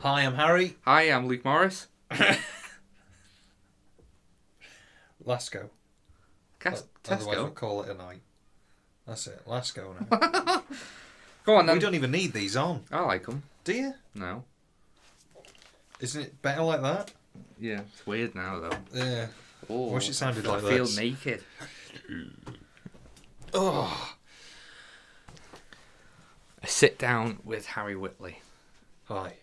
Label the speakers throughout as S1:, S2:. S1: Hi, I'm Harry.
S2: Hi, I'm Luke Morris.
S1: Lasco. Oh,
S2: Cas-
S1: Otherwise, we'll
S2: Tesco.
S1: call it a night. That's it. Lasco now.
S2: Go on
S1: we
S2: then.
S1: don't even need these on,
S2: I like them.
S1: do you?
S2: No.
S1: Isn't it better like that?
S2: Yeah. It's weird now though.
S1: Yeah.
S2: Oh,
S1: Wish it sounded like
S2: I feel
S1: this.
S2: naked.
S1: Oh.
S2: A sit down with Harry Whitley.
S1: Hi.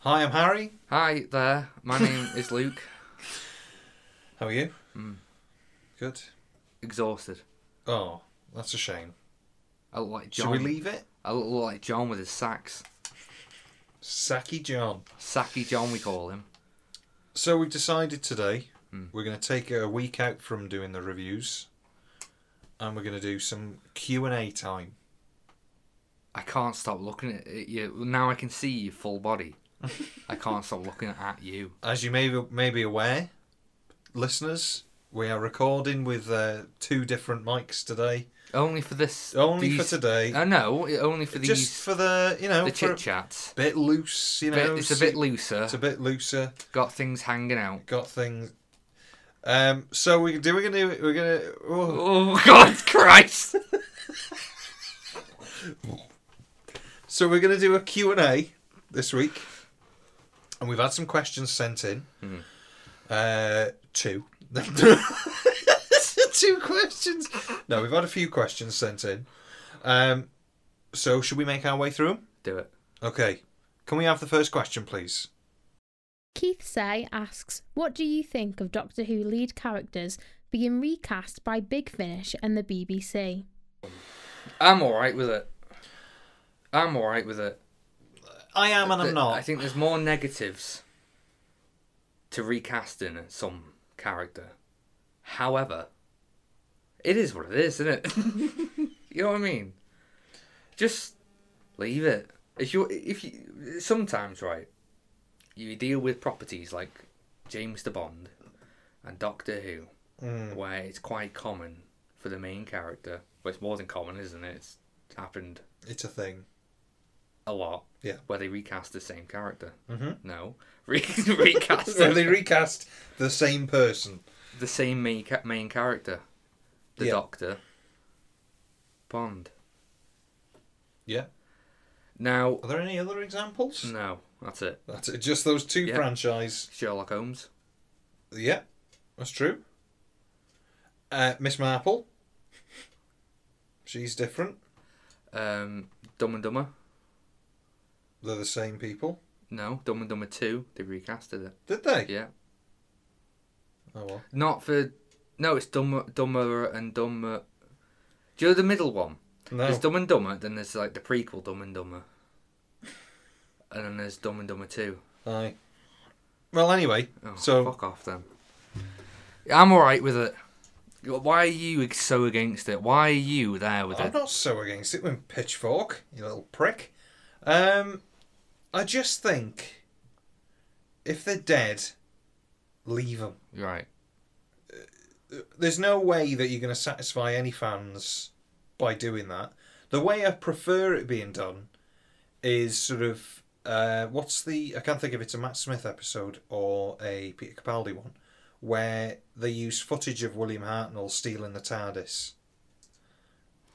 S1: Hi, I'm Harry.
S2: Hi there. My name is Luke.
S1: How are you?
S2: Mm.
S1: Good.
S2: Exhausted.
S1: Oh, that's a shame.
S2: I look like
S1: Should
S2: John.
S1: we leave it?
S2: I look like John with his sacks.
S1: Sacky John.
S2: Sacky John, we call him.
S1: So we've decided today
S2: Mm.
S1: we're going to take a week out from doing the reviews, and we're going to do some Q and A time.
S2: I can't stop looking at at you. Now I can see your full body. I can't stop looking at you.
S1: As you may be, may be aware, listeners, we are recording with uh, two different mics today.
S2: Only for this.
S1: Only
S2: these-
S1: for today.
S2: Uh, no, only for these.
S1: Just for the you know
S2: the
S1: for
S2: chit
S1: a
S2: chats.
S1: bit loose, you know.
S2: It's a
S1: see-
S2: bit looser.
S1: It's a bit looser.
S2: Got things hanging out.
S1: got things. Um, so we do we're gonna we're gonna oh,
S2: Oh God, Christ!
S1: so we're gonna do a Q and A this week, and we've had some questions sent in. Uh, two, two questions. No, we've had a few questions sent in. Um, so should we make our way through them?
S2: Do it.
S1: Okay. Can we have the first question, please?
S3: Keith Say asks, What do you think of Doctor Who lead characters being recast by Big Finish and the BBC?
S2: I'm all right with it. I'm all right with it.
S1: I am and
S2: Th-
S1: I'm not.
S2: I think there's more negatives to recasting some character. However, it is what it is, isn't it? you know what I mean? Just leave it. If you if you sometimes right, you deal with properties like James the Bond and Doctor Who,
S1: Hmm.
S2: where it's quite common for the main character. Well, it's more than common, isn't it? It's happened
S1: It's a thing.
S2: a lot.
S1: Yeah.
S2: Where they recast the same character.
S1: Mhm.
S2: No. Re- recast
S1: So they
S2: the,
S1: recast the same person.
S2: the same main, ca- main character. The
S1: Yeah.
S2: Doctor. Bond.
S1: Yeah.
S2: Now,
S1: Are there any other examples?
S2: no, that's it.
S1: That's it. Just those two
S2: Yeah.
S1: franchise.
S2: Sherlock Holmes.
S1: Yeah, that's true. Uh, Miss Marple. She's different.
S2: Um, Dumb and Dumber.
S1: They're the same people.
S2: No, Dumb and Dumber 2. They recasted it.
S1: Did they?
S2: Yeah.
S1: Oh well.
S2: Not for. No, it's Dumber, Dumber and Dumber. Do you know the middle one?
S1: No.
S2: There's Dumb and Dumber, then there's like the prequel Dumb and Dumber. And then there's Dumb and Dumber 2.
S1: Aye. Well, anyway,
S2: Oh,
S1: so
S2: fuck off then. I'm all right with it. Why are you so against it? Why are you there with
S1: I'm
S2: it?
S1: not so against it when Pitchfork, you little prick. Um, I just think if they're dead, leave them.
S2: Right.
S1: there's no way that you're going to satisfy any fans by doing that. The way I prefer it being done is sort of uh, what's the I can't think if it's a Matt Smith episode or a Peter Capaldi one where they use footage of William Hartnell stealing the TARDIS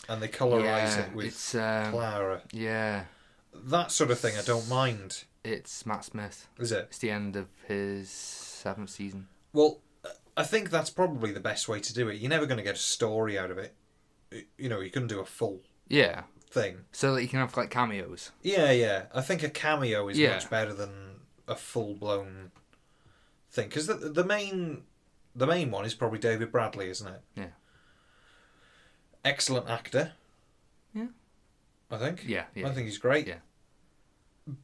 S1: and they colorise
S2: yeah,
S1: it with
S2: it's um,
S1: Clara.
S2: yeah,
S1: That sort of thing I don't mind.
S2: it's Matt Smith.
S1: Is it?
S2: It's the end of his seventh season.
S1: Well, I think that's probably the best way to do it. You're never going to get a story out of it. You know, you couldn't do a full
S2: Yeah,
S1: thing.
S2: so that you can have like cameos.
S1: Yeah, yeah. I think a cameo is
S2: Yeah.
S1: much better than a full blown thing because the the main the main one is probably David Bradley, isn't it?
S2: Yeah.
S1: Excellent actor.
S2: Yeah.
S1: I think.
S2: Yeah, yeah.
S1: I think he's great.
S2: Yeah.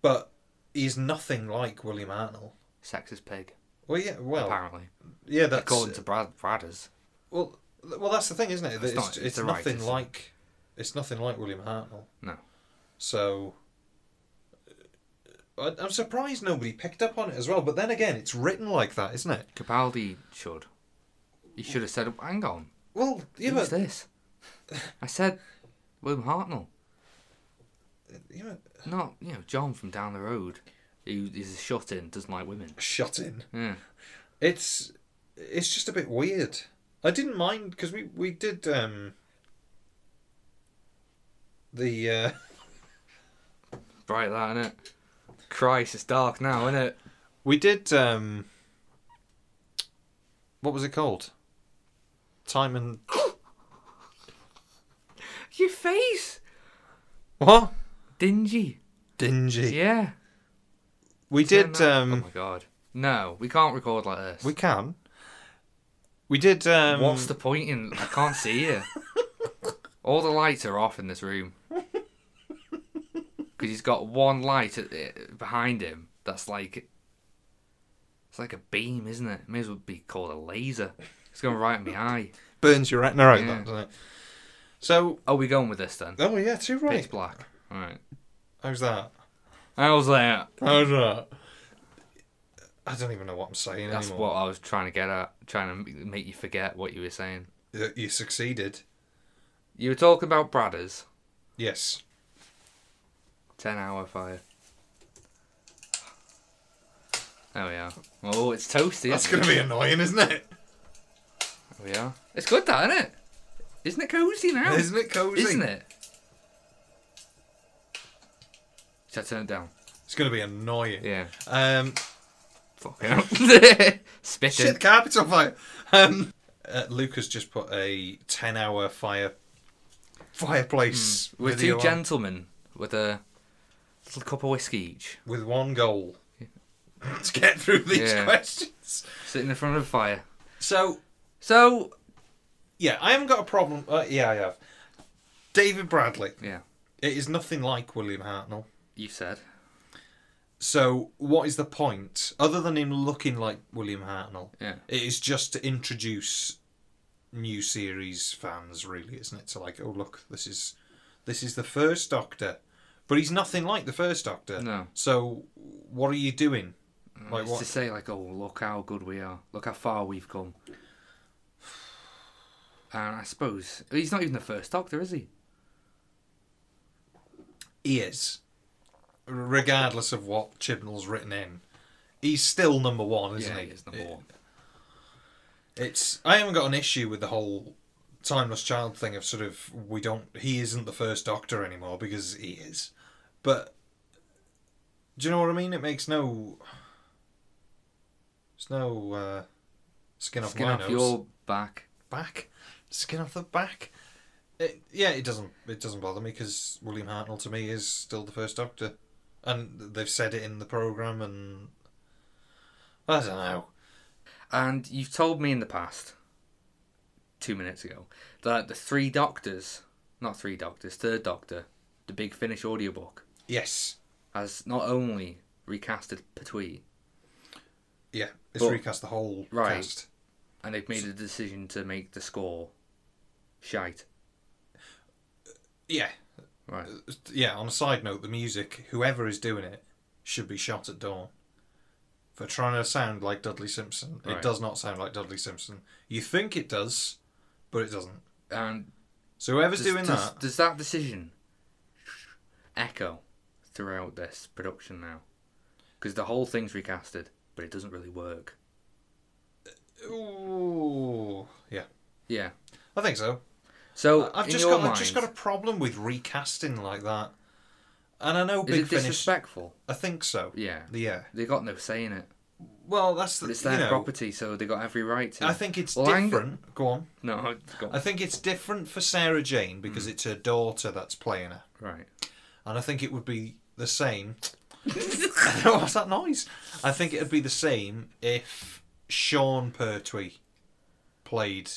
S1: But he's nothing like William Hartnell.
S2: Sexist pig,
S1: Well, yeah. Well,
S2: apparently,
S1: yeah. Oh, That's
S2: according to Brad Bradders.
S1: well. th- Well, that's the thing, isn't it? That
S2: It's
S1: It's,
S2: not-
S1: it's,
S2: it's the
S1: nothing
S2: writers.
S1: like it's nothing like William Hartnell.
S2: No.
S1: So I- I'm surprised nobody picked up on it as well. But then again, it's written like that, isn't it?
S2: Capaldi should. He should have said, "Hang on,
S1: Well, yeah,
S2: who's
S1: but
S2: this?" I said, "William Hartnell."
S1: you know,
S2: Not, you know, John from down the road, who is a shut in, doesn't like women.
S1: shut in.
S2: Yeah.
S1: It's it's just a bit weird. I didn't mind because we we did um the uh
S2: Right, that, innit? Christ, it's dark now, innit?
S1: we did um what was it called? Time and
S2: Your face!
S1: what?
S2: Dingy.
S1: Dingy.
S2: Yeah.
S1: we did
S2: Yeah, no.
S1: um
S2: Oh my god. No, we can't record like this.
S1: we can. We did um
S2: What's the point in. I can't see you. All the lights are off in this room. Because he's got one light at the, behind him that's like. It's like a beam, isn't it? May as well be called a laser. It's going right in my eye.
S1: burns your retina out
S2: Yeah.
S1: that, doesn't it? So
S2: Oh, we going with this then?
S1: oh yeah, too right.
S2: Pitch black. Alright.
S1: How's that?
S2: How's that?
S1: How's that? I don't even know what I'm saying
S2: That's
S1: anymore.
S2: what I was trying to get at. Trying to m- make you forget what you were saying.
S1: that you succeeded.
S2: You were talking about Bradders.
S1: Yes.
S2: 10 hour fire. There we are. Oh, it's toasty.
S1: That's
S2: isn't
S1: going to be annoying, isn't it?
S2: it? There we are. It's good, that, isn't it? Isn't it cozy now?
S1: Isn't it cozy?
S2: Isn't it? Should I turn it down?
S1: It's going to be annoying.
S2: Yeah.
S1: Um,
S2: Fuck it. Spitting.
S1: shit, the carpet's on fire. Um, uh, Luke has just put a 10 hour fire fireplace
S2: Hmm. We're
S1: video
S2: two
S1: on
S2: gentlemen with a little cup of whiskey each,
S1: with one goal to get through these
S2: Yeah.
S1: questions.
S2: sitting in front of a fire.
S1: So,
S2: So,
S1: yeah, I haven't got a problem. Uh, yeah, I have. David Bradley.
S2: yeah,
S1: It is nothing like William Hartnell.
S2: you said.
S1: So, what is the point, other than him looking like William Hartnell?
S2: Yeah.
S1: It is just to introduce new series fans, really, isn't it? To like, oh look, this is this is the first Doctor, but he's nothing like the first Doctor.
S2: No. Mm,
S1: So, what are you doing? Like
S2: It's
S1: what?
S2: to say like, oh, look how good we are. Look how far we've come. And I suppose he's not even the first Doctor, is he?
S1: He is, regardless of what Chibnall's written in, he's still number one, isn't
S2: yeah,
S1: he?
S2: he is number
S1: It-
S2: one.
S1: It's I haven't got an issue with the whole timeless child thing of sort of we don't he isn't the first doctor anymore because he is. But do you know what I mean? It makes no It's no uh, skin off
S2: Skin
S1: my
S2: off
S1: nose.
S2: your back.
S1: back. Skin off the back. It, yeah, it doesn't it doesn't bother me because William Hartnell to me is still the first doctor. And they've said it in the program and I don't know.
S2: And you've told me in the past, two minutes ago, that the three Doctors, not three Doctors, third Doctor, the Big Finish audiobook,
S1: Yes.
S2: has not only recasted Petwee,
S1: Yeah, it's
S2: But-
S1: recast the whole
S2: Right.
S1: cast.
S2: and they've made a decision to make the score shite.
S1: Yeah,
S2: Right.
S1: yeah. On a side note, the music, whoever is doing it, should be shot at dawn. For trying to sound like Dudley Simpson, it
S2: Right.
S1: does not sound like Dudley Simpson. You think it does, but it doesn't.
S2: And
S1: So whoever's
S2: does,
S1: doing
S2: does-
S1: that,
S2: Does that decision echo throughout this production now? Because the whole thing's recasted, but it doesn't really work.
S1: ooh, yeah,
S2: Yeah.
S1: I think so.
S2: So
S1: I've
S2: in
S1: just
S2: your
S1: got, I've just got
S2: mind,
S1: a problem with recasting like that, and I know
S2: is
S1: Big
S2: it
S1: Finish.
S2: disrespectful?
S1: I think so.
S2: Yeah.
S1: Yeah.
S2: They got no say in it.
S1: Well, that's the
S2: It's
S1: you
S2: their
S1: know,
S2: property, so they got every right to.
S1: I think it's
S2: Well, I'm-
S1: different. Go on.
S2: no, it's got,
S1: I think it's different for Sarah Jane because it's her daughter that's playing her.
S2: right.
S1: And I think it would be the same. Oh, What's that noise? I think it would be the same if Sean Pertwee played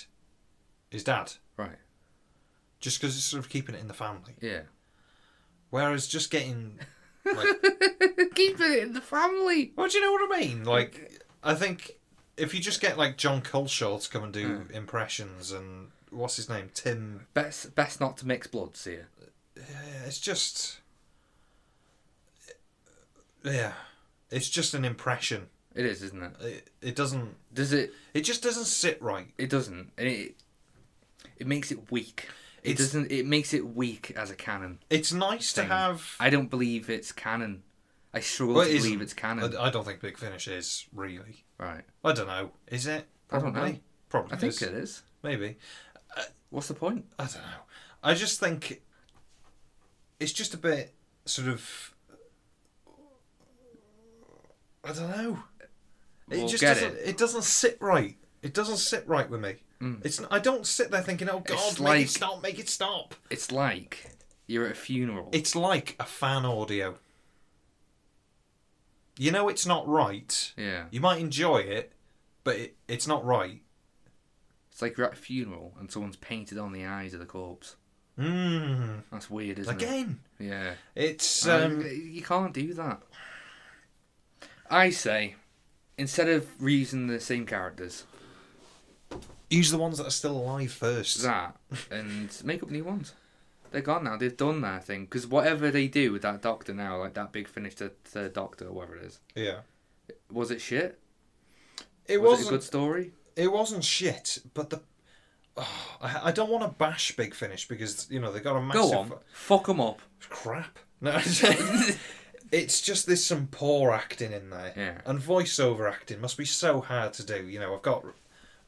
S1: his dad,
S2: Right.
S1: just because it's sort of keeping it in the family.
S2: Yeah.
S1: Whereas just getting.
S2: Keeping it in the family.
S1: Well, do you know what I mean? Like, I think if you just get like John Culshaw to come and do impressions and what's his name? Tim
S2: Best, best not to mix bloods here.
S1: It's just. Yeah. It's just an impression.
S2: It is, isn't it?
S1: It, it doesn't.
S2: Does it?
S1: It just doesn't sit right.
S2: It doesn't. It it makes it weak. It
S1: It's-
S2: doesn't. It makes it weak as a canon.
S1: It's nice to
S2: thing.
S1: have.
S2: I don't believe it's canon. I struggle
S1: Well,
S2: to
S1: it isn't.
S2: believe it's canon.
S1: I, I don't think Big Finish is really.
S2: right.
S1: I don't know. Is it?
S2: I don't
S1: Probably.
S2: know.
S1: Probably.
S2: I think
S1: is.
S2: it is.
S1: Maybe.
S2: What's the point?
S1: I don't know. I just think it's just a bit sort of. I don't know. It
S2: We'll
S1: just
S2: get
S1: doesn't.
S2: it. Hmm.
S1: It. doesn't sit right. It doesn't sit right with me. It's. I don't sit there thinking, "Oh God,
S2: It's
S1: make
S2: like-
S1: it stop! Make it stop!"
S2: It's like you're at a funeral.
S1: It's like a fan audio. You know, it's not right.
S2: yeah.
S1: You might enjoy it, but it, it's not right.
S2: It's like you're at a funeral and someone's painted on the eyes of the corpse.
S1: Mm.
S2: That's weird, isn't it?
S1: Again,
S2: Yeah.
S1: it's
S2: Um,
S1: um,
S2: you can't do that. I say, instead of reusing the same characters,
S1: use the ones that are still alive first.
S2: that and make up new ones. They're gone now. They've done their thing. Because whatever they do with that doctor now, like that big finish to third doctor, or whatever it is,
S1: yeah.
S2: was it shit?
S1: It
S2: was
S1: wasn't.
S2: it a good story?
S1: It wasn't shit, but the. Oh, I, I don't want to bash Big Finish because you know they got a massive
S2: Go on, fuck 'em up.
S1: crap. No, it's just there's some poor acting in there,
S2: Yeah.
S1: and voiceover acting must be so hard to do. You know, I've got,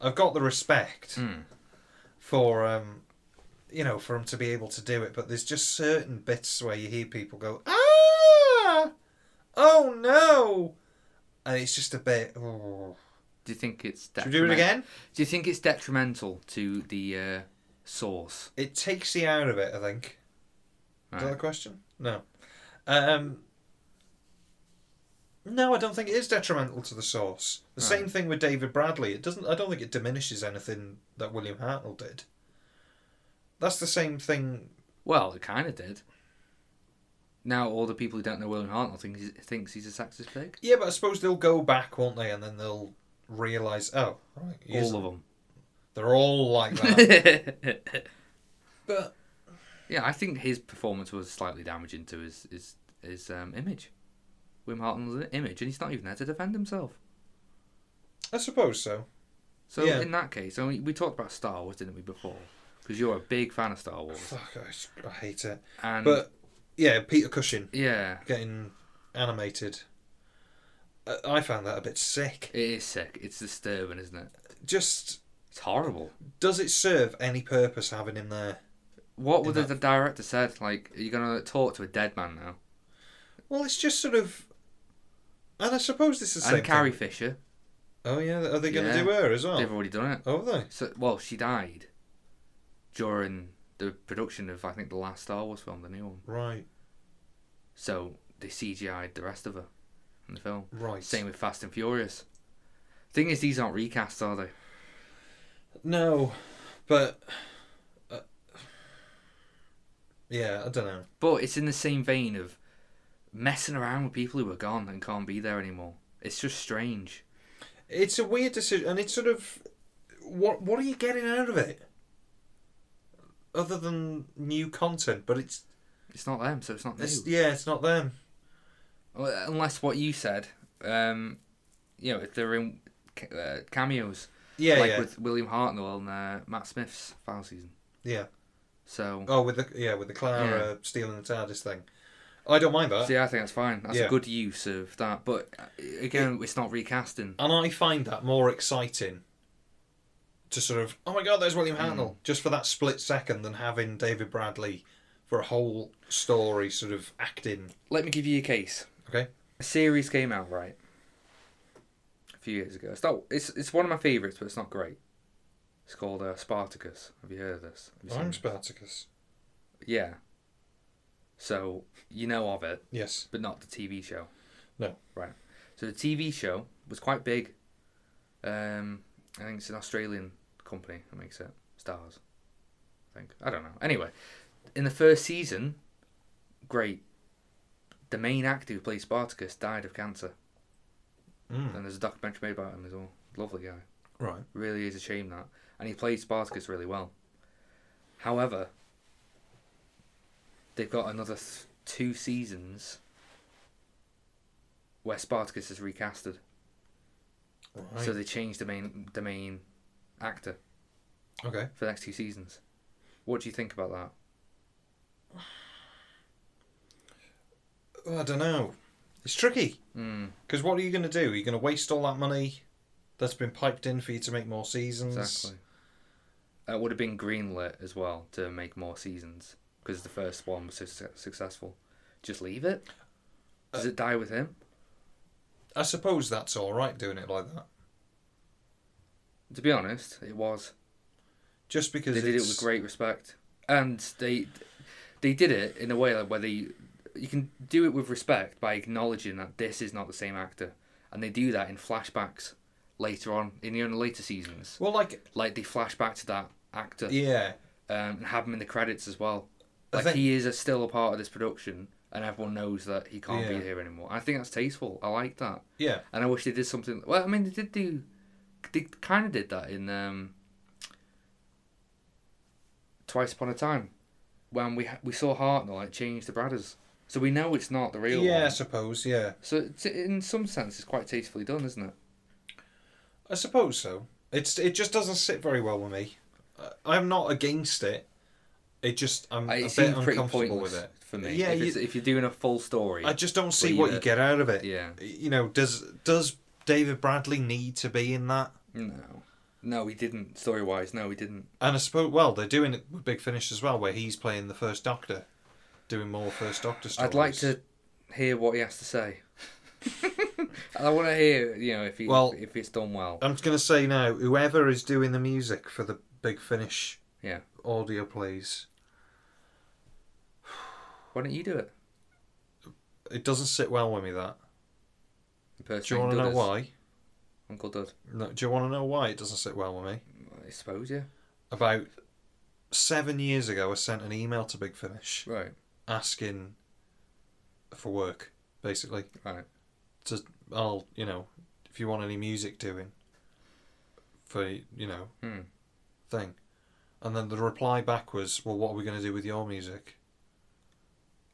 S1: I've got the respect
S2: Hmm.
S1: for, um, you know, for him to be able to do it, but there's just certain bits where you hear people go ah, oh no, and it's just a bit. Oh.
S2: Do you think it's?
S1: Should we do it
S2: detriment-
S1: again?
S2: Do you think it's detrimental to the uh, source?
S1: It takes you out of it, I think. Is that
S2: Right.
S1: a question? No. Um, no, I don't think it is detrimental to the source. The
S2: Right.
S1: same thing with David Bradley. It doesn't. I don't think it diminishes anything that William Hartnell did. That's the same thing.
S2: Well, it kind of did. Now all the people who don't know William Hartnell think he's, thinks he's a sexist pig.
S1: Yeah, but I suppose they'll go back, won't they? And then they'll realise, oh, right, he
S2: All
S1: isn't-
S2: of them.
S1: they're all like that. but
S2: yeah, I think his performance was slightly damaging to his his his um, image. William Hartnell's image, and he's not even there to defend himself.
S1: I suppose so.
S2: So
S1: Yeah.
S2: in that case, I mean, we talked about Star Wars, didn't we, before? Because you're a big fan of Star Wars,
S1: Fuck, I, just- I hate it.
S2: and
S1: But yeah, Peter Cushing.
S2: yeah,
S1: getting animated. I- I found that a bit sick.
S2: it is sick. It's disturbing, isn't it?
S1: Just
S2: It's horrible.
S1: does it serve any purpose having him there?
S2: What would
S1: In
S2: the director said? Like, are you gonna talk to a dead man now?
S1: Well, it's just sort of, and I suppose this is the same.
S2: And Carrie
S1: thing-
S2: Fisher,
S1: Oh yeah, are they going to
S2: Yeah.
S1: do her as well?
S2: they've already done it.
S1: Oh, have they?
S2: So, well, she died during the production of I think the last Star Wars film, the new one.
S1: Right,
S2: So they CGI'd the rest of her in the film.
S1: right.
S2: Same with Fast and Furious. Thing is, these aren't recasts, are they?
S1: No, but uh, yeah, I don't know.
S2: But it's in the same vein of messing around with people who are gone and can't be there anymore. It's just strange.
S1: It's a weird decision, and it's sort of what what are you getting out of it? Other than new content, but it's,
S2: It's not them, so it's not
S1: it's
S2: new.
S1: yeah, it's not them.
S2: Well, Unless what you said, um, you know, if they're in ca- uh, cameos,
S1: Yeah,
S2: like
S1: yeah,
S2: with William Hartnell and uh, Matt Smith's final season.
S1: yeah.
S2: So
S1: Oh, with the yeah, with the Clara stealing the TARDIS thing. I don't mind that,
S2: See, I think that's fine. That's a
S1: Uh, Yeah.
S2: good use of that. But uh, again, it's not recasting.
S1: and I find that more exciting. To sort of, oh my God, there's William Hartnell,
S2: Mm.
S1: just for that split second, than having David Bradley for a whole story, sort of acting.
S2: Let me give you a case.
S1: Okay.
S2: A series came out right a few years ago. It's not. It's it's one of my favourites, but it's not great. It's called uh, Spartacus. Have you heard of this? Have you seen
S1: I'm
S2: it?
S1: Spartacus.
S2: Yeah. So you know of it,
S1: Yes.
S2: but not the TV show.
S1: No.
S2: Right. So the TV show was quite big. Um, I think it's an Australian company that makes it. Stars. I think. I don't know. Anyway, in the first season, great. The main actor who plays Spartacus died of cancer.
S1: Mm.
S2: And there's a documentary made about him as well. Lovely guy.
S1: Right.
S2: Really is a shame that. And he played Spartacus really well. However, they've got another th- two seasons where Spartacus is recasted.
S1: Right.
S2: So they changed the main the main actor
S1: okay.
S2: for the next two seasons. What do you think about that?
S1: I don't know. It's tricky.
S2: Hmm,
S1: Because what are you going to do? Are you going to waste all that money that's been piped in for you to make more seasons?
S2: Exactly. It would have been greenlit as well to make more seasons because the first one was so su- successful. Just leave it. Does it die with him?
S1: I suppose that's all right doing it like that.
S2: To be honest, it was.
S1: Just because
S2: They did it
S1: it's-
S2: with great respect, and they they did it in a way like where they you can do it with respect by acknowledging that this is not the same actor, and they do that in flashbacks later on in the later seasons.
S1: Well, like
S2: Like they flash back to that actor.
S1: yeah,
S2: um, and have him in the credits as well.
S1: I
S2: Like
S1: think-
S2: he is a, still a part of this production, and everyone knows that he can't
S1: Yeah.
S2: be here anymore. I think that's tasteful. I like that,
S1: yeah.
S2: and I wish they did something. Well, I mean, they did do, they kind of did that in um, Twice Upon a Time, when we ha- we saw Hartnell like change the Bradders, so we know it's not the real
S1: yeah, I
S2: one.
S1: suppose. Yeah,
S2: So it's, in some sense, it's quite tastefully done, isn't it?
S1: I suppose so. It's it just doesn't sit very well with me. I- I'm not against it. It just I'm
S2: I-
S1: a
S2: It
S1: bit
S2: seems pretty
S1: uncomfortable
S2: pointless
S1: with it.
S2: for me.
S1: Yeah,
S2: if,
S1: you-
S2: it's- if you're doing a full story,
S1: I just don't see
S2: Well,
S1: what
S2: yeah.
S1: you get out of it.
S2: yeah.
S1: You know, does does David Bradley need to be in that?
S2: No. No, he didn't. Story wise, no, he didn't.
S1: And I suppose well, they're doing it with Big Finish as well, where he's playing the First Doctor, doing more First Doctor stories.
S2: I'd like to hear what he has to say. And I want to hear, you know, if he,
S1: Well-
S2: if it's done well.
S1: I'm just gonna say now, whoever is doing the music for the Big Finish
S2: Yeah.
S1: audio plays,
S2: Why don't you do it?
S1: it doesn't sit well with me. That do you
S2: Impersonating
S1: want to know
S2: Dudders.
S1: why?
S2: Uncle Dud.
S1: No, do you want to know why it doesn't sit well with me?
S2: I suppose, yeah.
S1: About seven years ago, I sent an email to Big Finish
S2: Right,
S1: asking for work, basically.
S2: right.
S1: To I'll you know if you want any music doing for you know
S2: Hmm.
S1: thing, and then the reply back was, well, what are we going to do with your music?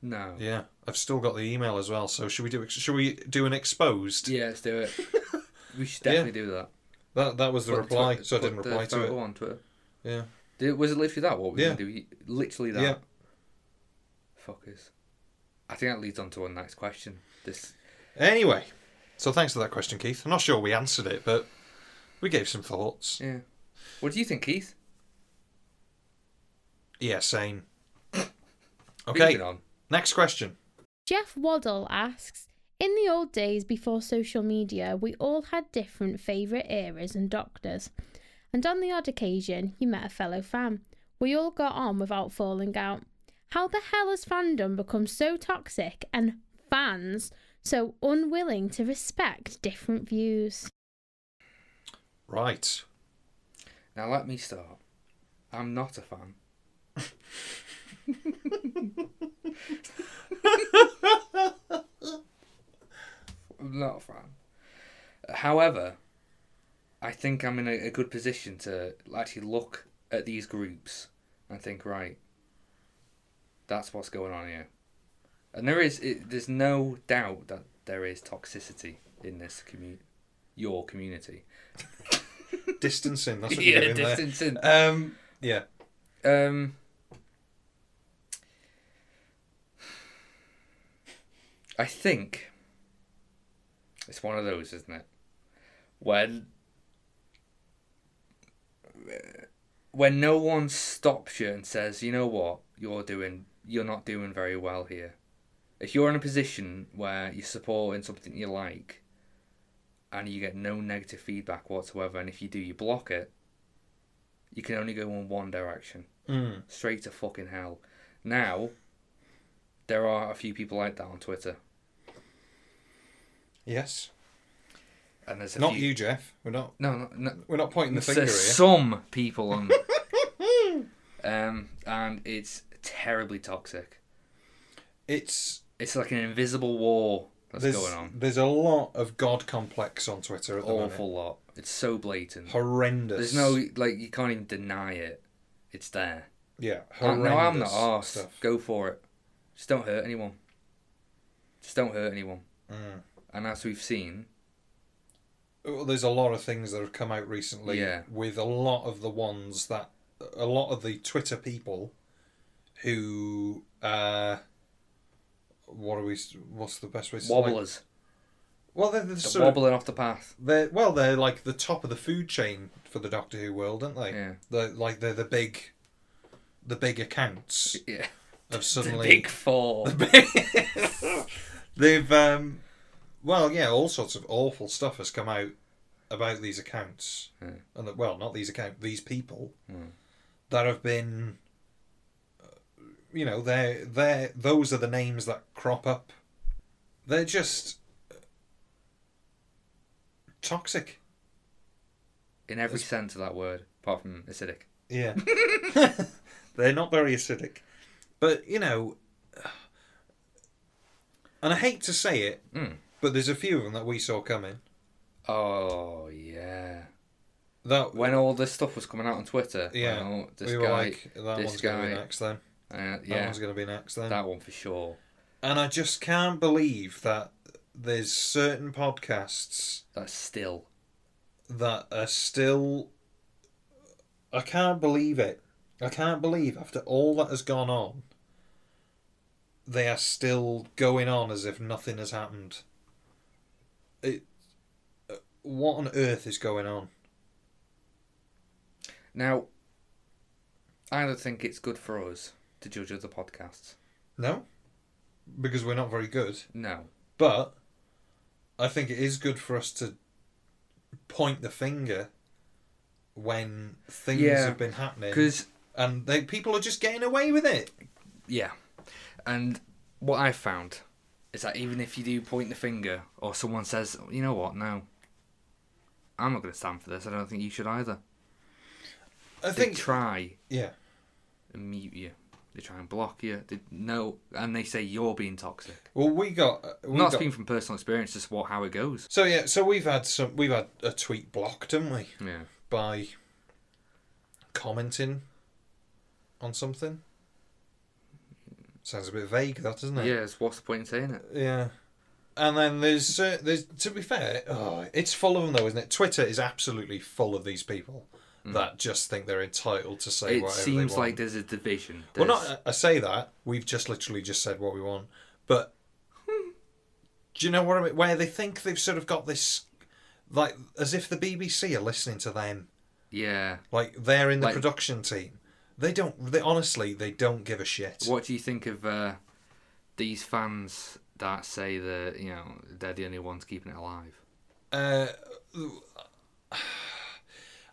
S2: No. Yeah,
S1: Yeah, I've still got the email as well. So should we do? ex- Should we do an exposed?
S2: let's do it. we should
S1: Yeah.
S2: definitely do that.
S1: That that was the
S2: Put
S1: reply.
S2: Twi-
S1: so I
S2: put
S1: didn't
S2: the
S1: reply to
S2: photo
S1: it.
S2: on Twitter.
S1: Yeah.
S2: Did, was it literally that? What we
S1: Yeah.
S2: going to do? Literally that.
S1: Yeah.
S2: Fuckers. I think that leads on to our next question. This
S1: Anyway, so thanks for that question, Keith. I'm not sure we answered it, but we gave some thoughts.
S2: Yeah. What do you think, Keith?
S1: Yeah, same. Okay,
S2: Moving on.
S1: next question.
S3: Jeff Waddle asks In the old days before social media, we all had different favourite eras and doctors. And on the odd occasion, you met a fellow fan. We all got on without falling out. How the hell has fandom become so toxic and fans so unwilling to respect different views?
S1: Right.
S2: Now let me start. I'm not a fan. I'm not a fan. However, I think I'm in a, a good position to actually look at these groups and think, right, that's what's going on here. And there is, it, there's no doubt that there is toxicity in this community, your community.
S1: Distancing. That's what
S2: Yeah,
S1: you're doing
S2: distancing.
S1: there. Um. Yeah.
S2: Um, I think it's one of those, isn't it? When when no one stops you and says, "You know what? You're doing. You're not doing very well here." If you're in a position where you're supporting something you like, and you get no negative feedback whatsoever, and if you do, you block it. You can only go in one direction
S1: Mm.
S2: straight to fucking hell. Now, there are a few people like that on Twitter,
S1: Yes.
S2: and there's a
S1: Not
S2: few-
S1: you, Jeff. We're not.
S2: No, no, no.
S1: We're not pointing the
S2: There's
S1: finger here.
S2: some people on, um, and it's terribly toxic.
S1: It's
S2: It's like an invisible war that's
S1: there's,
S2: going on.
S1: There's a lot of god complex on Twitter at the
S2: Awful lot. It's so blatant.
S1: moment. Horrendous.
S2: There's no like you can't even deny it. It's there.
S1: Yeah.
S2: Uh,
S1: Horrendous
S2: No, I'm not arsed.
S1: stuff.
S2: Go for it. Just don't hurt anyone. Just don't hurt anyone.
S1: Mm.
S2: And as we've seen,
S1: Well, there's a lot of things that have come out recently
S2: Yeah.
S1: with a lot of the ones that a lot of the Twitter people who uh, what are we? What's the best way? to like-
S2: Wobblers.
S1: well, they're, the
S2: They're
S1: sort of-
S2: wobbling off the path.
S1: they're well, they're like the top of the food chain for the Doctor Who world, aren't they?
S2: Yeah.
S1: They're like they're the big, the big accounts
S2: Yeah.
S1: of suddenly
S2: Big four.
S1: They've um, well, yeah, all sorts of awful stuff has come out about these accounts, and that well, not these accounts, these people that have been, uh, you know, they're they are those are the names that crop up. They're just uh, toxic.
S2: In every sense of that word, apart from acidic.
S1: Yeah. They're not very acidic. But, you know, and I hate to say it,
S2: Mm.
S1: but there's a few of them that we saw coming.
S2: Oh yeah.
S1: That
S2: When all this stuff was coming out on Twitter,
S1: Yeah,
S2: oh, this
S1: we were
S2: guy,
S1: like, that
S2: this
S1: one's going to
S2: guy.
S1: be next then.
S2: uh,
S1: That
S2: yeah,
S1: one's going to be next then.
S2: that one for sure.
S1: And I just can't believe that there's certain podcasts
S2: That's still
S1: that are still. I can't believe it. I can't believe after all that has gone on, they are still going on as if nothing has happened. It, uh, what on earth is going on?
S2: now. I don't think it's good for us to judge other podcasts.
S1: No, because we're not very good.
S2: No,
S1: But I think it is good for us to point the finger when things
S2: Yeah,
S1: have been happening,
S2: because
S1: and they, people are just getting away with it.
S2: yeah, and what I found is that even if you do point the finger or someone says, you know what, no, I'm not going to stand for this. I don't think you should either.
S1: I
S2: They
S1: think
S2: try
S1: Yeah,
S2: and mute you. They try and block you. They no, and they say you're being toxic.
S1: Well, we got uh, we
S2: Not
S1: got.
S2: speaking from personal experience, just what how it goes.
S1: So yeah, so we've had some. We've had a tweet blocked, haven't we,
S2: Yeah.
S1: by commenting on something? Sounds a bit vague, that doesn't it?
S2: Yes. What's the point in saying it?
S1: Yeah. And then there's uh, there's to be fair, oh, it's full of them though, isn't it? Twitter is absolutely full of these people that just think they're entitled to say
S2: Mm. It
S1: whatever
S2: seems
S1: they want.
S2: like there's a division.
S1: Well,
S2: There's,
S1: not I say that we've just literally just said what we want, but do you know what I mean? Where they think they've sort of got this, like as if the BBC are listening to them,
S2: yeah.
S1: like they're in the
S2: Like-
S1: production team. They don't. They honestly, they don't give a shit.
S2: What do you think of uh, these fans that say that you know they're the only ones keeping it alive?
S1: Uh,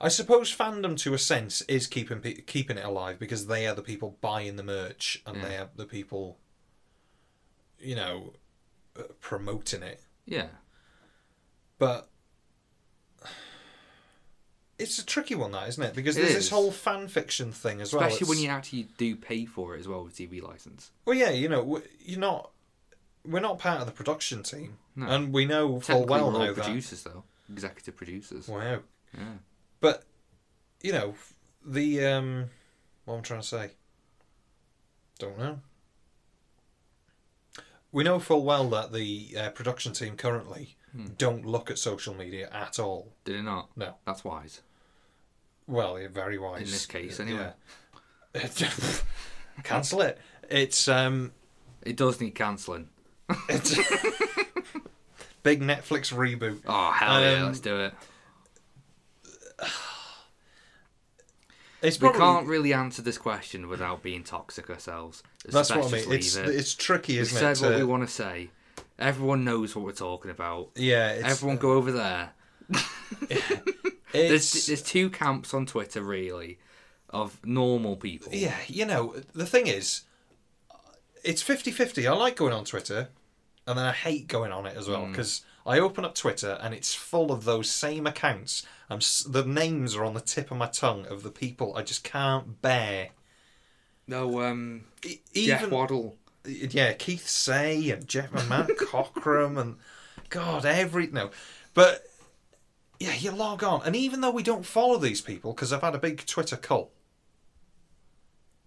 S1: I suppose fandom, to a sense, is keeping pe- keeping it alive because they are the people buying the merch and
S2: Mm.
S1: they are the people, you know, uh, promoting it.
S2: Yeah.
S1: But it's a tricky one, that isn't it? Because
S2: It
S1: there's
S2: is.
S1: this whole fan fiction thing as well.
S2: Especially when
S1: It's-
S2: you actually do pay for it as well with TV license.
S1: well, yeah, you know, w- you're not. We're not part of the production team,
S2: No.
S1: and we know full
S2: Technically,
S1: well
S2: we're
S1: now
S2: all
S1: that
S2: producers though, executive producers.
S1: wow,
S2: Yeah.
S1: But you know, the um, what I'm trying to say. Don't know. We know full well that the uh, production team currently
S2: Hmm.
S1: don't look at social media at all.
S2: Did it not?
S1: No.
S2: That's wise.
S1: Well, yeah, very wise
S2: In this case, anyway.
S1: Yeah. Cancel it. It's um,
S2: It does need cancelling.
S1: it's big Netflix reboot.
S2: Oh hell yeah,
S1: Um,
S2: let's do it.
S1: It's
S2: We
S1: probably,
S2: can't really answer this question without being toxic ourselves. It's
S1: That's
S2: best
S1: what I mean.
S2: just leave
S1: It's
S2: it.
S1: it's tricky,
S2: We've
S1: isn't
S2: said
S1: it?
S2: what
S1: to-
S2: we want to say. Everyone knows what we're talking about.
S1: Yeah. It's, uh,
S2: Everyone go over there.
S1: It's,
S2: There's, there's two camps on Twitter, really, of normal people.
S1: Yeah, you know, the thing is, uh, it's 50 50. I like going on Twitter, and then I hate going on it as well because I open up Twitter and it's full of those same accounts. I'm s- The names are on the tip of my tongue of the people I just can't bear.
S2: No, um,
S1: E-
S2: Jeff
S1: Even, e,
S2: Waddle.
S1: yeah, Keith Say and Jeff and Matt Cockrum and God, every. No. But yeah, you log on. And even though we don't follow these people because I've had a big Twitter cult,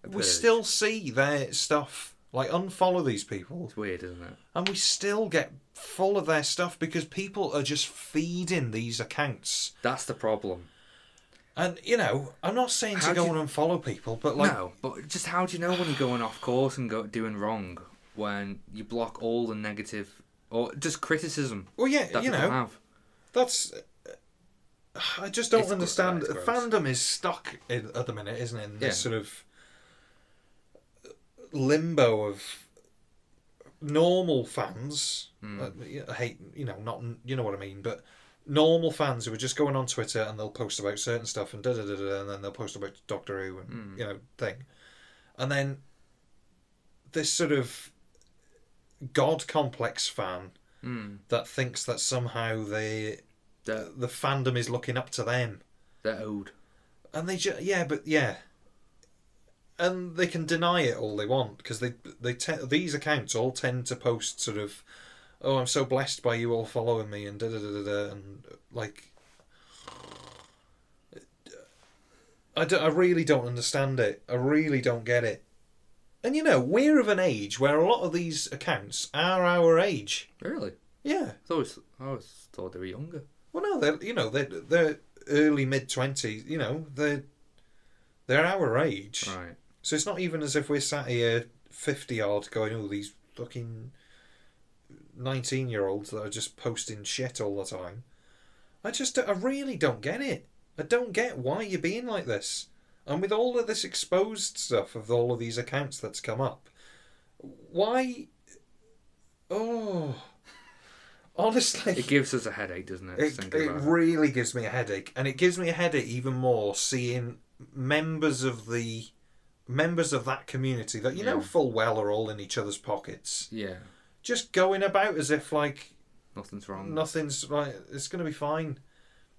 S1: we
S2: purge.
S1: still see their stuff. Like unfollow these people,
S2: It's weird, isn't it?
S1: and we still get full of their stuff because people are just feeding these accounts.
S2: That's the problem.
S1: And you know, I'm not saying
S2: How
S1: to
S2: do
S1: go
S2: you-
S1: on and follow people, but like,
S2: no, but just how do you know when you're going off course and go, doing wrong when you block all the negative or just criticism
S1: well, yeah,
S2: that
S1: you
S2: people
S1: know,
S2: have?
S1: that's. I just don't
S2: It's gr-
S1: understand.
S2: it's gross.
S1: Fandom is stuck in, at the minute, isn't it? In this
S2: Yeah.
S1: sort of limbo of normal fans.
S2: Hmm.
S1: Uh, I hate, you know, not you know what I mean, but normal fans who are just going on Twitter and they'll post about certain stuff and da da da da, and then they'll post about Doctor Who and
S2: Hmm.
S1: you know thing, and then this sort of god complex fan
S2: Mm.
S1: that thinks that somehow they
S2: They're,
S1: the fandom is looking up to them,
S2: they're owed.
S1: and they just yeah, but yeah, and they can deny it all they want because they they te- these accounts all tend to post sort of, oh, I'm so blessed by you all following me and da da da da da and like. I, do, I really don't understand it. I really don't get it. And you know, we're of an age where a lot of these accounts are our age.
S2: Really?
S1: Yeah.
S2: I always, I always thought they were younger.
S1: Well, no, they're you know they're they're early mid twenties. You know they're they're our age,
S2: Right.
S1: so it's not even as if we're sat here fifty odd going, oh these fucking nineteen year olds that are just posting shit all the time. I just I really don't get it. I don't get why you're being like this. And with all of this exposed stuff of all of these accounts that's come up, why? Oh, honestly,
S2: It gives us a headache, doesn't it?
S1: it,
S2: thinking
S1: it
S2: about
S1: really gives me a headache, and it gives me a headache even more seeing members of the members of that community that you know
S2: Yeah.
S1: full well are all in each other's pockets,
S2: Yeah,
S1: just going about as if like
S2: nothing's wrong.
S1: nothing's like it's going to be fine.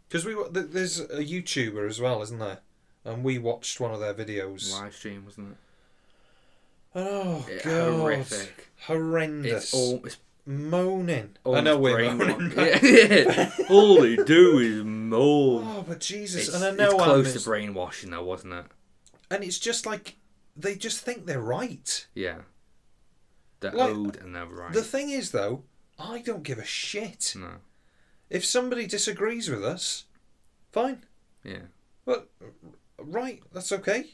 S1: Because we wa- th- there's a YouTuber as well, isn't there? And we watched one of their videos.
S2: Live stream, wasn't it?
S1: Oh
S2: Yeah,
S1: god,
S2: horrific.
S1: horrendous,
S2: It's all. It's
S1: moaning.
S2: all
S1: I know we're
S2: brain
S1: moaning.
S2: wa- yeah. all they do is moan.
S1: Oh, but Jesus,
S2: It's,
S1: and I
S2: it's
S1: know I'm
S2: close
S1: mis-
S2: to brainwashing, though, wasn't it?
S1: and it's just like they just think they're right.
S2: Yeah. They're
S1: Like,
S2: owed and they're right.
S1: The thing is, though, I don't give a shit.
S2: no.
S1: If somebody disagrees with us, fine.
S2: Yeah.
S1: Well, right, that's okay.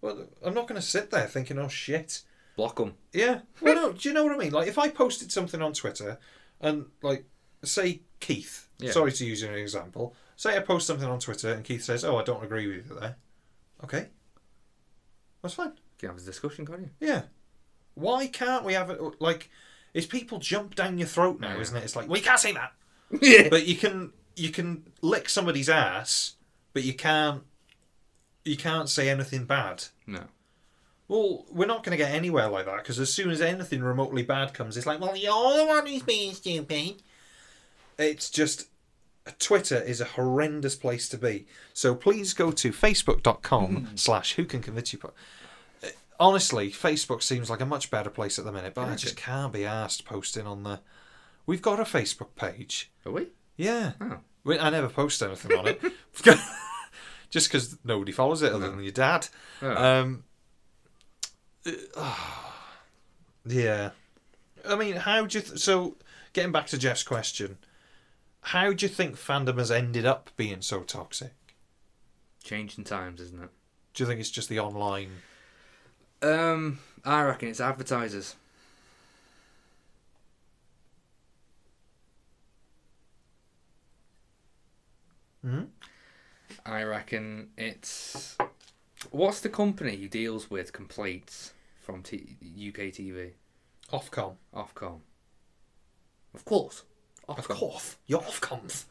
S1: Well, I'm not going to sit there thinking, oh shit.
S2: Block them.
S1: Yeah. Well, no, do you know what I mean? Like, if I posted something on Twitter and, like, say Keith,
S2: Yeah.
S1: sorry to use you as an example, say I post something on Twitter and Keith says, oh, I don't agree with you there. Okay. That's fine.
S2: You can have a discussion, can't you?
S1: Yeah. Why can't we have it? Like, it's people jump down your throat now,
S2: Yeah.
S1: isn't it? It's like we can't say that,
S2: Yeah.
S1: but you can. You can lick somebody's ass, but you can't. You can't say anything bad.
S2: No.
S1: Well, we're not going to get anywhere like that because as soon as anything remotely bad comes, it's like, well, you're the one who's being stupid. It's just. Twitter is a horrendous place to be. So please go to facebook.com slash who can convince you. Po- Uh, Honestly, Facebook seems like a much better place at the minute, but I just can't be asked posting on the. We've got a Facebook page.
S2: Are we?
S1: Yeah.
S2: Oh.
S1: We- I never post anything on it. Just because nobody follows it other than your dad.
S2: Oh.
S1: Um, yeah. I mean, how do you. Th- so, getting back to Jeff's question, how do you think fandom has ended up being so toxic?
S2: Changing times, isn't it?
S1: Do you think it's just the online.
S2: Um, I reckon it's advertisers.
S1: Hmm?
S2: I reckon it's what's the company who deals with complaints from t- UK TV?
S1: Ofcom.
S2: Ofcom. Of course.
S1: Of course. You're Ofcoms.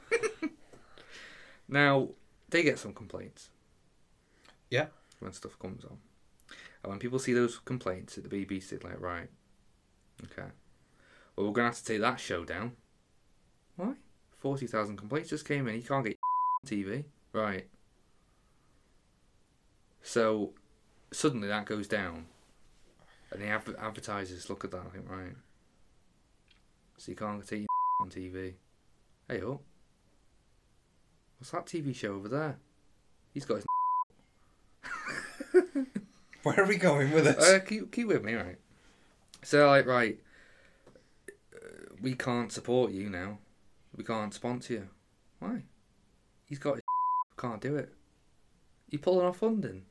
S2: Now they get some complaints.
S1: Yeah.
S2: when stuff comes on. And when people see those complaints at the BBC, they're like, right, okay. Well, we're going to have to take that show down. Why? 40,000 complaints just came in. You can't get TV. Right. So suddenly that goes down. And the adver- advertisers look at that and think, right. So you can't take your on TV. Hey, up. What's that TV show over there? He's got his
S1: Where are we going with this?
S2: Uh, keep, keep with me, right? So, like, right, uh, we can't support you now. We can't sponsor you. Why? He's got his can't do it. You're pulling off London.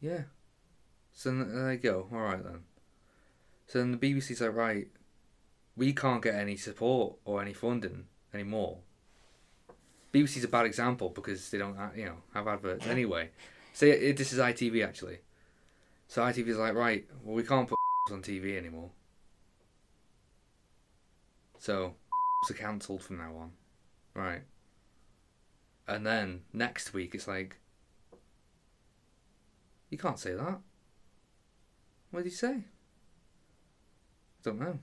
S2: Yeah. So then- there you go. All right then. So then the BBC's like, right, we can't get any support or any funding anymore. BBC's a bad example because they don't, uh, you know, have adverts anyway. So it, it- this is ITV actually. So ITV's like, right, well we can't put on TV anymore. So are cancelled from now on, right? And then next week it's like, you can't say that. What did you say? don't know.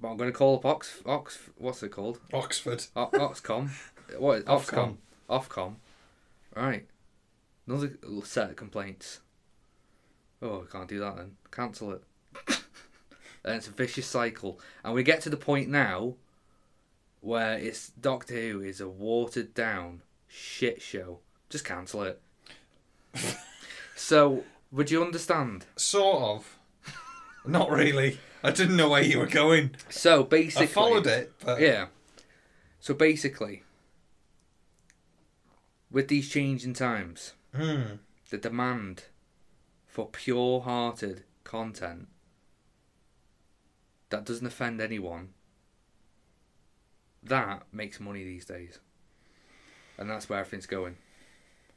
S2: But I'm going to call up Ox, Ox, what's it called?
S1: Oxford.
S2: O- Oxcom. What is Ofcom?
S1: Ofcom.
S2: Ofcom. Right. Another set of complaints. Oh, I can't do that then. Cancel it. and it's a vicious cycle. And we get to the point now where it's Doctor Who is a watered down shit show. Just cancel it. so, would you understand?
S1: Sort of. Not really. I didn't know where you were going.
S2: So basically,
S1: I followed it, but
S2: Yeah. So basically, with these changing times,
S1: Hmm.
S2: the demand for pure hearted content that doesn't offend anyone, that makes money these days. And that's where everything's going.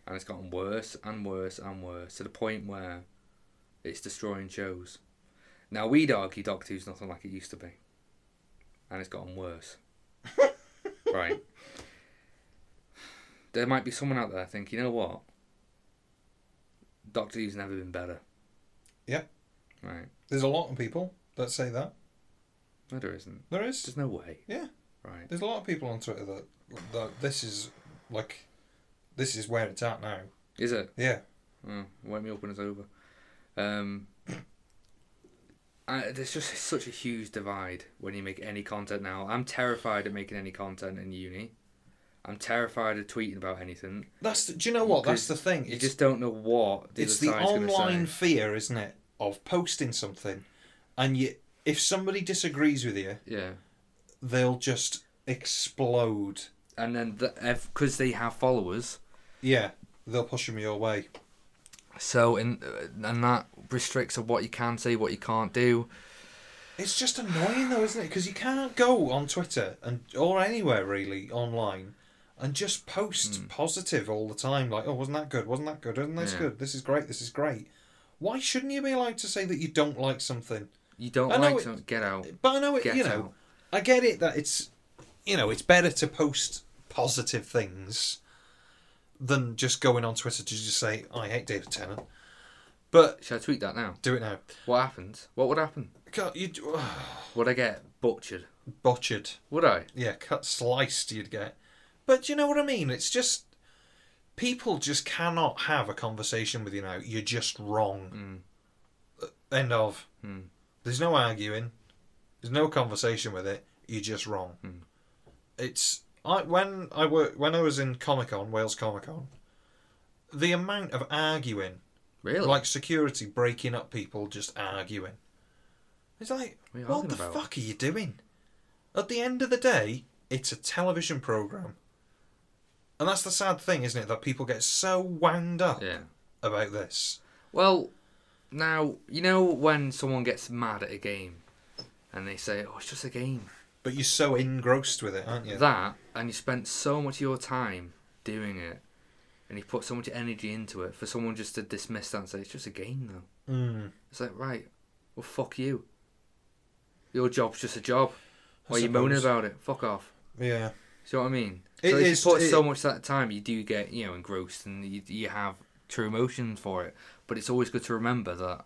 S2: And it's gotten worse and worse and worse to the point where it's destroying shows. Now, we'd argue Doctor Who's nothing like it used to be. And it's gotten worse. right. There might be someone out there thinking, you know what? Doctor Who's never been better.
S1: Yeah.
S2: Right.
S1: there's a lot of people that say that.
S2: No, there isn't.
S1: There is.
S2: There's no way.
S1: Yeah.
S2: Right.
S1: There's a lot of people on Twitter that that this is like this is where it's at now.
S2: Is it?
S1: Yeah.
S2: Oh, wake me up when it's over. Um, I, there's just such a huge divide when you make any content now. I'm terrified of making any content in uni. I'm terrified of tweeting about anything.
S1: That's the, do you know what? That's the
S2: Because
S1: thing.
S2: You
S1: It's
S2: just don't know what the
S1: it's
S2: other
S1: the
S2: side's going to
S1: online
S2: say.
S1: fear, isn't it, of posting something, and you if somebody disagrees with you,
S2: Yeah,
S1: they'll just explode.
S2: and then because they have followers,
S1: Yeah, they'll push them your way.
S2: so and and that restricts of what you can say, what you can't do.
S1: It's just annoying though, isn't it? Because you can't go on Twitter and or anywhere really online and just post positive all the time. Like, oh, wasn't that good? Wasn't that good? Isn't this
S2: Hmm. Yeah.
S1: good? This is great. This is great. Why shouldn't you be allowed to say that you don't like something?
S2: You don't
S1: I know
S2: like
S1: it-
S2: something, get out.
S1: But I know it.
S2: Get
S1: you know,
S2: out.
S1: I get it that it's, you know, it's better to post positive things than just going on Twitter to just say I hate David Tennant. But
S2: Should I tweet that now?
S1: do it now.
S2: What happens? What would happen?
S1: God, you
S2: Would I get butchered?
S1: botchered.
S2: Would I?
S1: yeah, cut sliced you'd get. But do you know what I mean? It's just people just cannot have a conversation with you now. You're just wrong. Uh, End of. There's no arguing. There's no conversation with it. You're just wrong. It's I when I were when I was in Comic Con, Wales Comic Con, the amount of arguing,
S2: Really?
S1: like security breaking up people just arguing. It's like,
S2: What are you
S1: what
S2: arguing
S1: the
S2: about?
S1: fuck are you doing? At the end of the day, it's a television program, and that's the sad thing, isn't it? That people get so wound up
S2: Yeah.
S1: about this.
S2: Well, now you know when someone gets mad at a game, and they say, "Oh, it's just a game."
S1: But you're so engrossed with it, aren't you?
S2: That, and you spent so much of your time doing it, and you put so much energy into it for someone just to dismiss that and say, "It's just a game, though."
S1: mm.
S2: It's like, right, well, fuck you. Your job's just a job.
S1: I
S2: Why are you moaning
S1: suppose.
S2: about it? Fuck off.
S1: Yeah.
S2: See what I mean?
S1: It
S2: so if
S1: is-
S2: you put
S1: it-
S2: so much that time, you do get you know engrossed and you, you have true emotion for it. But it's always good to remember that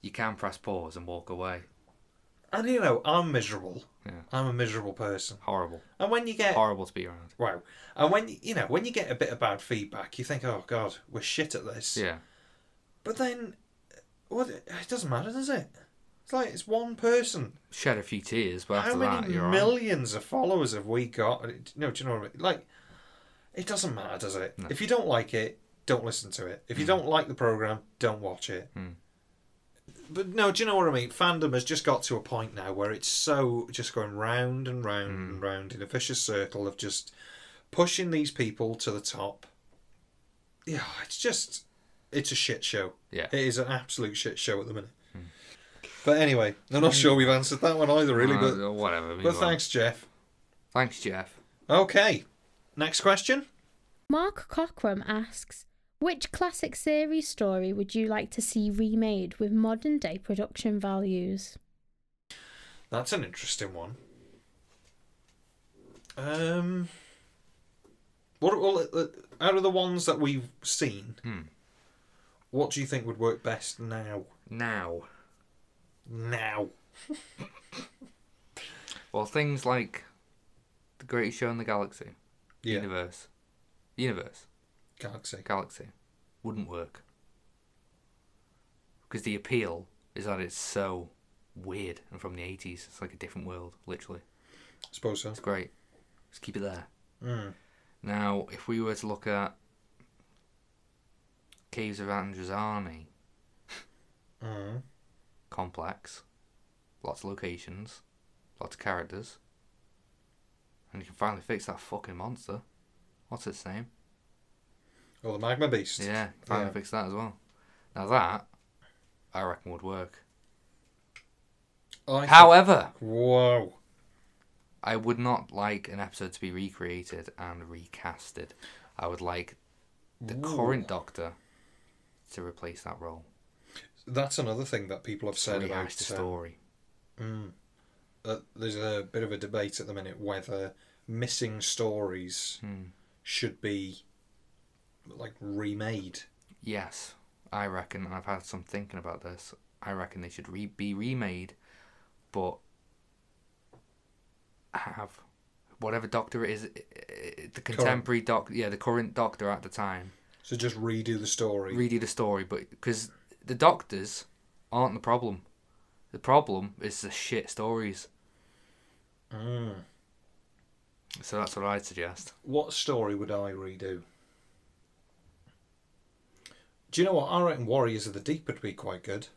S2: you can press pause and walk away.
S1: And you know, I'm miserable.
S2: Yeah.
S1: I'm a miserable person.
S2: Horrible,
S1: And when you get
S2: horrible to be around.
S1: wow, and when you know when you get a bit of bad feedback, you think, oh god, we're shit at this.
S2: Yeah,
S1: But then, uh, what? It doesn't matter, does it? It's like it's one person.
S2: shed a few tears, but after
S1: How
S2: that,
S1: many
S2: you're all right.
S1: millions of followers have we got? It- No, do you know what I mean? Like, it doesn't matter, does it? If you don't like it, don't listen to it. If
S2: Hmm.
S1: you don't like the program, don't watch it. But no, do you know what I mean? Fandom has just got to a point
S2: Hmm.
S1: now where it's so just going round and round and round in a vicious circle of just pushing these people to the top. Yeah, it's just it's a shit show.
S2: Yeah. Hmm.
S1: It is an absolute shit show at the minute. But anyway, I'm not sure we've answered that one either, really. But
S2: Uh, whatever. move
S1: but
S2: on.
S1: thanks, Jeff.
S2: Thanks, Jeff.
S1: Okay, next question.
S3: Mark Cockrum asks, which classic series story would you like to see remade with modern day production values?
S1: That's an interesting one. Um, what well, uh, out of the ones that we've seen,
S2: Hmm.
S1: what do you think would work best now?
S2: Now,
S1: Now,
S2: well, things like the Greatest Show in the Galaxy,
S1: yeah,
S2: Universe, Universe,
S1: Galaxy.
S2: Galaxy, wouldn't work because the appeal is that it's so weird and from the eighties. It's like a different world, literally.
S1: I suppose so.
S2: It's great. Just keep it there.
S1: Mm.
S2: Now, if we were to look at Caves of Androzani
S1: Mm.
S2: complex, lots of locations, lots of characters, and you can finally fix that fucking monster. What's its name?
S1: Or the magma beast.
S2: Yeah, finally
S1: Yeah.
S2: fix that as well. Now that I reckon would work.
S1: I think-
S2: However,
S1: Whoa.
S2: I would not like an episode to be recreated and recasted. I would like the
S1: Ooh.
S2: current Doctor to replace that role.
S1: That's another thing that people have
S2: To
S1: said
S2: rehash the
S1: about. uh,
S2: story.
S1: Mm. Uh, there's a bit of a debate at the minute whether missing stories
S2: Hmm.
S1: should be like remade.
S2: Yes, I reckon, and I've had some thinking about this. I reckon they should re- be remade, but have whatever doctor it is, i- i- the contemporary doctor, yeah, the current doctor at the time,
S1: So just redo the story.
S2: redo the story. But because the doctors aren't the problem, the problem is the shit stories.
S1: Mm.
S2: So that's what I'd suggest.
S1: What story would I redo? Do you know what? I reckon Warriors of the Deep would be quite good.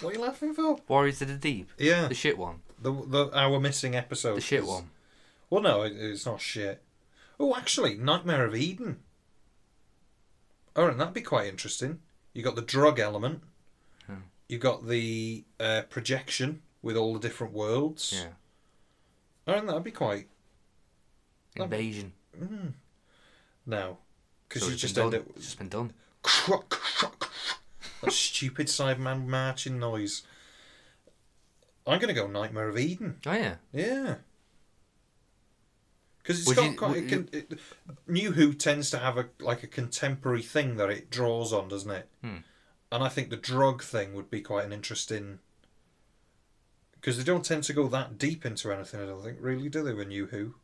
S1: What are you laughing for?
S2: Warriors of the Deep,
S1: Yeah,
S2: the shit one,
S1: the the our missing episode.
S2: the shit
S1: is-
S2: one.
S1: Well, no, it, it's not shit. Oh, actually, Nightmare of Eden. Oh, and that'd be quite interesting. You got the drug element.
S2: Hmm.
S1: You got the uh, projection with all the different worlds.
S2: Yeah,
S1: Oh, and that'd be quite
S2: invasion.
S1: no, because
S2: So
S1: you
S2: it's
S1: just
S2: been
S1: end
S2: done.
S1: up
S2: It's just been done.
S1: Croc, croc, croc. That stupid Sideman marching noise. I'm going to go Nightmare of Eden.
S2: Oh yeah.
S1: Yeah. Because it's
S2: Would
S1: got
S2: you-
S1: quite,
S2: would
S1: it can, it, New Who tends to have a like a contemporary thing that it draws on, doesn't it?
S2: Hmm.
S1: And I think the drug thing would be quite an interesting. Because they don't tend to go that deep into anything, I don't think, really, do they? With New Who,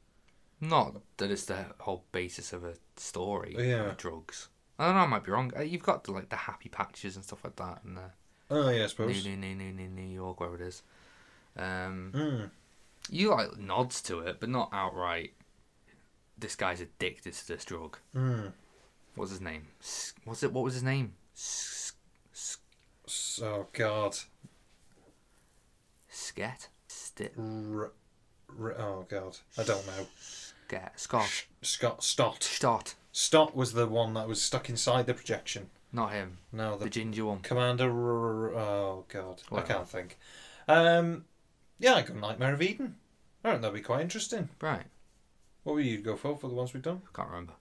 S2: Not that it's the whole basis of a story.
S1: Oh, Yeah.
S2: of drugs. I don't know. I might be wrong. Uh, You've got the, like the happy patches and stuff like that, and the
S1: oh yeah, I
S2: new,
S1: suppose.
S2: new, new, new, new, New York, wherever it is. Um,
S1: Mm.
S2: you like nods to it, but not outright. This guy's addicted to this drug.
S1: Mm.
S2: What's his name? S- What's it? What was his name? S- S-
S1: So oh, God,
S2: Sket. Stit.
S1: R- R- oh God, I don't know.
S2: Sket. Scott.
S1: Scott Stott.
S2: Stott.
S1: Stott was the one that was stuck inside the projection.
S2: Not him.
S1: No, the
S2: The ginger one.
S1: Commander. R- oh God, I
S2: Wow.
S1: can't think. Um, yeah, I go Nightmare of Eden. I think that'd be quite interesting.
S2: Right.
S1: What would you go for for the ones we've done?
S2: Can't remember.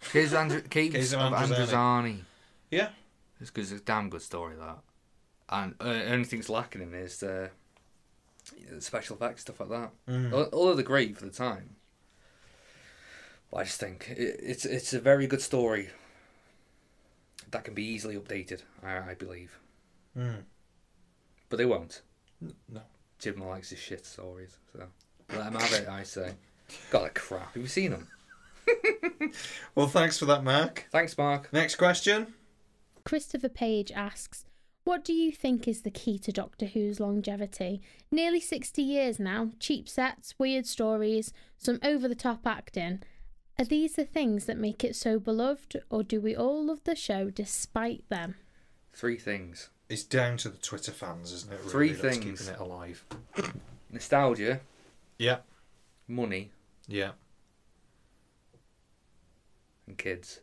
S2: Caves of, Andr- Caves
S1: Caves of
S2: of Androzani.
S1: Androzani. Yeah,
S2: It's because it's a damn good story that, and uh, only thing's lacking in is the the special effects stuff like that.
S1: Mm.
S2: Al- Although they're great for the time, but I just think it, it's it's a very good story that can be easily updated. I, I believe,
S1: Mm.
S2: but they won't.
S1: no.
S2: Jim likes his shit stories, so let him have it. I say, got that crap. Have you seen them?
S1: Well, thanks for that, Mark.
S2: Thanks, Mark.
S1: Next question.
S3: Christopher Page asks, what do you think is the key to Doctor Who's longevity? Nearly 60 years now, cheap sets, weird stories, some over the top acting. Are these the things that make it so beloved, or do we all love the show despite them?
S2: Three things:
S1: It's down to the Twitter fans, isn't it? Really,
S2: Three
S1: that's
S2: things.
S1: keeping it alive.
S2: nostalgia,
S1: Yeah,
S2: money,
S1: yeah.
S2: and kids.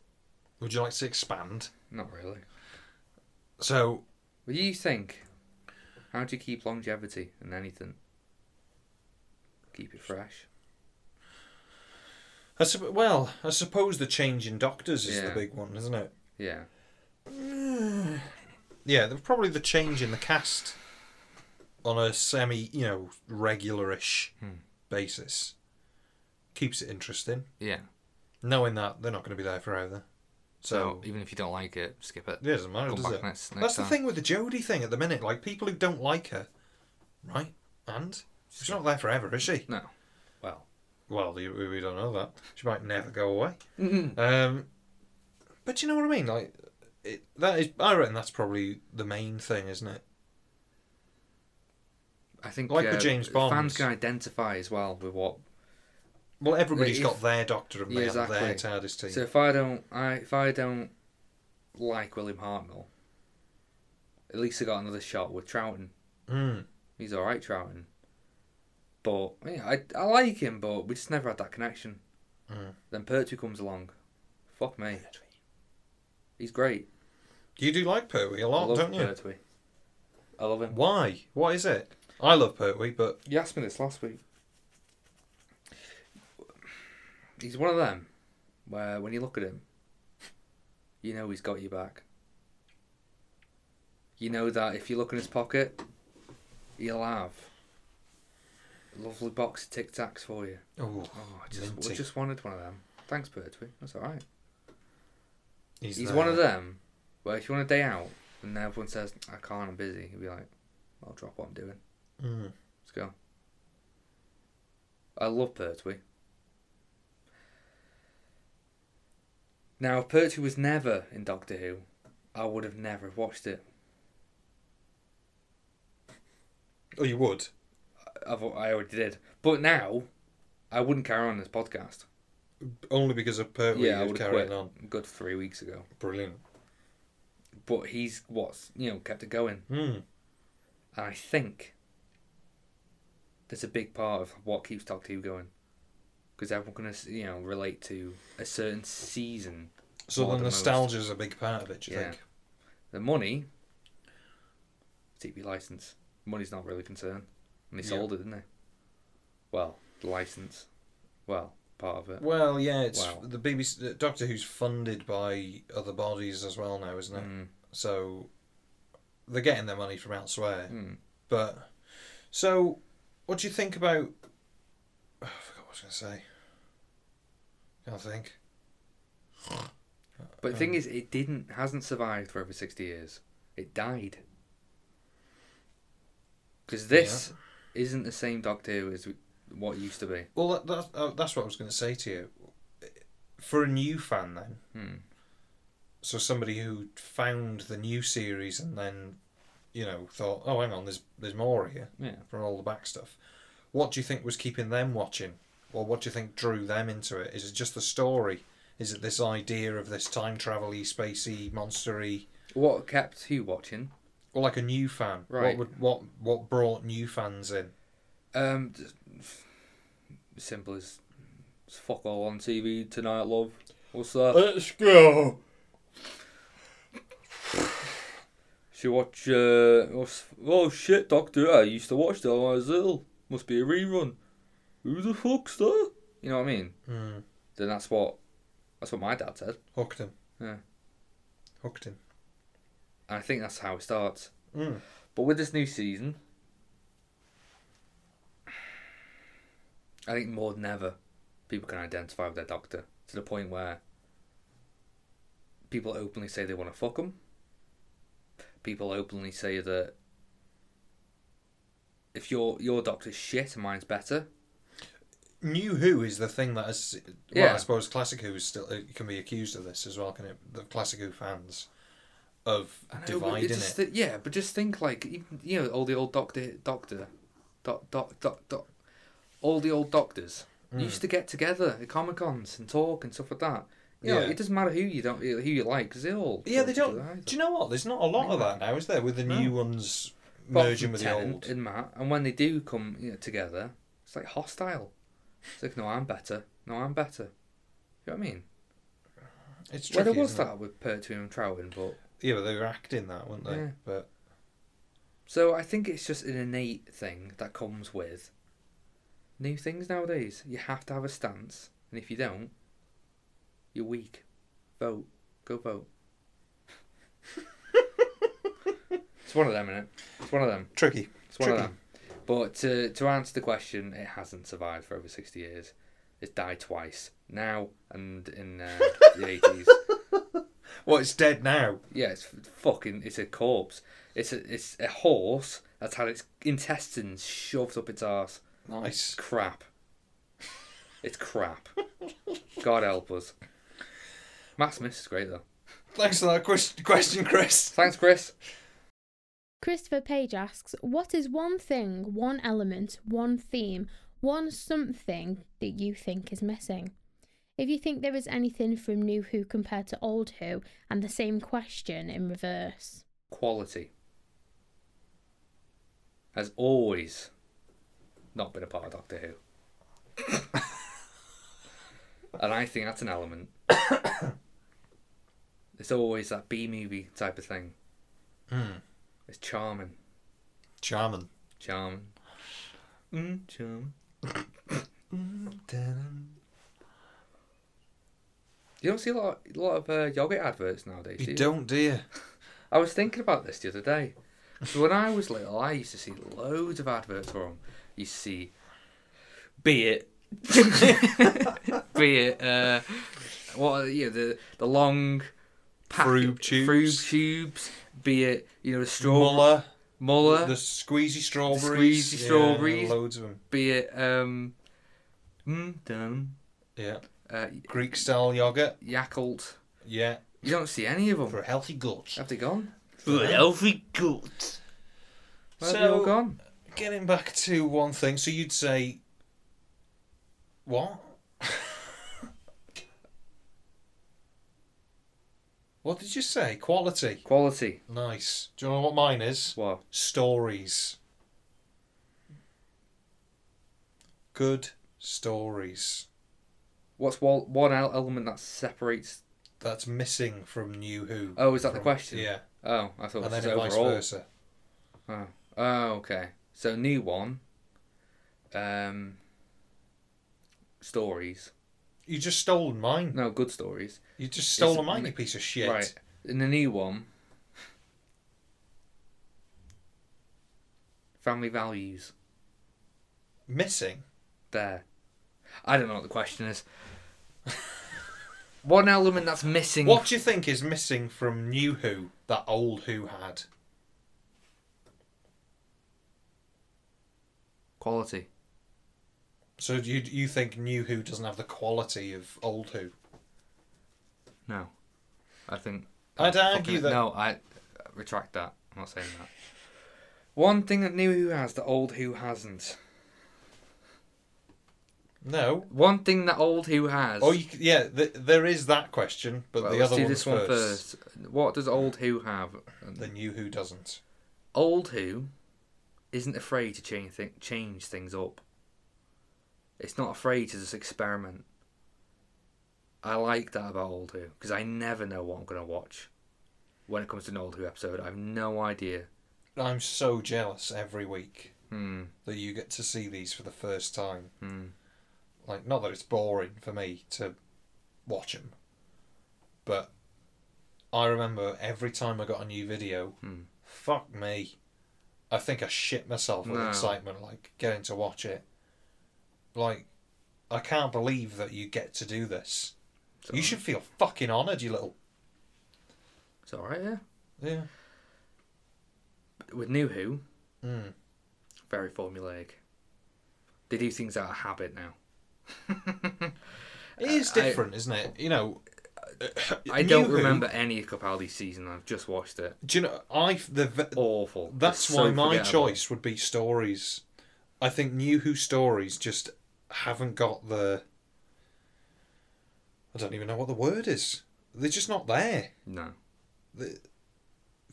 S1: Would you like to expand?
S2: Not really.
S1: So
S2: What do you think? How do you keep longevity in anything? Keep it fresh.
S1: I sup- well, I suppose the change in doctors is the
S2: Yeah.
S1: big one, isn't it?
S2: Yeah.
S1: Yeah, the- probably the change in the cast on a semi, you know, regularish
S4: Hmm.
S1: basis keeps it interesting.
S4: Yeah.
S1: Knowing that they're not going to be there forever,
S4: So
S1: so
S4: even if you don't like it, skip it.
S1: it doesn't matter,
S4: Come
S1: does
S4: back
S1: it?
S4: next- next
S1: That's the
S4: time.
S1: thing with the Jodie thing at the minute. Like people who don't like her, right? And she's not there forever, is she?
S4: No.
S2: Well,
S1: Well, the- we we don't know that. She might never go away. Um, but you know what I mean. Like it, that is, I reckon that's probably the main thing, isn't it?
S2: I think uh,
S1: Like the James Bonds.
S2: fans can identify as well with what.
S1: Well, everybody's
S2: If-
S1: got their doctor and
S2: Yeah,
S1: they have
S2: exactly.
S1: their TARDIS team.
S2: So if I don't, I if I don't like William Hartnell, at least I got another shot with Troughton.
S1: Mm.
S2: He's all right, Troughton. But yeah, I I like him, but we just never had that connection.
S1: Mm.
S2: Then Pertwee comes along. Fuck me. He's great.
S1: You do like Pertwee a
S2: I
S1: lot,
S2: love
S1: don't you?
S2: Pertwee. I love him.
S1: Why? What is it? I love Pertwee, but
S2: You asked me this last week. He's one of them where when you look at him, you know he's got you back. You know that if you look in his pocket, he'll have a lovely box of Tic Tacs for you.
S1: oh,
S2: Oh, I just,
S1: Minty.
S2: I just wanted one of them. Thanks, Pertwee. That's all right.
S1: he's,
S2: He's
S1: there.
S2: one of them where if you want a day out and everyone says, I can't, I'm busy, he'll be like, I'll drop what I'm doing.
S1: Mm.
S2: Let's go. I love Pertwee. Now, if Pertwee was never in Doctor Who, I would have never have watched it.
S1: Oh, you would.
S2: I've, I already did. But now, I wouldn't carry on this podcast.
S1: Only because of Pertwee,
S2: yeah, I
S1: you'd
S2: would have
S1: carry
S2: quit
S1: it on.
S2: a good three weeks ago.
S1: Brilliant.
S2: But he's what's, you know, kept it going.
S1: Mm.
S2: And I think that's a big part of what keeps Doctor Who going. Because everyone can, as- you know, relate to a certain season
S1: So
S2: More
S1: the
S2: than most.
S1: nostalgia's a big part of it, do you
S2: Yeah.
S1: think?
S2: The money, TV license. Money's not really a concern. And they
S1: Yeah.
S2: sold it, didn't they? Well, the license. Well, part of it.
S1: Well, yeah, it's
S2: Wow.
S1: the BBC. the Doctor Who's funded by other bodies as well now, isn't it?
S2: Mm,
S1: So they're getting their money from elsewhere.
S2: mm.
S1: But so, what do you think about? Oh, I forgot what I was going to say. Can't think.
S2: But the
S1: Um,
S2: thing is, it didn't hasn't survived for over sixty years. It died. Because this isn't the same Doctor Who as we- what it used to be.
S1: Well, that, that, uh, that's what I was going to say to you. For a new fan, then,
S2: Hmm.
S1: so somebody who found the new series and then, you know, thought, oh, hang on, there's there's more here
S2: Yeah.
S1: from all the back stuff. What do you think was keeping them watching, or what do you think drew them into it? Is it just the story? Is it this idea of this time travel y, spacey, monstery?
S2: What kept who watching?
S1: Well, like a new fan. What
S2: Right.
S1: would what what brought new fans in?
S2: Um, just, simple as it's fuck all on TV tonight, love. What's that?
S1: Let's go.
S2: She watch uh what's- oh shit, Doctor Who, I used to watch that when I was little. Must be a rerun. Who the fuck's that? You know what I mean?
S1: Mm,
S2: Then that's what that's what my dad said.
S1: hooked him.
S2: Yeah.
S1: Hooked him.
S2: And I think that's how it starts.
S1: Mm.
S2: But with this new season I think more than ever people can identify with their doctor to the point where people openly say they want to fuck them. People openly say that if your your doctor's shit and mine's better,
S1: New Who is the thing that is. Well, I
S2: Yeah.
S1: suppose classic Who is still it can be accused of this as well. Can it? The classic Who fans of
S2: I know, but
S1: dividing it.
S2: just thi- yeah, but just think like even you know all the old doctor doctor doc doc doc, doc all the old doctors
S1: Mm.
S2: used to get together at comic cons and talk and stuff like that. You know,
S1: Yeah.
S2: it doesn't matter who you don't who you like because they all
S1: yeah,
S2: talk
S1: they
S2: to each
S1: don't.
S2: other either.
S1: Do you know what? There's not a lot of that now, is there? With the new ones
S2: Apart
S1: merging
S2: from
S1: with
S2: Tennant
S1: the old.
S2: and Matt, and when they do come you know, together, it's like hostile. It's like no, I'm better. No, I'm better. You know what I mean?
S1: It's tricky.
S2: Well, there was
S1: isn't it?
S2: that with Pertwee and Troughton, but
S1: Yeah, but they were acting that, weren't they?
S2: Yeah.
S1: But
S2: so I think it's just an innate thing that comes with new things nowadays. You have to have a stance, and if you don't, you're weak. Vote, go vote. it's one of them, innit? It's one of them.
S1: tricky.
S2: It's one of
S1: Tricky.
S2: them. But to to answer the question, it hasn't survived for over sixty years. It's died twice now and in uh, the eighties.
S1: Well, it's dead now.
S2: Yeah, it's f- fucking. It's a corpse. It's a it's a horse that's had its intestines shoved up its arse.
S1: Nice.
S2: Crap. It's crap. God help us. Matt Smith is great though.
S1: Thanks for that question, question Chris.
S2: Thanks, Chris.
S3: Christopher Page asks, What is one thing, one element, one theme, one something that you think is missing? If you think there is anything from New Who compared to Old Who, and the same question in reverse.
S2: Quality has always not been a part of Doctor Who. and I think that's an element. it's always that B movie type of thing. It's charming.
S1: Charming.
S2: Charming. Mm, charm. You don't see a lot, a lot of uh, yogurt adverts nowadays, do
S1: You
S2: you?
S1: don't, do you?
S2: I was thinking about this the other day. So when I was little, I used to see loads of adverts for them. You see, be it, be it, uh, what you know, the the long pack-
S1: Froob tubes.
S2: froob tubes, be it, you know, the straw
S1: Muller.
S2: muller,
S1: The squeezy strawberries.
S2: squeezy
S1: Yeah,
S2: strawberries.
S1: loads of them.
S2: be it, um, mm, dum,
S1: Yeah.
S2: uh,
S1: Greek style yogurt.
S2: Yakult.
S1: Yeah.
S2: You don't see any of them.
S1: For a healthy gut.
S2: Have they gone?
S1: For a healthy gut.
S2: Where have they all
S1: So-
S2: gone?
S1: Getting back to one thing, so you'd say. What? what did you say? Quality.
S2: Quality.
S1: Nice. Do you know what mine is?
S2: What?
S1: Stories. Good stories.
S2: What's one, one el- element that separates?
S1: That's missing from New Who.
S2: Oh, is that the
S1: From-
S2: question?
S1: Yeah.
S2: Oh, I thought
S1: And
S2: it
S1: then
S2: was
S1: it vice
S2: overall.
S1: versa.
S2: Oh. oh, okay. So new one. Um. Stories.
S1: You just stole mine.
S2: No, good stories.
S1: You just stole
S2: It's-
S1: mine, you piece of shit.
S2: Right. In the new one. Family values.
S1: Missing.
S2: There. I don't know what the question is. one element that's missing.
S1: What do you think is missing from New Who that old Who had?
S2: Quality.
S1: So you you think New Who doesn't have the quality of old Who?
S2: No. I think.
S1: I'd
S2: Oh,
S1: argue
S2: fucking-
S1: that-
S2: No, I retract that. I'm not saying that. One thing that new Who has that old Who hasn't.
S1: No.
S2: One thing that old Who has.
S1: Oh, you, c- yeah. Th- there is that question, but
S2: Well,
S1: the
S2: let's
S1: other
S2: do
S1: one's
S2: this one
S1: first.
S2: first. What does old Who have?
S1: The New Who doesn't.
S2: Old Who isn't afraid to change th- change things up. It's not afraid to just experiment. I like that about Old Who because I never know what I'm gonna watch. When it comes to an Old Who episode, I have no idea.
S1: I'm so jealous every week
S2: Hmm.
S1: that you get to see these for the first time.
S2: Hmm.
S1: Like, not that it's boring for me to watch them, but I remember every time I got a new video,
S2: Hmm.
S1: fuck me. I think I shit myself with
S2: No.
S1: excitement, like, getting to watch it. Like, I can't believe that you get to do this.
S2: It's
S1: You
S2: alright.
S1: should feel fucking honoured, you little.
S2: It's alright, yeah.
S1: Yeah.
S2: With New Who,
S1: Mm.
S2: very formulaic. They do things out of habit now.
S1: It is
S2: I-
S1: different, isn't it? You know.
S2: I
S1: New
S2: don't
S1: Who-
S2: remember any of Capaldi's season. I've just watched it.
S1: Do you know? I the v-
S2: Awful.
S1: That's
S2: It's
S1: why
S2: so
S1: my
S2: forgettable.
S1: choice would be stories. I think New Who stories just haven't got the. I don't even know what the word is. They're just not there
S2: No.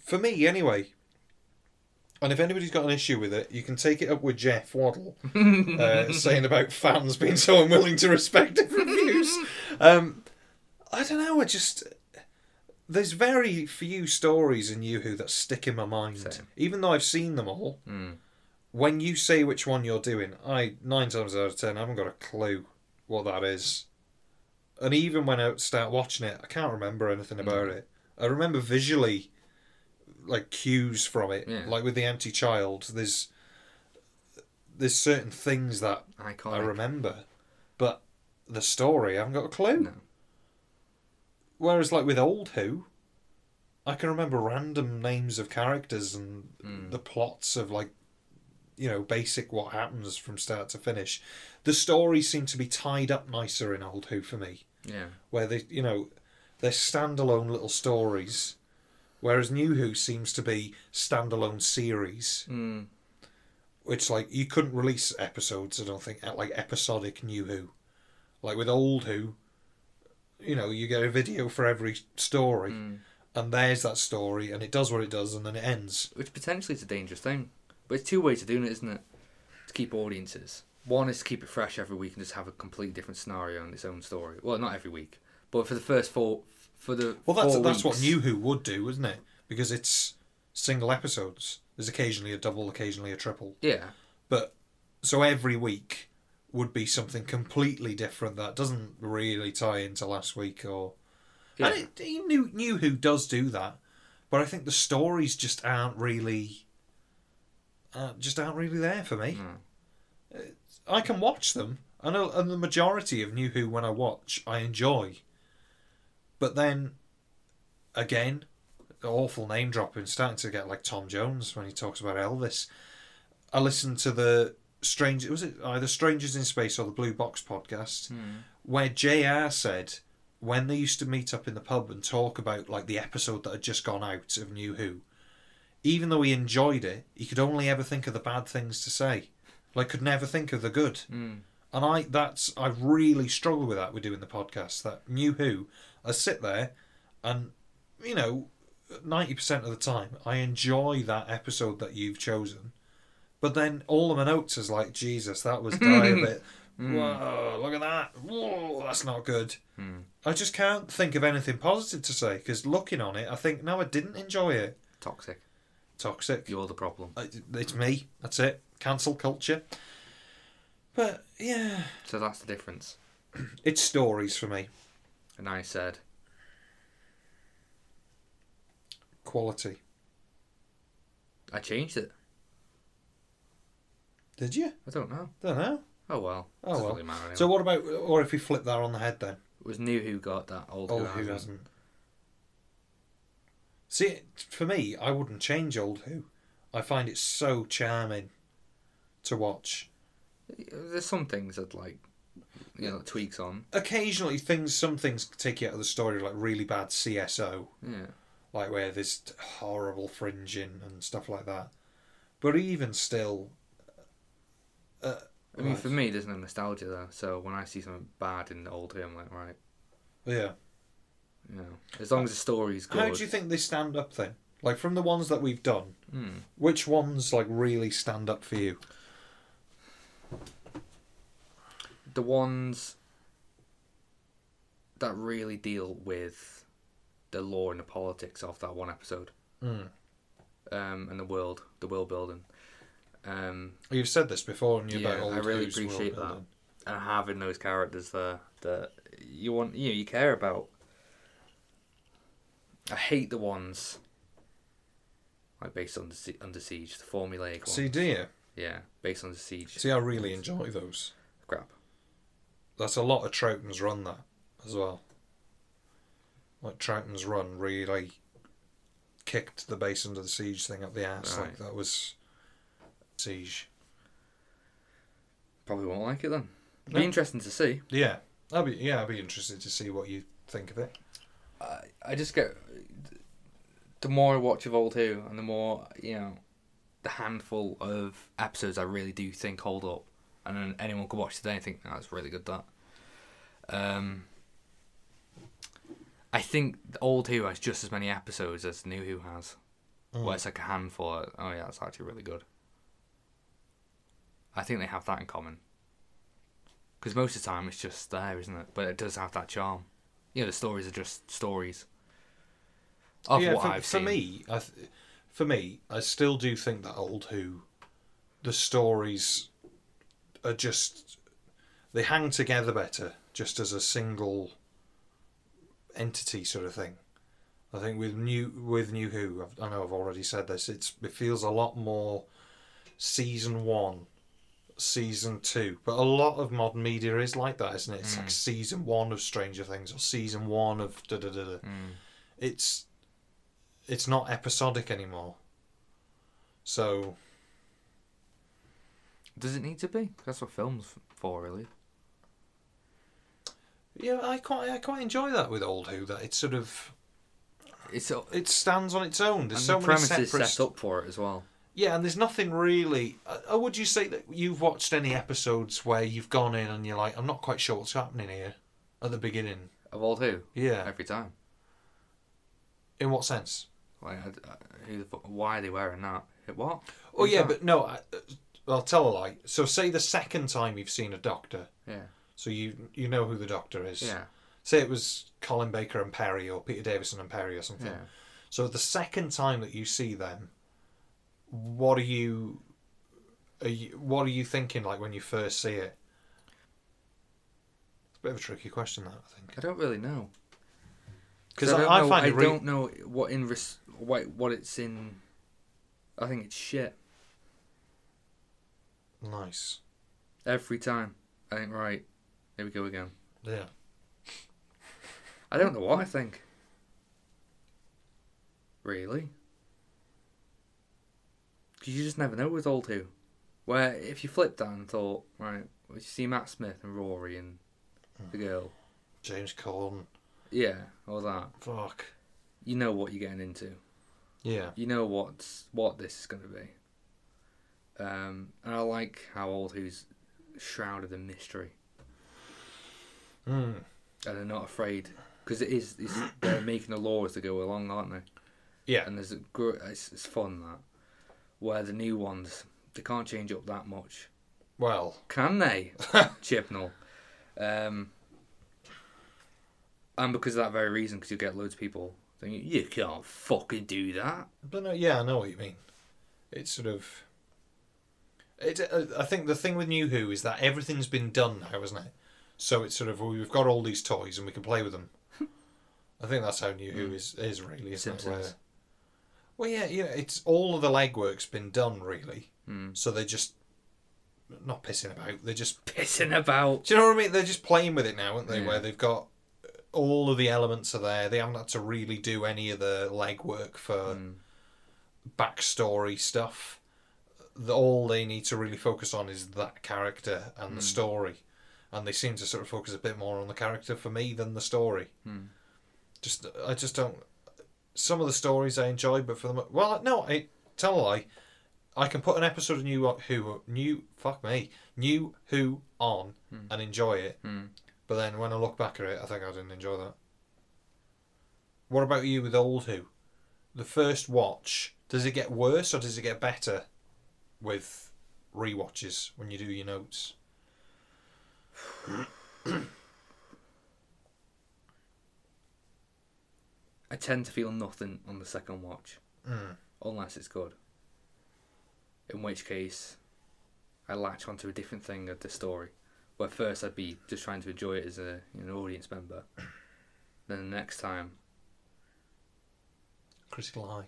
S1: for me, anyway. And if anybody's got an issue with it, you can take it up with Jeff Waddle, uh, saying about fans being so unwilling to respect different views. Um, I don't know. I just there's very few stories in Yoo Hoo that stick in my mind,
S2: Same.
S1: even though I've seen them all.
S2: Mm.
S1: When you say which one you're doing, I nine times out of ten I haven't got a clue what that is, and even when I start watching it, I can't remember anything about it. I remember visually, like cues from it,
S2: Yeah.
S1: like with the empty child. There's there's certain things that
S2: Iconic.
S1: I remember, but the story I haven't got a clue.
S2: No.
S1: Whereas, like with old Who, I can remember random names of characters and
S2: Hmm.
S1: the plots of like, you know, basic what happens from start to finish. The stories seem to be tied up nicer in old Who for me,
S2: Yeah.
S1: where they, you know, they're standalone little stories. Whereas New Who seems to be standalone series.
S2: Mm.
S1: It's like you couldn't release episodes, I don't think, at like episodic New Who. Like with Old Who, you know, you get a video for every story,
S2: Hmm.
S1: and there's that story, and it does what it does, and then it ends.
S2: Which potentially is a dangerous thing. But it's two ways of doing it, isn't it? To keep audiences. One is to keep it fresh every week and just have a completely different scenario and its own story. Well, not every week, but for the first four, for the
S1: Well, that's
S2: four
S1: that's what
S2: weeks.
S1: New Who would do, isn't it? Because it's single episodes. There's occasionally a double, occasionally a triple,
S2: Yeah,
S1: but so every week would be something completely different that doesn't really tie into last week or
S2: yeah.
S1: And it, he knew, knew who does do that, but I think the stories just aren't really, uh, just aren't really there for me.
S2: No.
S1: Uh, I can watch them, and, I- and the majority of New Who when I watch, I enjoy. But then, again, the awful name dropping, starting to get like Tom Jones when he talks about Elvis. I listened to the strange was it either Strangers in Space or the Blue Box podcast, where JR said when they used to meet up in the pub and talk about like the episode that had just gone out of New Who, even though he enjoyed it, he could only ever think of the bad things to say. Like could never think of the good.
S2: Mm.
S1: And I that's I really struggle with that with doing the podcast. That New Who, I sit there and you know, ninety percent of the time I enjoy that episode that you've chosen. But then all of my notes is like, Jesus, that was dire a bit. Whoa, look at that. Whoa, that's not good. I just can't think of anything positive to say because looking on it, I think, no, I didn't enjoy it.
S2: toxic.
S1: Toxic.
S2: You're the problem.
S1: I- It's me. That's it. Cancel culture. But yeah,
S2: So that's the difference.
S1: it's stories for me.
S2: And I said,
S1: Quality.
S2: I changed it.
S1: Did you?
S2: I don't know.
S1: Don't know.
S2: Oh well.
S1: Oh,
S2: Doesn't
S1: well.
S2: really matter anyway.
S1: So what about, or if we flip that on the head then?
S2: it was new who got that old,
S1: Old
S2: who,
S1: Who
S2: hasn't.
S1: hasn't. See, for me, I wouldn't change Old Who. I find it so charming to watch.
S2: There's some things that like, you know, tweaks on.
S1: Occasionally, things, some things take you out of the story, like really bad CSO,
S2: Yeah.
S1: like where there's horrible fringing and stuff like that. But even still,
S2: I mean,
S1: Right.
S2: for me, there's no nostalgia there. So when I see something bad in the old who, I'm like, right,
S1: yeah.
S2: you know, as long as the story's good.
S1: How do you think they stand up then? Like from the ones that we've done,
S2: Hmm.
S1: which ones like really stand up for you?
S2: the ones that really deal with the law and the politics of that one episode
S1: Mm.
S2: um, and the world, the world building. Um,
S1: You've said this before, and you're
S2: Yeah,
S1: about old
S2: I really
S1: Who's world
S2: appreciate that.
S1: building.
S2: and having those characters there that you want, you know, you care about. I hate the ones like based on the Sie- under siege, the formulaic one.
S1: See, do you?
S2: Yeah, based on the siege.
S1: See, I really enjoy those.
S2: Crap.
S1: That's a lot of Troughton's Run that as well. Like Troughton's Run really kicked the base under the siege thing up the ass. Like
S2: Right.
S1: that was siege.
S2: Probably won't like it then. Be
S1: No.
S2: interesting to see.
S1: Yeah, I'll be yeah, I'll be interested to see what you think of it.
S2: I, I just get the more I watch of old Who, and the more you know, the handful of episodes I really do think hold up, and then anyone could watch today and think "Oh, that's really good. That. Um. I think the old Who has just as many episodes as new Who has.
S1: Mm.
S2: Where it's like a handful. Of, oh yeah, that's actually really good. I think they have that in common. Because most of the time it's just there, isn't it? But it does have that charm. You know, the stories are just stories of
S1: yeah,
S2: what
S1: for,
S2: I've
S1: for
S2: seen.
S1: me, I th- for me, I still do think that old Who, the stories, are just they hang together better, just as a single entity sort of thing. I think with new with new Who, I've, I know I've already said this. It's it feels a lot more season one, season two, but a lot of modern media is like that, isn't it? It's
S2: Mm.
S1: like season one of Stranger Things or season one of da da da da.
S2: Mm.
S1: It's it's not episodic anymore. So
S2: Does it need to be? That's what films for, really.
S1: yeah, I quite I quite enjoy that with old Who that it's sort of
S2: It's so,
S1: it stands on its own. There's
S2: and
S1: so
S2: the
S1: many
S2: premise is
S1: separate
S2: set up for it as well.
S1: yeah, and there's nothing really. uh, Oh, would you say that you've watched any episodes where you've gone in and you're like, I'm not quite sure what's happening here at the beginning?
S2: Of old who?
S1: Yeah.
S2: Every time.
S1: In what sense?
S2: Like, I- I- who the fu- why are they wearing that? It what?
S1: Oh
S2: Who's
S1: yeah,
S2: that?
S1: but no. I, uh, I'll tell a lie. So say the second time you've seen a doctor,
S2: yeah,
S1: so you you know who the doctor is.
S2: yeah,
S1: Say it was Colin Baker and Perry or Peter Davison and Perry or something.
S2: yeah.
S1: So the second time that you see them, what are you, are you what are you thinking like when you first see it? It's a bit of a tricky question, that I think,
S2: I don't really know.
S1: because
S2: I,
S1: I,
S2: don't
S1: I
S2: know,
S1: find
S2: I
S1: it really.
S2: don't know what in res- what what it's in. I think it's shit
S1: nice.
S2: every time. I think right. Here we go again.
S1: Yeah,
S2: I don't know what I think. Really? 'Cause you just never know with old who. Where if you flipped that and thought, right, well, you see Matt Smith and Rory and the girl,
S1: James Corden.
S2: yeah, all that,
S1: Fuck.
S2: you know what you're getting into.
S1: Yeah,
S2: you know what's what this is going to be. Um, and I like how old who's shrouded in mystery,
S1: mm.
S2: and they're not afraid because it is it's, they're making the law as they go along, aren't they?
S1: yeah,
S2: And there's a gr- it's, it's fun that where the new ones they can't change up that much,
S1: well,
S2: can they? Chibnall. Um, and because of that very reason, because you get loads of people thinking you can't fucking do that.
S1: but no, yeah, I know what you mean. It's sort of. It, uh, I think the thing with New Who is that everything's been done now, isn't it? So it's sort of well, we've got all these toys and we can play with them. I think that's how New Who is is really, isn't it?
S2: Mm. Simpsons.
S1: Where, well, yeah, you know, it's all of the legwork's been done really.
S2: Mm.
S1: So they're just not pissing about. They're just
S2: Pissing about.
S1: do you know what I mean? They're just playing with it now, aren't they?
S2: Yeah.
S1: Where they've got all of the elements are there. They haven't had to really do any of the legwork for backstory stuff. The, all they need to really focus on is that character and the story, and they seem to sort of focus a bit more on the character for me than the story.
S2: Mm.
S1: Just I just don't. Some of the stories I enjoy, but for the mo- well, no, I tell a lie. I can put an episode of New Who, New fuck me, New Who on
S2: Hmm.
S1: and enjoy it.
S2: Mm.
S1: But then when I look back at it, I think I didn't enjoy that. What about you with Old Who? The first watch, does it get worse or does it get better with rewatches when you do your notes?
S2: I tend to feel nothing on the second watch
S1: Mm.
S2: unless it's good. In which case, I latch onto a different thing of the story. Where first I'd be just trying to enjoy it as a, you know, an audience member. Then the next time,
S1: Critical High.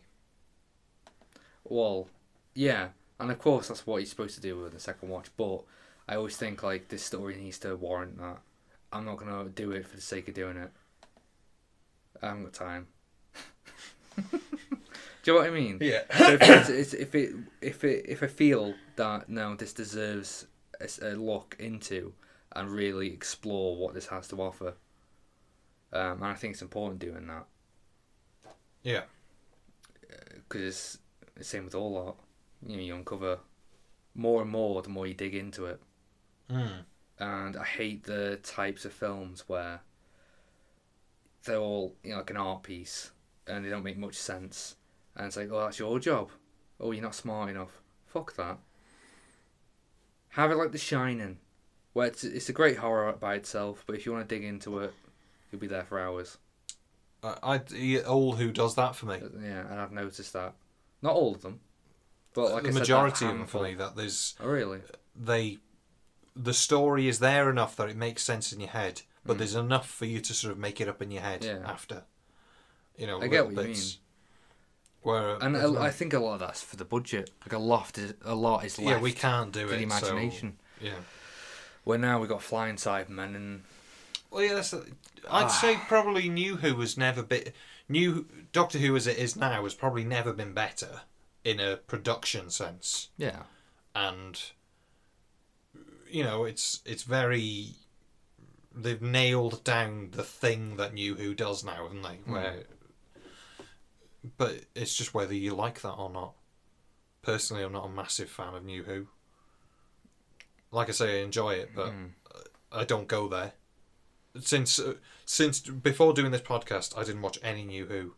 S2: well, yeah, and of course that's what you're supposed to do with the second watch. But I always think like this story needs to warrant that. I'm not gonna do it for the sake of doing it. I haven't got time. do you know what I mean?
S1: Yeah.
S2: So if, it's, it's, if it if it if I feel that no, this deserves a, s- a look into and really explore what this has to offer, um, and I think it's important doing that
S1: Yeah.
S2: because it's the same with all art. You know, you uncover more and more the more you dig into it,
S1: Mm.
S2: and I hate the types of films where they're all you know like an art piece and they don't make much sense, and it's like, oh, that's your job. Oh, you're not smart enough. Fuck that. Have it like The Shining, where it's, it's a great horror by itself, but if you want to dig into it, You'll be there for hours.
S1: I, I he- all who does that for me.
S2: But, yeah, and I've noticed that. Not all of them, but like
S1: the
S2: I said,
S1: majority
S2: that
S1: of them for me
S2: handful.
S1: Uh, that there's
S2: Oh, really?
S1: they the story is there enough that it makes sense in your head, but there's enough for you to sort of make it up in your head
S2: Hmm. Yeah.
S1: after. You know,
S2: I
S1: little
S2: get what you
S1: bits. Where
S2: And
S1: there's
S2: I, I
S1: no-
S2: think a lot of that's for the budget. Like a lot is a lot is left
S1: yeah, we can't do
S2: to
S1: it.
S2: the
S1: so-
S2: imagination.
S1: yeah.
S2: Where now we got flying Cybermen and
S1: Well, yeah, that's. the-
S2: Ah.
S1: I'd say probably New Who was never bit. New Doctor Who as it is now has probably never been better in a production sense,
S2: yeah,
S1: and you know it's it's very. They've nailed down the thing that New Who does now, haven't they? Where, but it's just whether you like that or not. Personally, I'm not a massive fan of New Who. Like I say, I enjoy it, but I don't go there. Since uh, since before doing this podcast, I didn't watch any New Who.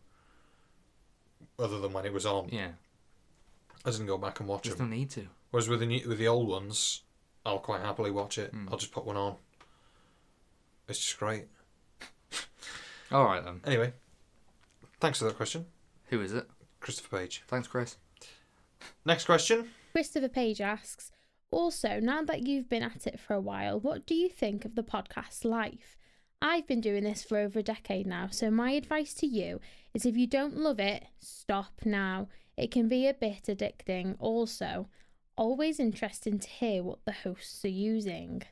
S1: Other than when it was on,
S2: yeah.
S1: I didn't go back and watch
S2: There's
S1: them.
S2: no need to.
S1: Whereas with the new, with the old ones, I'll quite happily watch it.
S2: Hmm.
S1: I'll just put one on. It's just great.
S2: All right then.
S1: Anyway, thanks for that question,
S2: Who is it?
S1: Christopher Page.
S2: Thanks, Chris.
S1: Next question.
S3: Christopher Page asks, also, now that you've been at it for a while, what do you think of the podcast life? I've been doing this for over a decade now, so my advice to you is if you don't love it, stop now. It can be a bit addicting. Also, always interesting to hear what the hosts are using.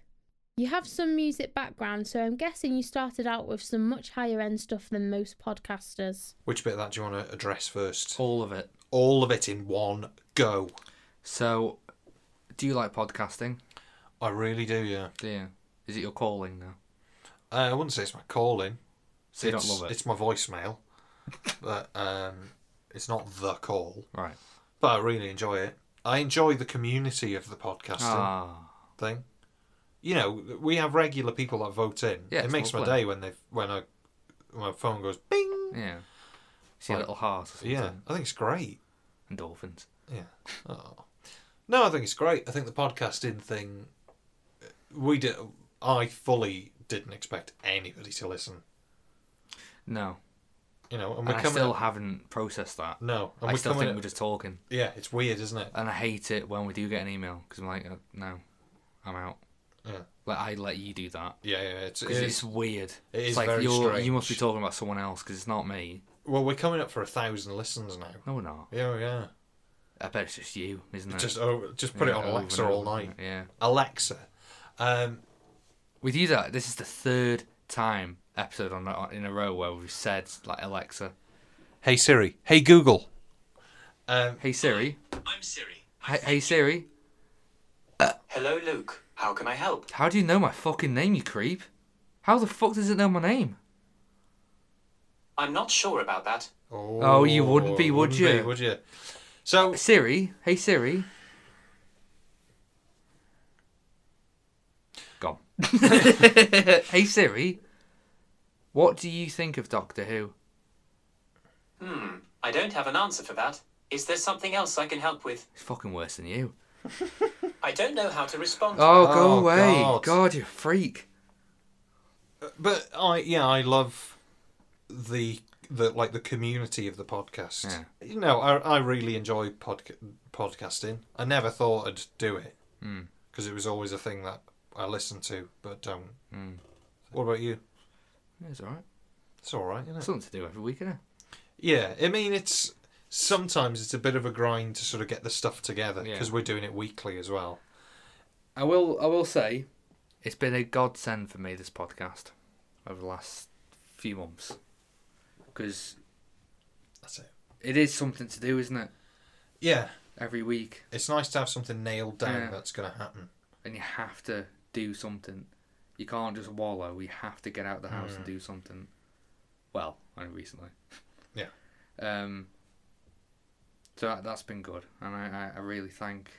S3: You have some music background, so I'm guessing you started out with some much higher end stuff than most podcasters.
S1: Which bit of that do you want to address first?
S2: All of it.
S1: All of it in one go.
S2: So, do you like podcasting?
S1: I really do, yeah.
S2: Do you? Is it your calling now?
S1: Uh, I wouldn't say it's my calling.
S2: So you
S1: it's,
S2: don't love it,
S1: It's my voicemail, but um, it's not the call.
S2: right?
S1: But I really enjoy it. I enjoy the community of the podcasting
S2: Ah,
S1: thing. You know, we have regular people that vote in.
S2: Yeah,
S1: it
S2: it's
S1: makes my
S2: lovely.
S1: day when they when I when my phone goes bing.
S2: yeah. See a
S1: Like-
S2: little heart. Or something.
S1: Yeah, I think it's great.
S2: And dolphins.
S1: Yeah. Oh. No, I think it's great. I think the podcasting thing, we did. I fully didn't expect anybody to listen.
S2: No,
S1: You know, and
S2: and
S1: we're
S2: I
S1: coming.
S2: still
S1: at-
S2: haven't processed that.
S1: no, and
S2: I
S1: we're
S2: still
S1: coming. at-
S2: think we're just talking,
S1: yeah, it's weird, isn't it?
S2: and I hate it when we do get an email because I'm like, uh, no, I'm out.
S1: Yeah.
S2: Like I let you do that
S1: Yeah, yeah, it's,
S2: because
S1: it
S2: it's
S1: is-
S2: weird.
S1: it
S2: it's
S1: is
S2: like
S1: very
S2: you're, you must be
S1: strange.
S2: talking about someone else because it's not me.
S1: Well, we're coming up for a thousand listens now.
S2: No, we're not.
S1: Yeah, yeah.
S2: I bet it's just you, isn't it?
S1: Just oh, just put it
S2: Yeah,
S1: on
S2: over
S1: Alexa
S2: and
S1: all
S2: over,
S1: night.
S2: Yeah.
S1: Alexa, um,
S2: We do that. This is the third time episode on, on in a row where we've said like Alexa,
S1: hey Siri, hey Google. Um,
S2: "Hey Siri,
S4: I'm Siri.
S2: hey, hey Siri,
S4: Hello, Luke. How can I help?
S2: how do you know my fucking name, you creep? How the fuck does it know my name?"
S4: I'm not sure about that.
S1: oh,
S2: Oh, you wouldn't be, would
S1: wouldn't
S2: you?
S1: would you? So
S2: Siri, hey Siri. Gone. hey Siri, what do you think of Doctor Who?
S4: I don't have an answer for that. Is there something else I can help with?
S2: It's fucking worse than you.
S4: I don't know how to respond.
S2: Oh, go
S1: Oh,
S2: away.
S1: God.
S2: God, you freak.
S1: But I yeah, I love the the like the community of the podcast.
S2: Yeah.
S1: You know, I I really enjoy podca- podcasting. I never thought I'd do it
S2: Hmm.
S1: because it was always a thing that I listen to but don't.
S2: Hmm.
S1: What about you?
S2: It's alright.
S1: It's all right, isn't it?
S2: Something to do every week, isn't it?
S1: Yeah, I mean it's sometimes it's a bit of a grind to sort of get the stuff together
S2: Yeah.
S1: because we're doing it weekly as well.
S2: I will. I will say, it's been a godsend for me this podcast over the last few months, because
S1: That's it.
S2: it is something to do, isn't it?
S1: Yeah,
S2: Every week,
S1: it's nice to have something nailed down
S2: Yeah.
S1: that's going to happen.
S2: and you have to do something. You can't just wallow. You have to get out of the
S1: Mm.
S2: house and do something. Well, only recently.
S1: Yeah.
S2: Um. So that, that's been good, and I, I, I really thank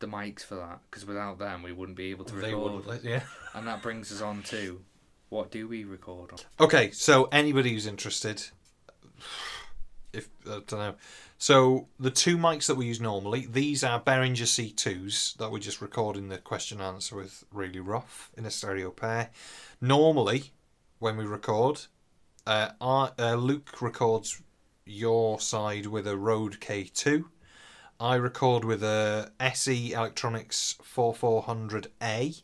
S2: the mics for that because without them we wouldn't be able to record.
S1: They wouldn't, let- yeah.
S2: And that brings us on to what do we record on?
S1: Okay, so anybody who's interested, if I don't know, so the two mics that we use normally, these are Behringer C2s that we're just recording the question and answer with really rough in a stereo pair. Normally, when we record. Uh, I, uh, Luke records your side with a Rode K2. I record with a SE Electronics 4400A.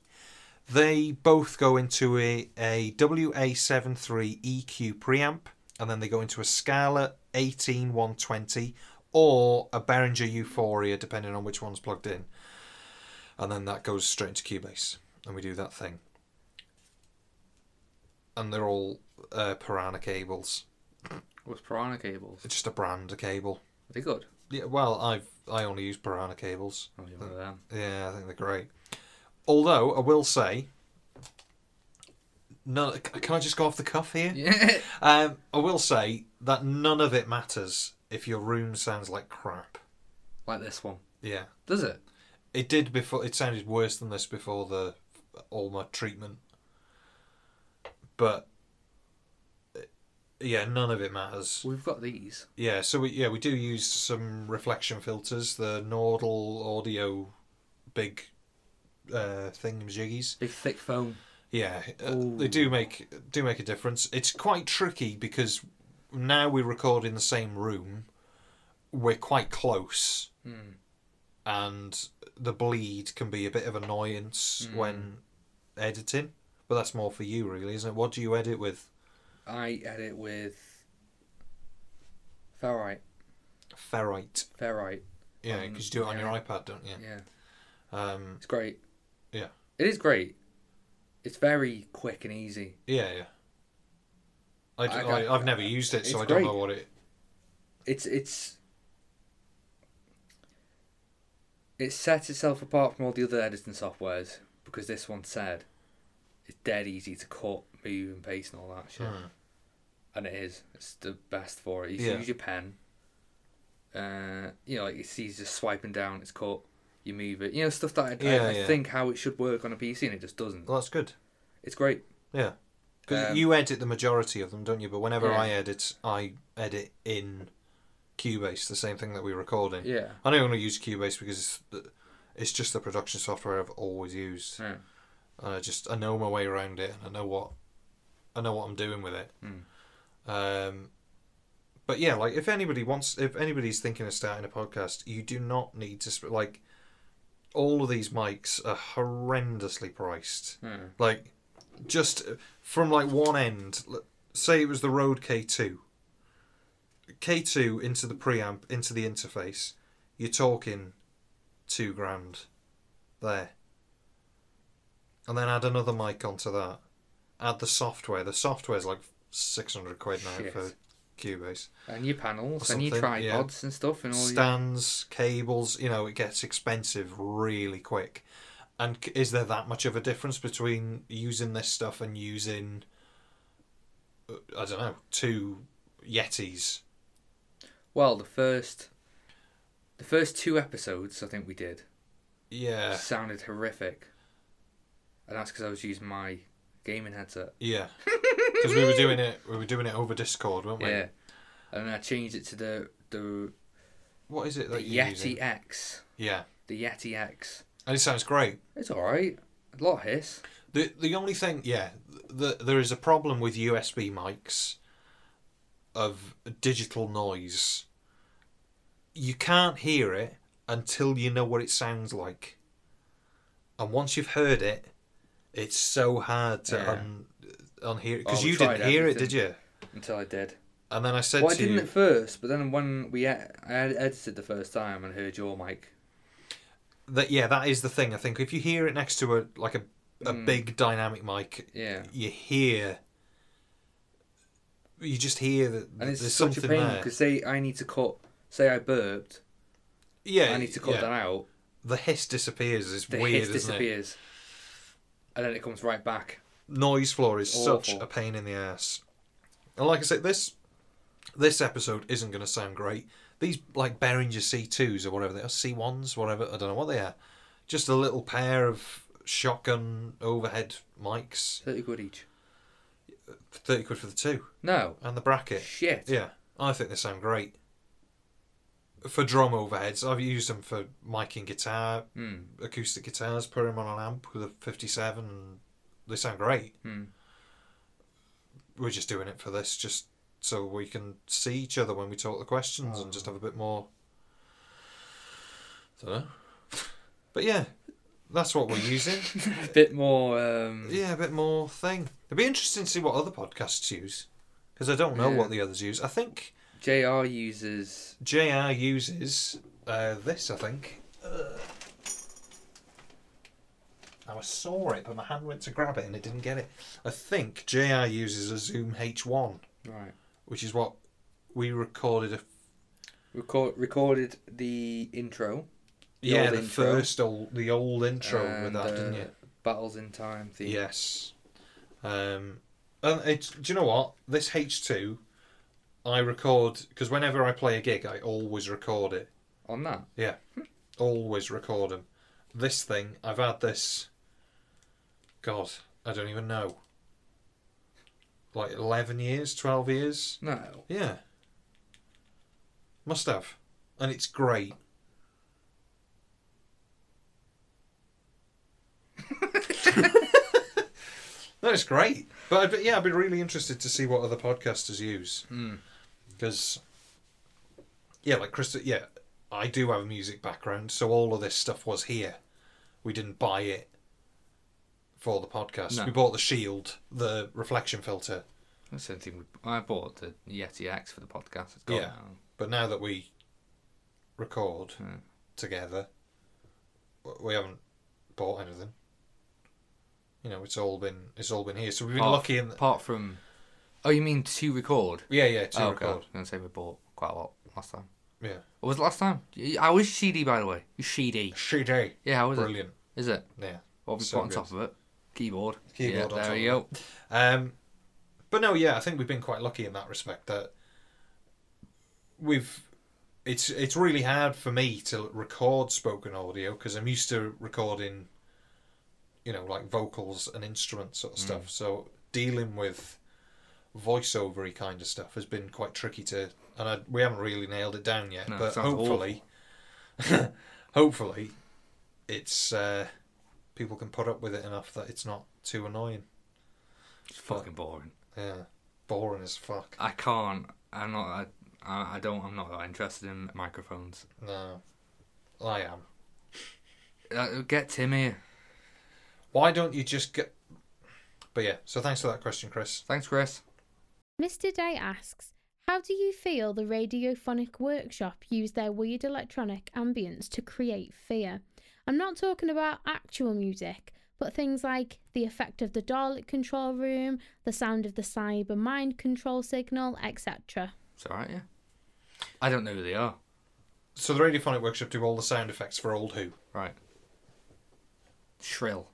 S1: They both go into a, a WA73 EQ preamp, and then they go into a Scala 18120 or a Behringer Euphoria, depending on which one's plugged in. And then that goes straight into Cubase, and we do that thing. And they're all uh, Piranha cables.
S2: What's piranha cables?
S1: It's just a brand of cable.
S2: Are they good?
S1: Yeah, well, I've I only use Piranha cables.
S2: Oh, you remember them?
S1: Yeah, I think they're great. Although I will say, no, c- can I just go off the cuff here?
S2: Yeah.
S1: Um, I will say that none of it matters if your room sounds like crap.
S2: like this one.
S1: Yeah,
S2: Does it?
S1: it did before. It sounded worse than this before the all my treatment. But uh, yeah, none of it matters.
S2: We've got these.
S1: Yeah, so we yeah we do use some reflection filters, the Nordal Audio big uh, thingamajiggies.
S2: Big thick foam.
S1: Yeah, uh, they do make do make a difference. It's quite tricky because now we record in the same room, we're quite close,
S2: Hmm.
S1: and the bleed can be a bit of annoyance
S2: Hmm.
S1: when editing. But that's more for you, really, isn't it? What do you edit with?
S2: I edit with ferrite.
S1: Ferrite.
S2: Ferrite.
S1: Yeah,
S2: Um,
S1: because you do it on your
S2: yeah.
S1: iPad, don't you?
S2: Yeah.
S1: Um,
S2: It's great.
S1: Yeah.
S2: It is great. It's very quick and easy.
S1: Yeah, yeah. I, d-
S2: I
S1: I,
S2: got-
S1: have never used it, so
S2: it's
S1: I don't
S2: great.
S1: know what it.
S2: It's it's it sets itself apart from all the other editing softwares because this one said it's dead easy to cut, move, and paste and all that shit.
S1: Hmm.
S2: And it is. It's the best for it. You
S1: Yeah.
S2: can use your pen. Uh, you know, like it's easy just swiping down. It's cut. You move it. You know, stuff that I, I-
S1: Yeah,
S2: I,
S1: yeah.
S2: think how it should work on a PC and it just doesn't.
S1: Well, that's good.
S2: It's great.
S1: Yeah, 'Cause
S2: Um,
S1: you edit the majority of them, don't you? But whenever
S2: Yeah.
S1: I edit, I edit in Cubase, the same thing that we record in.
S2: Yeah.
S1: I don't only use Cubase because it's, the, it's just the production software I've always used,
S2: Yeah.
S1: and I just I know my way around it, and I know what I know what I'm doing with it.
S2: Hmm.
S1: Um, but yeah, like if anybody wants, if anybody's thinking of starting a podcast, you do not need to sp- like. All of these mics are horrendously priced.
S2: Hmm.
S1: Like, just from like one end. l- Say it was the Rode K2. K2 into the preamp, into the interface. You're talking two grand there. And then add another mic onto that. Add the software. The software's like 600 quid now
S2: Shit.
S1: for Cubase.
S2: And your panels
S1: Or
S2: and your
S1: something, yeah.
S2: tripods and stuff and all. your-
S1: Stands, cables, you know, it gets expensive really quick. And c- is there that much of a difference between using this stuff and using, uh, I don't know, two Yetis?
S2: Well, the first, the first two episodes I think we did
S1: Yeah,
S2: sounded horrific, and that's because I was using my gaming headset.
S1: yeah. Because we were doing it, we were doing it over Discord, weren't we?
S2: Yeah, and then I changed it to the the,
S1: What is it
S2: the
S1: that you're
S2: Yeti
S1: using?
S2: X.
S1: Yeah,
S2: The Yeti X.
S1: and it sounds great.
S2: It's all right. A lot of hiss.
S1: The the only thing, yeah, the, there is a problem with USB mics of digital noise. You can't hear it until you know what it sounds like. And once you've heard it, it's so hard to
S2: Yeah.
S1: un, unhear it
S2: Oh,
S1: because
S2: we
S1: you
S2: tried
S1: didn't hear it,
S2: everything.
S1: did you?
S2: Until I did.
S1: And then I said
S2: Well, I
S1: to
S2: didn't
S1: you,
S2: at first, but then when we e- I ed- edited the first time and heard your mic,
S1: that yeah, that is the thing. I think if you hear it next to a like a a
S2: Hmm.
S1: big dynamic mic,
S2: yeah,
S1: you hear. You just hear that
S2: and it's
S1: there's
S2: such a
S1: something
S2: pain
S1: there.
S2: because say I need to cut, say I burped,
S1: Yeah,
S2: I need to cut
S1: yeah.
S2: that out.
S1: The hiss disappears. It's
S2: the
S1: weird,
S2: hiss
S1: isn't it?
S2: disappears, and then it comes right back.
S1: Noise floor is such
S2: Awful.
S1: a pain in the ass. And like I said, this this episode isn't going to sound great. These like Behringer C twos or whatever they are, C ones, whatever. I don't know what they are. Just a little pair of shotgun overhead mics.
S2: Thirty quid each.
S1: Thirty quid for the two
S2: No
S1: and the bracket.
S2: shit.
S1: Yeah, I think they sound great. For drum overheads, I've used them for mic and guitar,
S2: Mm.
S1: acoustic guitars, put them on an amp with a 57, and they sound great.
S2: Hmm.
S1: we're just doing it for this, just so we can see each other when we talk the questions and just have a bit more. don't know. But yeah, that's what we're using.
S2: A bit more. Um,
S1: yeah, a bit more thing. It'd be interesting to see what other podcasts use, because I don't know
S2: Yeah.
S1: what the others use. I think
S2: JR uses.
S1: JR uses uh, this, I think. Now I saw it, but my hand went to grab it and it didn't get it. I think JR uses a Zoom H1,
S2: Right.
S1: which is what we recorded. A,
S2: Record, recorded the intro. The
S1: yeah,
S2: old
S1: the
S2: intro.
S1: first old, the old intro with
S2: and,
S1: that,
S2: uh,
S1: didn't you?
S2: Battles in Time theme.
S1: Yes. Um, and it's, do you know what? This H2, I record, because whenever I play a gig, I always record it.
S2: On that.
S1: Yeah. Always record them. This thing, I've had this. God, I don't even know. Like 11 years, 12 years?
S2: No.
S1: Yeah. Must have. And it's great. no, it's great. But, I'd be- yeah, I'd be really interested to see what other podcasters use. Because, yeah, like Chris, yeah, I do have a music background, so all of this stuff was here. We didn't buy it for the podcast.
S2: No.
S1: We bought the shield, the reflection filter,
S2: That's the only thing we, I bought the Yeti X for the podcast. It's um, gone
S1: Yeah.
S2: now.
S1: But now that we record
S2: Hmm.
S1: together, w- we haven't bought anything. You know, it's all been it's all been here. So we've been
S2: Apart-
S1: lucky in that.
S2: Apart from. Oh, you mean to record?
S1: Yeah, yeah, to
S2: oh, God. I
S1: record.
S2: was going to say we bought quite a lot last time.
S1: Yeah,
S2: What was it last time? I was CD, by the way. CD.
S1: CD.
S2: Yeah, how was
S1: Brilliant.
S2: it? Is it?
S1: Yeah.
S2: What have we
S1: So
S2: got on
S1: good.
S2: top of it? Keyboard.
S1: Keyboard
S2: Yeah,
S1: on
S2: there
S1: top
S2: we
S1: of
S2: go.
S1: Um, but no, yeah, I think we've been quite lucky in that respect that we've. It's it's really hard for me to record spoken audio because I'm used to recording, you know, like vocals and instruments
S2: Mm.
S1: sort of stuff. So dealing with voiceovery kind of stuff has been quite tricky to, and I, we haven't really nailed it down yet.
S2: No,
S1: but
S2: sounds
S1: hopefully, hopefully, it's uh, people can put up with it enough that it's not too annoying.
S2: It's fucking boring.
S1: Yeah, boring as fuck.
S2: I can't. I'm not. I, I I don't. I'm not that interested in microphones.
S1: No, I am.
S2: Uh, get Tim here.
S1: Why don't you just get? But yeah, so thanks for that question, Chris.
S2: Thanks, Chris.
S3: Mr. Day asks, How do you feel the Radiophonic Workshop used their weird electronic ambience to create fear? I'm not talking about actual music, but things like the effect of the Dalek control room, the sound of the cyber mind control signal, etc.
S2: It's alright, yeah. I don't know who they are.
S1: So the Radiophonic Workshop do all the sound effects for Old Who.
S2: Right. Shrill.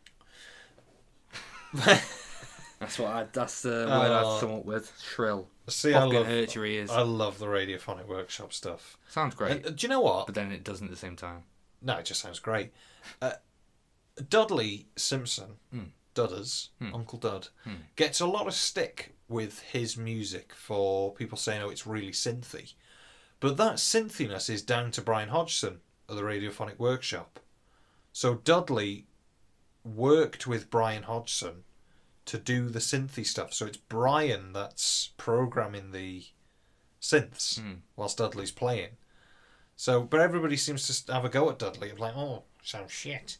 S2: that's what I. That's the word
S1: Oh.
S2: I'd come up with. Shrill.
S1: See, I
S2: Fucking
S1: love,
S2: hurt your ears.
S1: I love the Radiophonic Workshop stuff.
S2: Sounds great,
S1: And, uh, do you know what?
S2: but then it doesn't at the same time.
S1: No, it just sounds great. Uh, Dudley Simpson, Dudders, Uncle Dud, gets a lot of stick with his music for people saying, oh, it's really synthy. But that synthiness is down to Brian Hodgson of the Radiophonic Workshop. So Dudley worked with Brian Hodgson to do the synthy stuff. So it's Brian that's programming the synths whilst Dudley's playing. So, but everybody seems to have a go at Dudley. It's like, oh, sounds shit.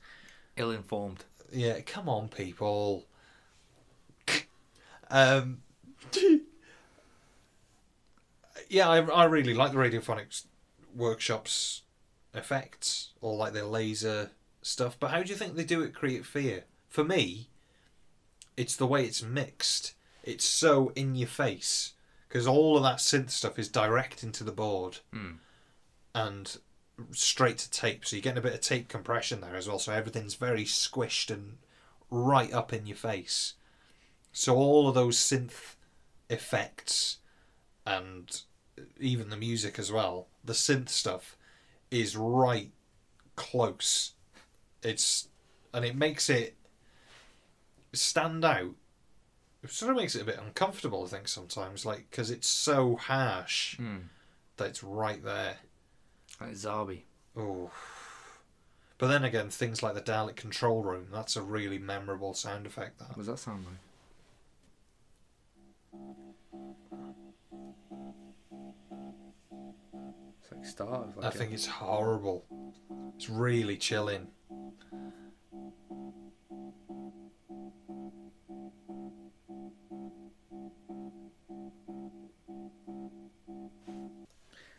S2: Ill-informed.
S1: Yeah, come on, people. um, yeah, I, I really like the radiophonics workshops effects or like their laser stuff. But how do you think they do it? Create fear for me. It's the way it's mixed. It's so in your face because all of that synth stuff is direct into the board and straight to tape. So you're getting a bit of tape compression there as well. So everything's very squished and right up in your face. So all of those synth effects and even the music as well, the synth stuff is right close. It's and it makes it stand out. It sort of makes it a bit uncomfortable, I think, sometimes, like because it's so harsh that it's right there.
S2: Like Zarbi.
S1: Oh. But then again, things like the Dalek control room, that's a really memorable sound effect, that.
S2: What does that sound like? started.
S1: I think it's horrible. It's really chilling.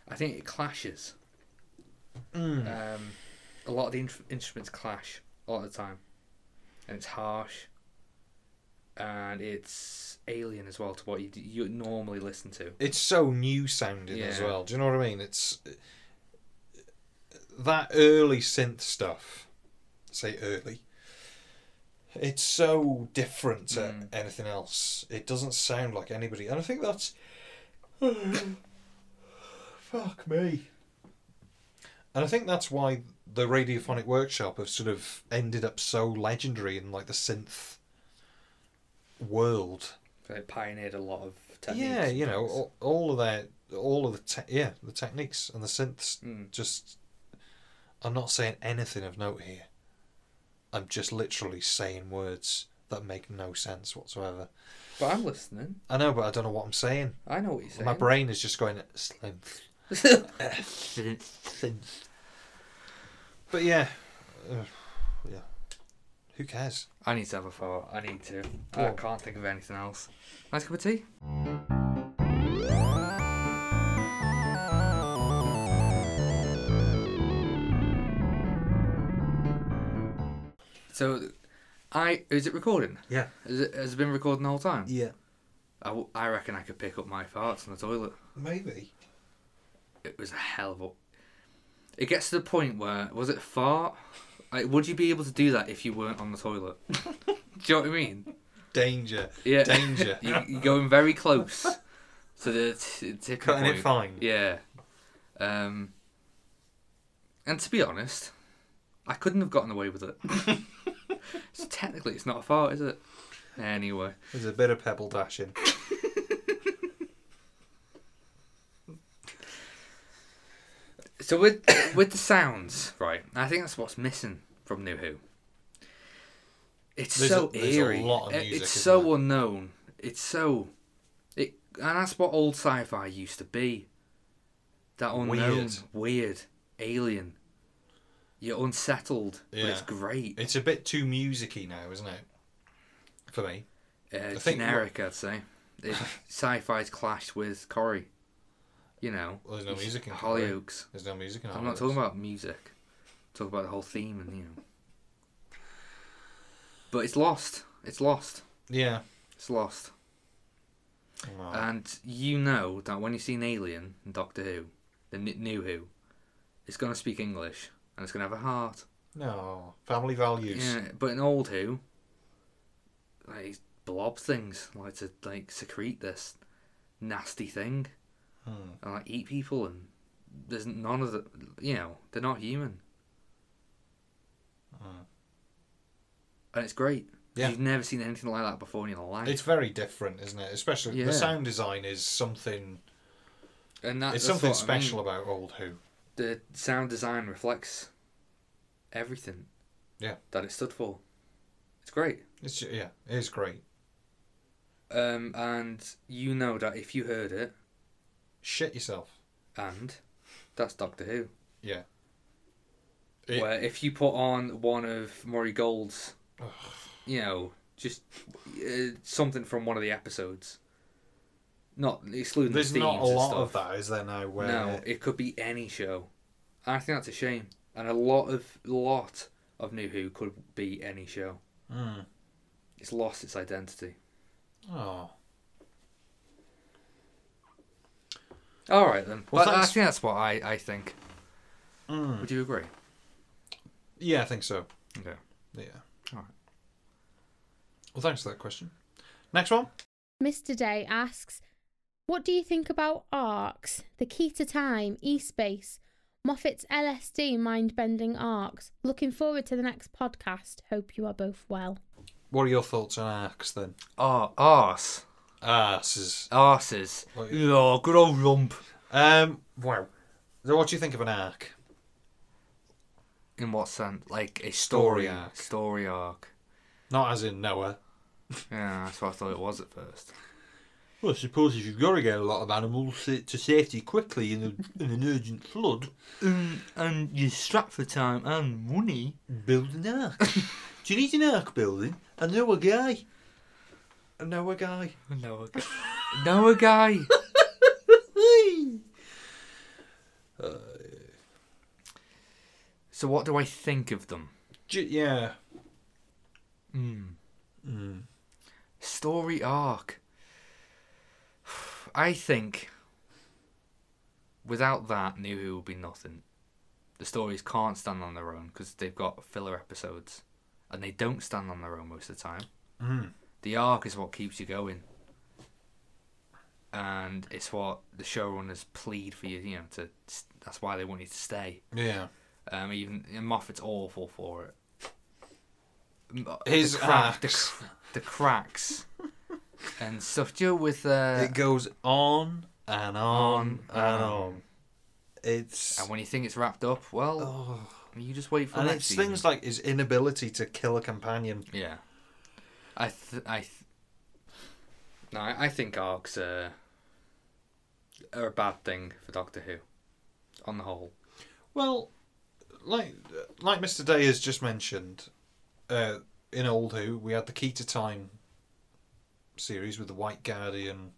S2: I think it clashes.
S1: Mm.
S2: Um, a lot of the in- instruments clash a lot of the time, and it's harsh, and it's alien as well to what you d- you normally listen to.
S1: It's so new sounding as
S2: Yeah.
S1: well. Do you know what I mean? It's that early synth stuff. Say early. It's so different to anything else. It doesn't sound like anybody, and I think that's. Fuck me. And I think that's why the Radiophonic Workshop have sort of ended up so legendary in like the synth world.
S2: So it pioneered a lot of techniques.
S1: Yeah,
S2: and
S1: you know,
S2: things.
S1: all, all of their, all of the, te- yeah, the techniques and the synths.
S2: Mm.
S1: Just, I'm not saying anything of note here. I'm just literally saying words that make no sense whatsoever.
S2: But I'm listening.
S1: I know, but I don't know what I'm saying.
S2: I know what you're saying.
S1: My brain is just going synth, synth. But yeah, uh, yeah. Who cares?
S2: I need to have a thought. I need to. I
S1: What?
S2: can't think of anything else. Nice cup of tea. So, I is it recording?
S1: Yeah.
S2: Has it, has it been recording the whole time?
S1: Yeah.
S2: I, w- I reckon I could pick up my farts in the toilet.
S1: Maybe.
S2: It was a hell of a. It gets to the point where was it fart? Like, would you be able to do that if you weren't on the toilet? do you know what I mean?
S1: Danger.
S2: Yeah.
S1: Danger.
S2: You, you're going very close to the t- tipping
S1: Cutting
S2: point.
S1: it fine.
S2: Yeah. Um. And to be honest, I couldn't have gotten away with it. so technically, it's not a fart, is it? Anyway,
S1: There's a bit of pebble dashing.
S2: so with with the sounds, right? I think that's what's missing from New Who. It's
S1: There's
S2: so
S1: a- there's a
S2: eerie.
S1: lot of
S2: It-
S1: music,
S2: it's
S1: isn't
S2: so
S1: there?
S2: unknown. It's so, it, and that's what old sci-fi used to be. That unknown,
S1: Weird.
S2: weird alien. You're unsettled, but it's
S1: Yeah.
S2: great.
S1: It's a bit too musicy now, isn't it? For me.
S2: uh,
S1: think what-
S2: generic, I'd say. It, sci-fi's clashed with Corey. You know,
S1: Well, there's no music in Corrie.
S2: Hollyoaks.
S1: There's no music in
S2: I'm not talking about music. Talk about the whole theme and you know. But it's lost. It's lost.
S1: Yeah.
S2: It's lost. Uh,
S1: Well,
S2: And you know that when you see an alien in Doctor Who, the n- new Who, it's gonna speak English and it's gonna have a heart.
S1: no. Family values.
S2: Yeah, but in old Who, like it's blob things like to like secrete this nasty thing
S1: Hmm.
S2: and like eat people and there's none of the you know they're not human.
S1: Mm.
S2: And it's great.
S1: Yeah.
S2: You've never seen anything like that before in your life.
S1: It's very different, isn't it? Especially
S2: Yeah.
S1: the sound design is something.
S2: and that-
S1: it's
S2: that's
S1: something
S2: what I mean.
S1: special about old Who.
S2: the sound design reflects everything.
S1: Yeah.
S2: That it stood for. It's great.
S1: It's ju- yeah, it is great.
S2: Um, and you know that if you heard it,
S1: Shit yourself.
S2: and that's Doctor Who.
S1: Yeah. It-
S2: Where if you put on one of Murray Gold's, you know, just uh, something from one of the episodes, not excluding
S1: There's
S2: the themes
S1: not a lot
S2: and
S1: of
S2: stuff.
S1: that, is there now? Where
S2: No, it could be any show. And I think that's a shame. And a lot of lot of New Who could be any show.
S1: Mm.
S2: It's lost its identity.
S1: Oh.
S2: All right then.
S1: Well,
S2: Well, I
S1: thanks-
S2: think that's what I, I think.
S1: Mm.
S2: Would you agree?
S1: Yeah, I think so.
S2: Okay.
S1: Yeah.
S2: Alright.
S1: Well, thanks for that question. Next one.
S3: Mr. Day asks, What do you think about arcs? The key to time, e space, Moffat's LSD mind bending arcs. Looking forward to the next podcast. Hope you are both well.
S1: What are your thoughts on arcs then?
S2: Oh, arse.
S1: Arcs is
S2: Arses.
S1: Well, yeah.
S2: Yeah, good old rump.
S1: Um, wow. So, what do you think of an arc?
S2: In what sense? Like a
S1: Story
S2: story.
S1: arc.
S2: Story arc.
S1: Not as in Noah.
S2: Yeah, that's what I thought it was at first.
S5: Well, I suppose if you've got to get a lot of animals sa- to safety quickly in, a, in an urgent flood,
S2: Um, and you're strapped for time and money.
S5: build an ark. Do you need an ark building? I know a guy. I know a guy.
S2: No, a guy. no, a guy. So what do I think of them?
S1: J- yeah.
S2: Mm.
S5: Mm.
S2: Story arc. I think without that, New Who will be nothing. The stories can't stand on their own because they've got filler episodes, and they don't stand on their own most of the time.
S1: Mm.
S2: The arc is what keeps you going, and it's what the showrunners plead for you. You know, to that's why they want you to stay.
S1: Yeah.
S2: Um, even and Moffat's awful for it. M- uh,
S1: His
S2: the, crack, the,
S1: axe.
S2: cr- the cracks and stuff. Deal with uh,
S5: it goes on and on
S2: On
S5: and
S2: and
S5: on. It's
S2: and when you think it's wrapped up, well,
S5: oh,
S2: you just wait for
S5: and
S2: the next
S5: it's
S2: season.
S5: things like his inability to kill a companion.
S2: Yeah, I th- I th- no, I I think arcs are are a bad thing for Doctor Who, on the whole.
S1: Well, like like Mr. Day has just mentioned, uh, in Old Who we had the Key to Time series with the White Guardian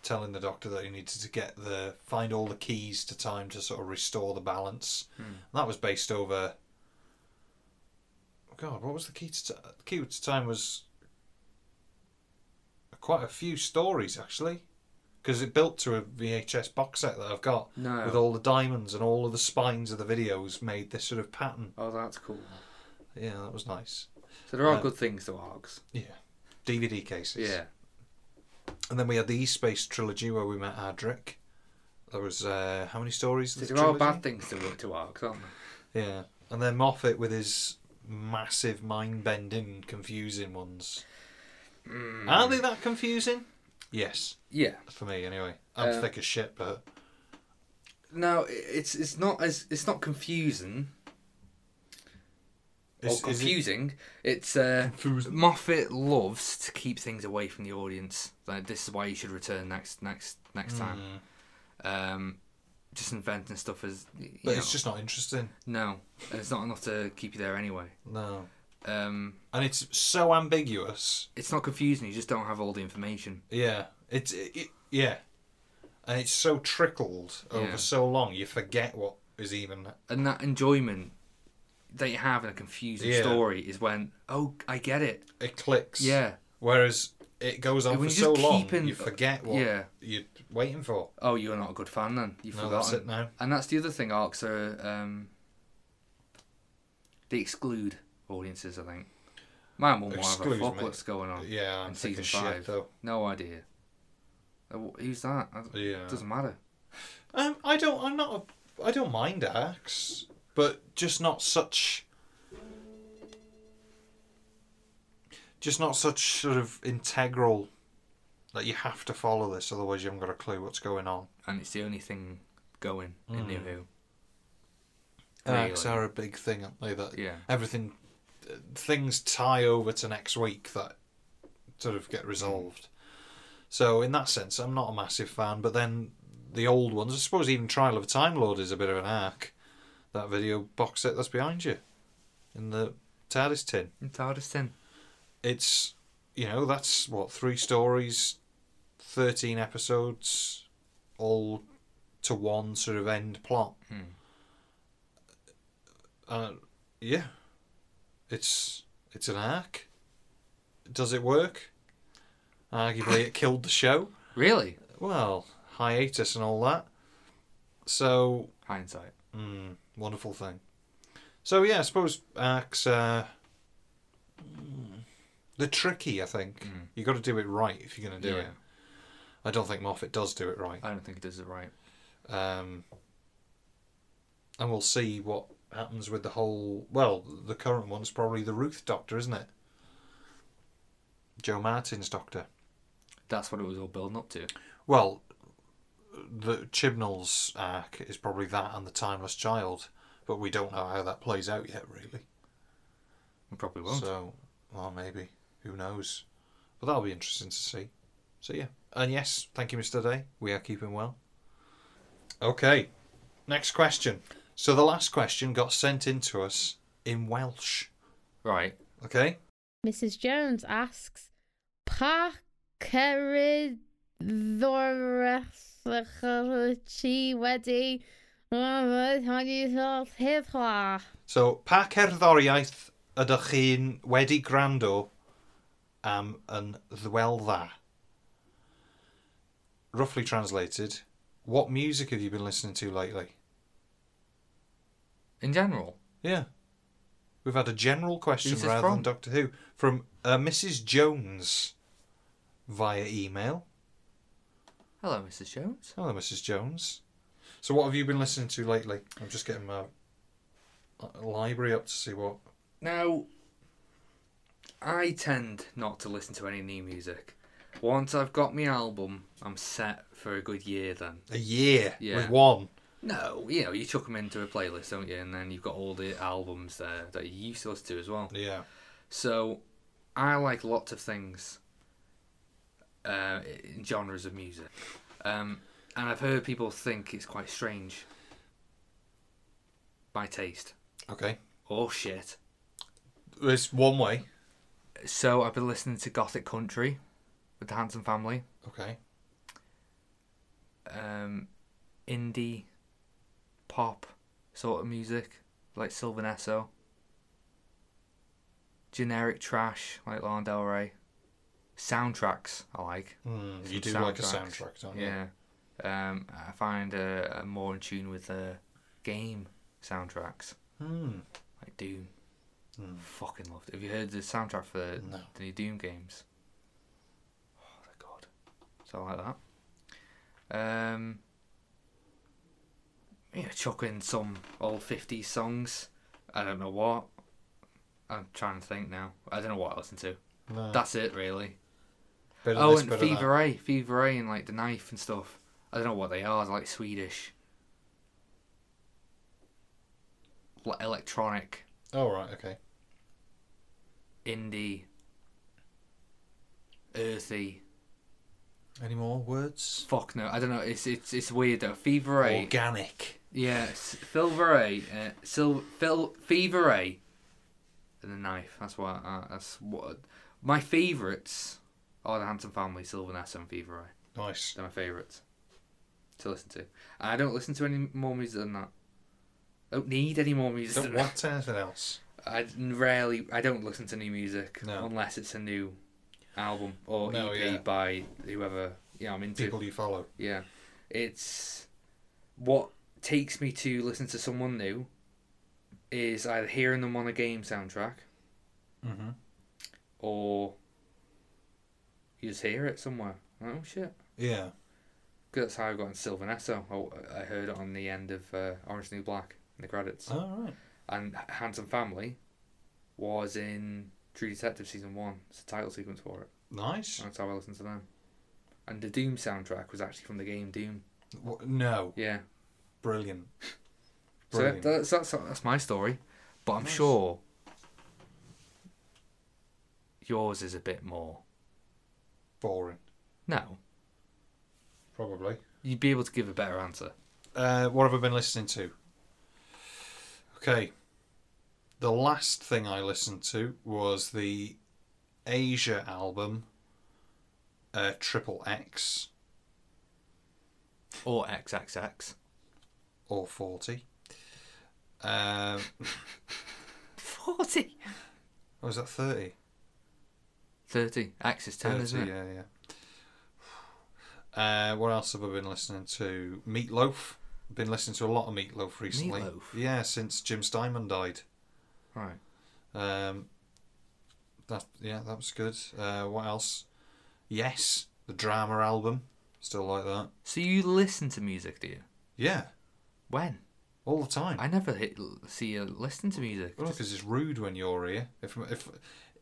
S1: telling the Doctor that he needed to get the find all the keys to time to sort of restore the balance. That was based over. God, what was the key to ti- the key to time was quite a few stories actually, because it built to a VHS box set that I've got
S2: No.
S1: with all the diamonds and all of the spines of the videos made this sort of pattern.
S2: Oh, that's cool.
S1: Yeah, that was nice.
S2: So there are
S1: Uh,
S2: good things to arcs.
S1: Yeah, DVD cases.
S2: Yeah,
S1: and then we had the East Space trilogy where we met Adric. There was uh, how many stories?
S2: so
S1: the
S2: there are
S1: trilogy?
S2: bad things to to arcs, aren't there?
S1: Yeah, and then Moffat with his massive mind-bending, confusing ones.
S2: Hmm.
S1: Are they that confusing? Yes,
S2: Yeah.
S1: for me anyway. I'm
S2: Uh,
S1: thick as shit, but
S2: No, i- it's it's not as it's not confusing
S1: Is-
S2: or
S1: is it-
S2: confusing. It's uh, Moffat loves to keep things away from the audience. Like this is why you should return next next next
S1: Hmm.
S2: time. Um, just inventing stuff as you
S1: but
S2: know,
S1: it's just not interesting.
S2: no, and it's not enough to keep you there anyway.
S1: No,
S2: Um,
S1: and it's so ambiguous.
S2: it's not confusing. You just don't have all the information.
S1: Yeah, it's it, it- yeah, and it's so trickled over
S2: Yeah.
S1: so long you forget what is even.
S2: and that enjoyment that you have in a confusing
S1: Yeah.
S2: story is when oh I get it
S1: It clicks.
S2: yeah
S1: Whereas it goes on
S2: When
S1: for
S2: you
S1: so
S2: just
S1: long,
S2: keep in-
S1: you forget what
S2: yeah.
S1: you're waiting for.
S2: oh you're not a good fan then you've
S1: No,
S2: forgotten
S1: that's it now.
S2: and that's the other thing arcs are um, they exclude audiences I think my mum will have a
S1: Excludes
S2: fuck
S1: me.
S2: what's going on
S1: Yeah, I'm
S2: in
S1: thick
S2: season
S1: as
S2: five
S1: shit though.
S2: no idea Oh, wh- who's that I d-
S1: Yeah.
S2: doesn't matter
S1: Um, I don't. I'm not. A, I don't mind axe, but just not such. Just not such sort of integral that you have to follow this, otherwise you haven't got a clue what's going on.
S2: and it's the only thing going in New Who
S1: Acts
S2: Really.
S1: are a big thing, aren't they? That
S2: Yeah.
S1: everything, things tie over to next week that sort of get resolved. So in that sense, I'm not a massive fan. But then the old ones, I suppose, even Trial of a Time Lord is a bit of an arc. That video box set that's behind you, in the TARDIS tin.
S2: in TARDIS then
S1: It's you know that's what three stories, thirteen episodes, all to one sort of end plot
S2: Hmm.
S1: uh, yeah, it's it's an arc. Does it work? Arguably, it killed the show.
S2: really
S1: Well, hiatus and all that. So,
S2: hindsight
S1: mm, wonderful thing. So yeah, I suppose arcs. Uh, hmm, they're tricky. I think you got to do it right if you're going to do
S2: yeah
S1: it. I don't think Moffat does do it right.
S2: I don't think it does it right
S1: Um, and we'll see what happens with the whole. Well, the current one's probably the Ruth Doctor, isn't it? Joe Martin's Doctor.
S2: that's what it was all building up to
S1: Well, the Chibnall's arc is probably that and the Timeless Child, but we don't know how that plays out yet, really.
S2: We probably won't.
S1: So, well, maybe who knows? But that'll be interesting to see. So yeah, And yes, thank you, Mr. Day. We are keeping well. Okay, next question. So the last question got sent in to us in Welsh.
S2: Right.
S1: Okay.
S3: Mrs. Jones asks, Pa cyrraeddorachi wedi mm, rhywbeth hebla?
S1: So, pa cerddoriaeth ydych chi'n wedi gwrando am yn ddweldda? Roughly translated, what music have you been listening to lately?
S2: In general.
S1: Yeah. We've had a general question
S2: Who's this
S1: rather
S2: from?
S1: than Doctor Who from uh, Mrs. Jones via email.
S2: Hello, Mrs. Jones.
S1: Hello, Mrs. Jones. So, what have you been listening to lately? I'm just getting my li- library up to see what.
S2: Now, I tend not to listen to any new music. Once I've got my album, I'm set for a good year then.
S1: A year
S2: Yeah.
S1: with one.
S2: No, you know, you chuck them into a playlist, don't you? And then you've got all the albums there that you used to listen to as well.
S1: Yeah.
S2: So, I like lots of things, uh, in genres of music. Um, and I've heard people think it's quite strange. My taste.
S1: Okay.
S2: Oh shit.
S1: It's one way.
S2: So I've been listening to Gothic Country with the Hanson family.
S1: Okay.
S2: Um, indie pop sort of music, like Sylvan Esso. Generic trash like Lana Del Rey. Soundtracks I like.
S1: Mm, you do
S2: Some
S1: like a
S2: soundtracks.
S1: soundtrack, don't you?
S2: Yeah. Um, I find uh, I'm more in tune with uh, game soundtracks
S1: Mm.
S2: like Doom.
S1: Mm.
S2: Fucking loved it. Have you heard the soundtrack for
S1: No.
S2: the new Doom games? Oh, my God. So I like that. Um, you know, chuck in some old 50s songs. I don't know what. I'm trying to think now. I don't know what I listen to.
S1: No.
S2: That's it, really.
S1: Bit of
S2: Oh,
S1: this,
S2: and
S1: bit of that.
S2: Fever Ray. Fever Ray and, like, The Knife and stuff. I don't know what they are. They're, like, Swedish. Like, electronic
S1: Oh, right, okay.
S2: indie, earthy.
S1: Any more words?
S2: Fuck no, I don't know. It's it's it's weird though. Fever A,
S1: Organic.
S2: yeah, S- Silver A, uh, Sil, Phil, Fever A, and the knife. That's what. Uh, that's what. My favourites are the Hampton Family, Silver Ness, and Fever A.
S1: Nice.
S2: They're my favourites to listen to. I don't listen to any more music than that. I don't need any more music.
S1: Don't
S2: than that.
S1: want anything else.
S2: I rarely. I don't listen to new music
S1: No.
S2: unless it's a new album or
S1: No,
S2: EP
S1: yeah.
S2: by whoever. Yeah, I'm into.
S1: People you follow.
S2: Yeah, it's what takes me to listen to someone new is either hearing them on a game soundtrack
S1: Mm-hmm.
S2: or you just hear it somewhere. Oh shit!
S1: Yeah.
S2: 'Cause that's how I got in Sylvanesso. Oh, I heard it on the end of uh, Orange is the New Black in the credits.
S1: All right.
S2: and Handsome Family was in True Detective season one. It's the title sequence for it.
S1: Nice.
S2: That's how I listened to them. And the Doom soundtrack was actually from the game Doom.
S1: W- No.
S2: Yeah.
S1: Brilliant.
S2: So
S1: Brilliant.
S2: that's, that's that's my story, but I'm
S1: Nice.
S2: sure yours is a bit more.
S1: Boring.
S2: No,
S1: Probably.
S2: you'd be able to give a better answer.
S1: Uh, what have I been listening to? Okay. The last thing I listened to was the Asia album, uh, Triple X.
S2: Or XXX.
S1: or 40. Um,
S2: Forty.
S1: or was that 30?
S2: Thirty. X is ten,
S1: 30,
S2: isn't it?
S1: yeah, yeah. Uh, what else have I been listening to? Meatloaf. Been listening to a lot of Meatloaf recently.
S2: Meatloaf?
S1: Yeah, since Jim Steinman died.
S2: Right.
S1: Um, that yeah, that was good. Uh, what else? Yes, the drama album. Still like that.
S2: So you listen to music, do you?
S1: Yeah,
S2: When?
S1: all the time.
S2: I never hit, see you listen to music.
S1: Well,
S2: Just-
S1: because it's rude when you're here. If if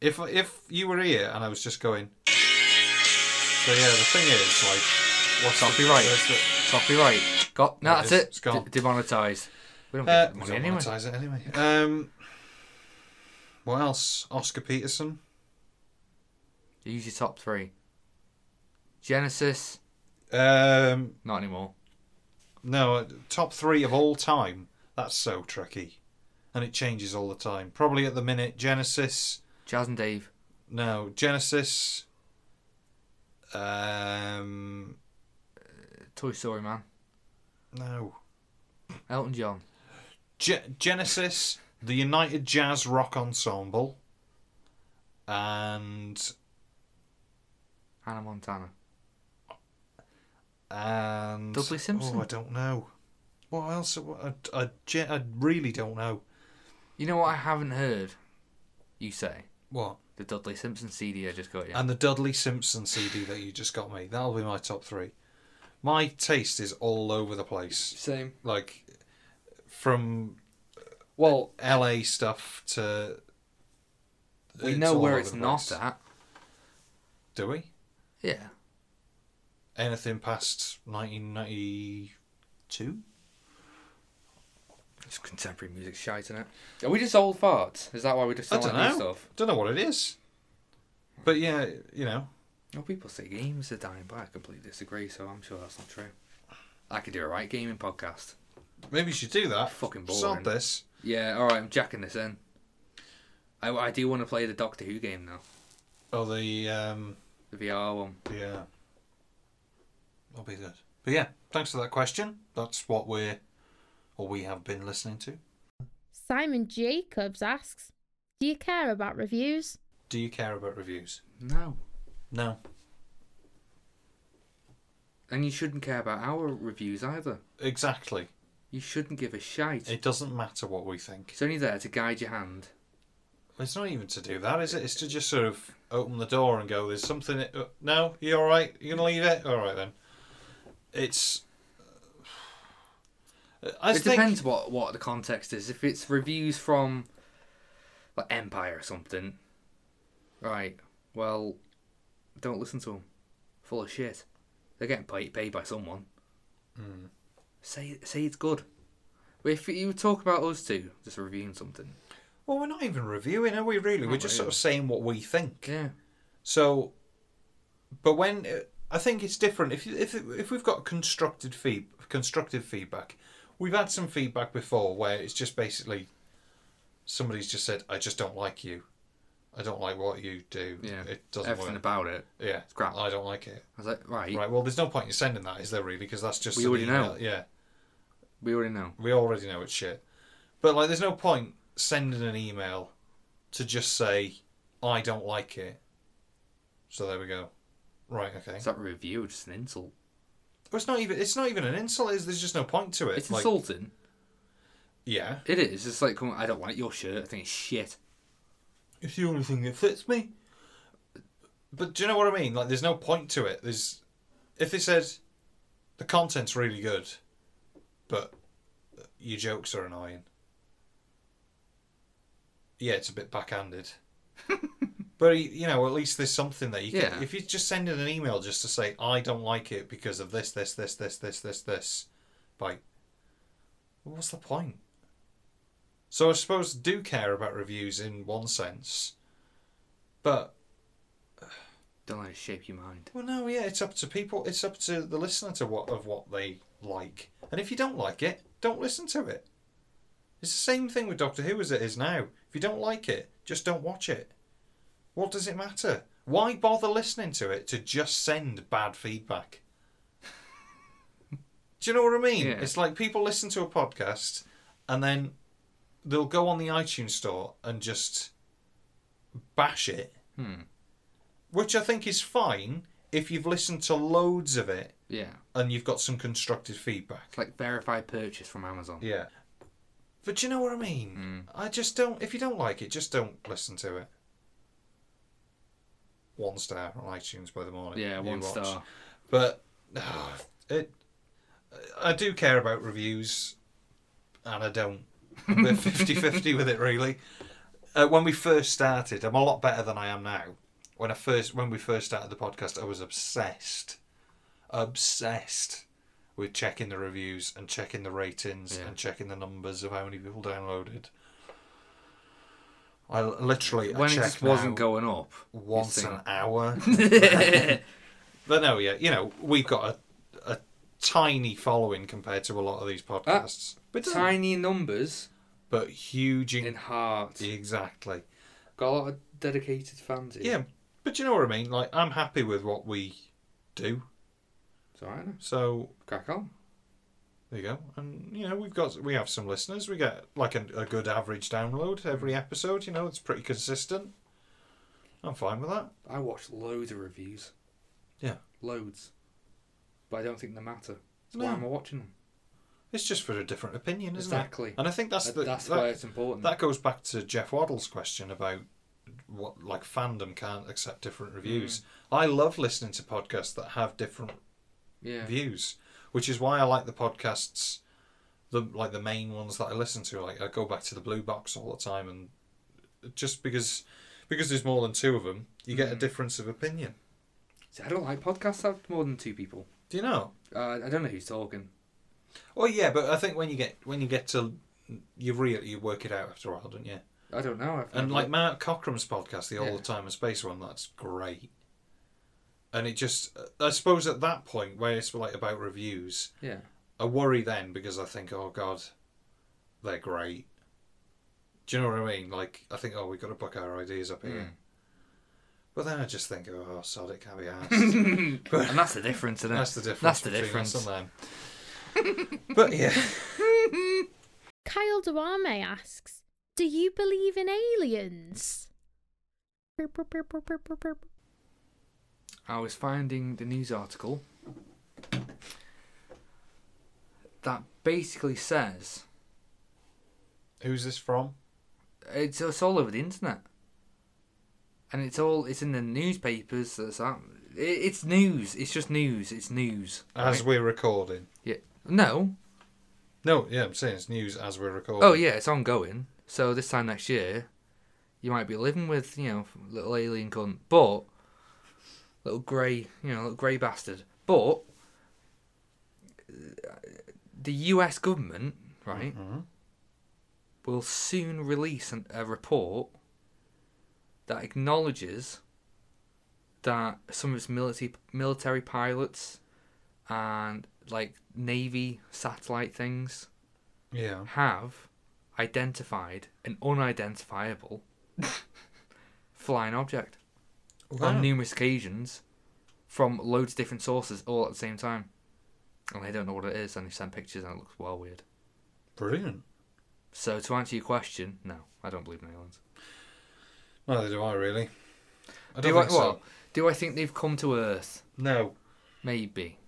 S1: if if you were here and I was just going. So yeah, the thing is, like, what's the-
S2: Copyright.
S1: there's the-
S2: Copyright. Got. No,
S1: It
S2: that's
S1: is.
S2: it.
S1: It's gone.
S2: D- demonetized. We don't
S1: Uh,
S2: get the
S1: we
S2: money
S1: don't
S2: anyway.
S1: monetise it anyway. Um, what else? Oscar Peterson.
S2: Use your top three. Genesis,
S1: Um,
S2: not anymore.
S1: no, uh, top three of all time. That's so tricky, and it changes all the time. Probably at the minute, Genesis.
S2: Jazz and Dave,
S1: No, Genesis. Um,
S2: Toy Story Man,
S1: no,
S2: Elton John,
S1: Ge- Genesis, the United Jazz Rock Ensemble, and
S2: Hannah Montana.
S1: and
S2: Dudley Simpson.
S1: Oh, I don't know. What else? what- I, I, ge- I really don't know.
S2: You know what I haven't heard? You say
S1: What?
S2: the Dudley Simpson CD I just got you.
S1: And the Dudley Simpson CD that you just got me. That'll be my top three. My taste is all over the place.
S2: Same.
S1: Like, from
S2: Well,
S1: LA stuff to.
S2: we
S1: it's
S2: know
S1: all
S2: where
S1: over
S2: it's
S1: the
S2: not
S1: place.
S2: at.
S1: Do we?
S2: Yeah.
S1: Anything past 1990.
S5: Two?
S2: It's contemporary music shite, isn't it? Are we just old farts? Is that why we just
S1: I
S2: don't
S1: don't
S2: like new
S1: know.
S2: stuff?
S1: Don't know what it is. But yeah, you know.
S2: Well, people say games are dying, but I completely disagree, so I'm sure that's not true. I could do a right gaming podcast.
S1: Maybe you should do that.
S2: Fucking boring.
S1: Sod this.
S2: Yeah, alright, I'm jacking this in. I, I do want to play the Doctor Who game now,
S1: Oh, the. Um,
S2: the VR one.
S1: yeah. That'll be good. But yeah, thanks for that question. That's what we're. Or we have been listening to.
S3: Simon Jacobs asks, Do you care about reviews?
S1: Do you care about reviews?
S2: No.
S1: No.
S2: And you shouldn't care about our reviews either.
S1: Exactly.
S2: You shouldn't give a shite.
S1: It doesn't matter what we think.
S2: It's only there to guide your hand.
S1: It's not even to do that, is it? It's to just sort of open the door and go, there's something. uh, No, you all right? You're going to leave it? All right then. It's. I
S2: it
S1: think,
S2: depends what, what the context is. If it's reviews from like Empire or something, right? Well, don't listen to them. Full of shit. They're getting paid, paid by someone.
S1: Hmm.
S2: Say say it's good. But if you talk about us two just reviewing something,
S1: Well, we're not even reviewing, are we really? We're
S2: Not
S1: just sort of
S2: really.
S1: saying what we think.
S2: yeah,
S1: So, but when I think it's different. If if if we've got constructed feed, constructive feedback, we've had some feedback before where it's just basically somebody's just said, "I just don't like you. I don't like what you do.
S2: yeah,
S1: It doesn't
S2: everything
S1: work.
S2: about it.
S1: yeah,
S2: It's crap.
S1: I don't like it.
S2: I was like, right,
S1: Right. Well, there's no point in sending that, is there? Really, because that's just
S2: We
S1: an
S2: already
S1: email.
S2: know.
S1: Yeah,
S2: we already know.
S1: we already know it's shit. But like, there's no point sending an email to just say, "I don't like it." So there we go. Right. Okay.
S2: It's that review it's just an insult.
S1: Well, it's not even. It's not even an insult. Is there's just no point to it.
S2: It's
S1: like,
S2: insulting.
S1: Yeah.
S2: It is. It's like, come on, I don't like your shirt. I think it's shit.
S1: It's the only thing that fits me. But do you know what I mean? Like, there's no point to it. There's, if they said, the content's really good, but your jokes are annoying. Yeah, it's a bit backhanded. but you know, at least there's something that you can.
S2: Yeah.
S1: If you just send in an email just to say I don't like it because of this, this, this, this, this, this, this, bite. Well, what's the point? So I suppose I do care about reviews in one sense, but
S2: Don't let it shape your mind.
S1: well, no, yeah, it's up to people. It's up to the listener to what of what they like. And if you don't like it, don't listen to it. It's the same thing with Doctor Who as it is now. If you don't like it, just don't watch it. What does it matter? Why bother listening to it to just send bad feedback? Do you know what I mean?
S2: Yeah.
S1: It's like people listen to a podcast and then they'll go on the iTunes store and just bash it
S2: Hmm.
S1: which I think is fine if you've listened to loads of it
S2: Yeah.
S1: and you've got some constructive feedback.
S2: It's like verified purchase from Amazon.
S1: Yeah. But do you know what I mean?
S2: Hmm.
S1: I just don't. If you don't like it, just don't listen to it. One star on iTunes by the morning.
S2: Yeah,
S1: You
S2: one
S1: watch.
S2: star.
S1: But ah, it, I do care about reviews, and I don't. I'm a bit 50-50 with it really. Uh, when we first started, I'm a lot better than I am now. When I first, when we first started the podcast, I was obsessed, obsessed with checking the reviews and checking the ratings
S2: Yeah.
S1: and checking the numbers of how many people downloaded. I l- literally I
S2: When it
S1: check
S2: just wasn't
S1: now
S2: going up.
S1: once
S2: you'd
S1: an hour.
S2: think-
S1: But no, yeah, you know, we've got a, a tiny following compared to a lot of these podcasts. but doesn't-
S2: Ah, Tiny numbers
S1: but huge in-
S2: in heart.
S1: exactly.
S2: Got a lot of dedicated fans. here.
S1: Yeah, but you know what I mean. Like, I'm happy with what we do.
S2: It's alright. then.
S1: So
S2: Crack on.
S1: there you go. And you know, we've got we have some listeners. We get like a, a good average download every
S2: Mm.
S1: episode. You know, it's pretty consistent. I'm fine with that.
S2: I watch loads of reviews.
S1: Yeah.
S2: Loads. But I don't think they matter. That's
S1: No.
S2: why am I watching them?
S1: It's just for a different opinion, isn't
S2: Exactly.
S1: it? And I think that's
S2: That-
S1: the,
S2: that's
S1: that,
S2: why it's important.
S1: That goes back to Jeff Waddle's question about what like fandom can't accept different reviews. I love listening to podcasts that have different
S2: yeah.
S1: views, which is why I like the podcasts, the like the main ones that I listen to. Like I go back to the Blue Box all the time, and just because because there's more than two of them, you get a difference of opinion.
S2: See, I don't like podcasts that have more than two people.
S1: Do you know?
S2: Uh, I don't know who's talking.
S1: Oh yeah, but I think when you get when you get to you really you work it out after a while, don't you?
S2: I don't know. I've
S1: And
S2: never-
S1: like Mark Cochran's podcast, the All
S2: Yeah.
S1: the Time and Space one, that's great. And it just, I suppose at that point where it's like about reviews,
S2: yeah.
S1: I worry then because I think, oh God, they're great. Do you know what I mean? Like, I think, oh, we've got to buck our ideas up
S2: Mm.
S1: here. But then I just think, oh, sod, it can't be asked.
S2: And that's the difference, isn't it?
S1: That's the difference.
S2: That's the
S1: between
S2: difference.
S1: Us and them. but yeah.
S3: Kyle Duarme asks, Do you believe in aliens? Burp, burp, burp, burp, burp, burp, burp.
S2: I was finding the news article that basically says
S1: Who's this from?
S2: it's, it's all over the internet, and it's all it's in the newspapers. That's that. It, it's news. It's just news. It's news.
S1: As
S2: right?
S1: we're recording.
S2: yeah. No.
S1: No, yeah, I'm saying it's news as we're recording.
S2: Oh yeah, it's ongoing. So this time next year, you might be living with you know little alien cunt, but little grey you know little grey bastard. But uh, the U.S. government, right, will soon release an, a report that acknowledges that some of its military military pilots and like navy satellite things
S1: Yeah.
S2: have identified an unidentifiable flying object
S1: Wow.
S2: on numerous occasions from loads of different sources all at the same time. And they don't know what it is, and they send pictures, and it looks well weird.
S1: Brilliant.
S2: So, to answer your question, no, I don't believe in aliens.
S1: Neither do I really. I
S2: do
S1: don't think
S2: I, well,
S1: so.
S2: do I think they've come to Earth?
S1: No,
S2: Maybe.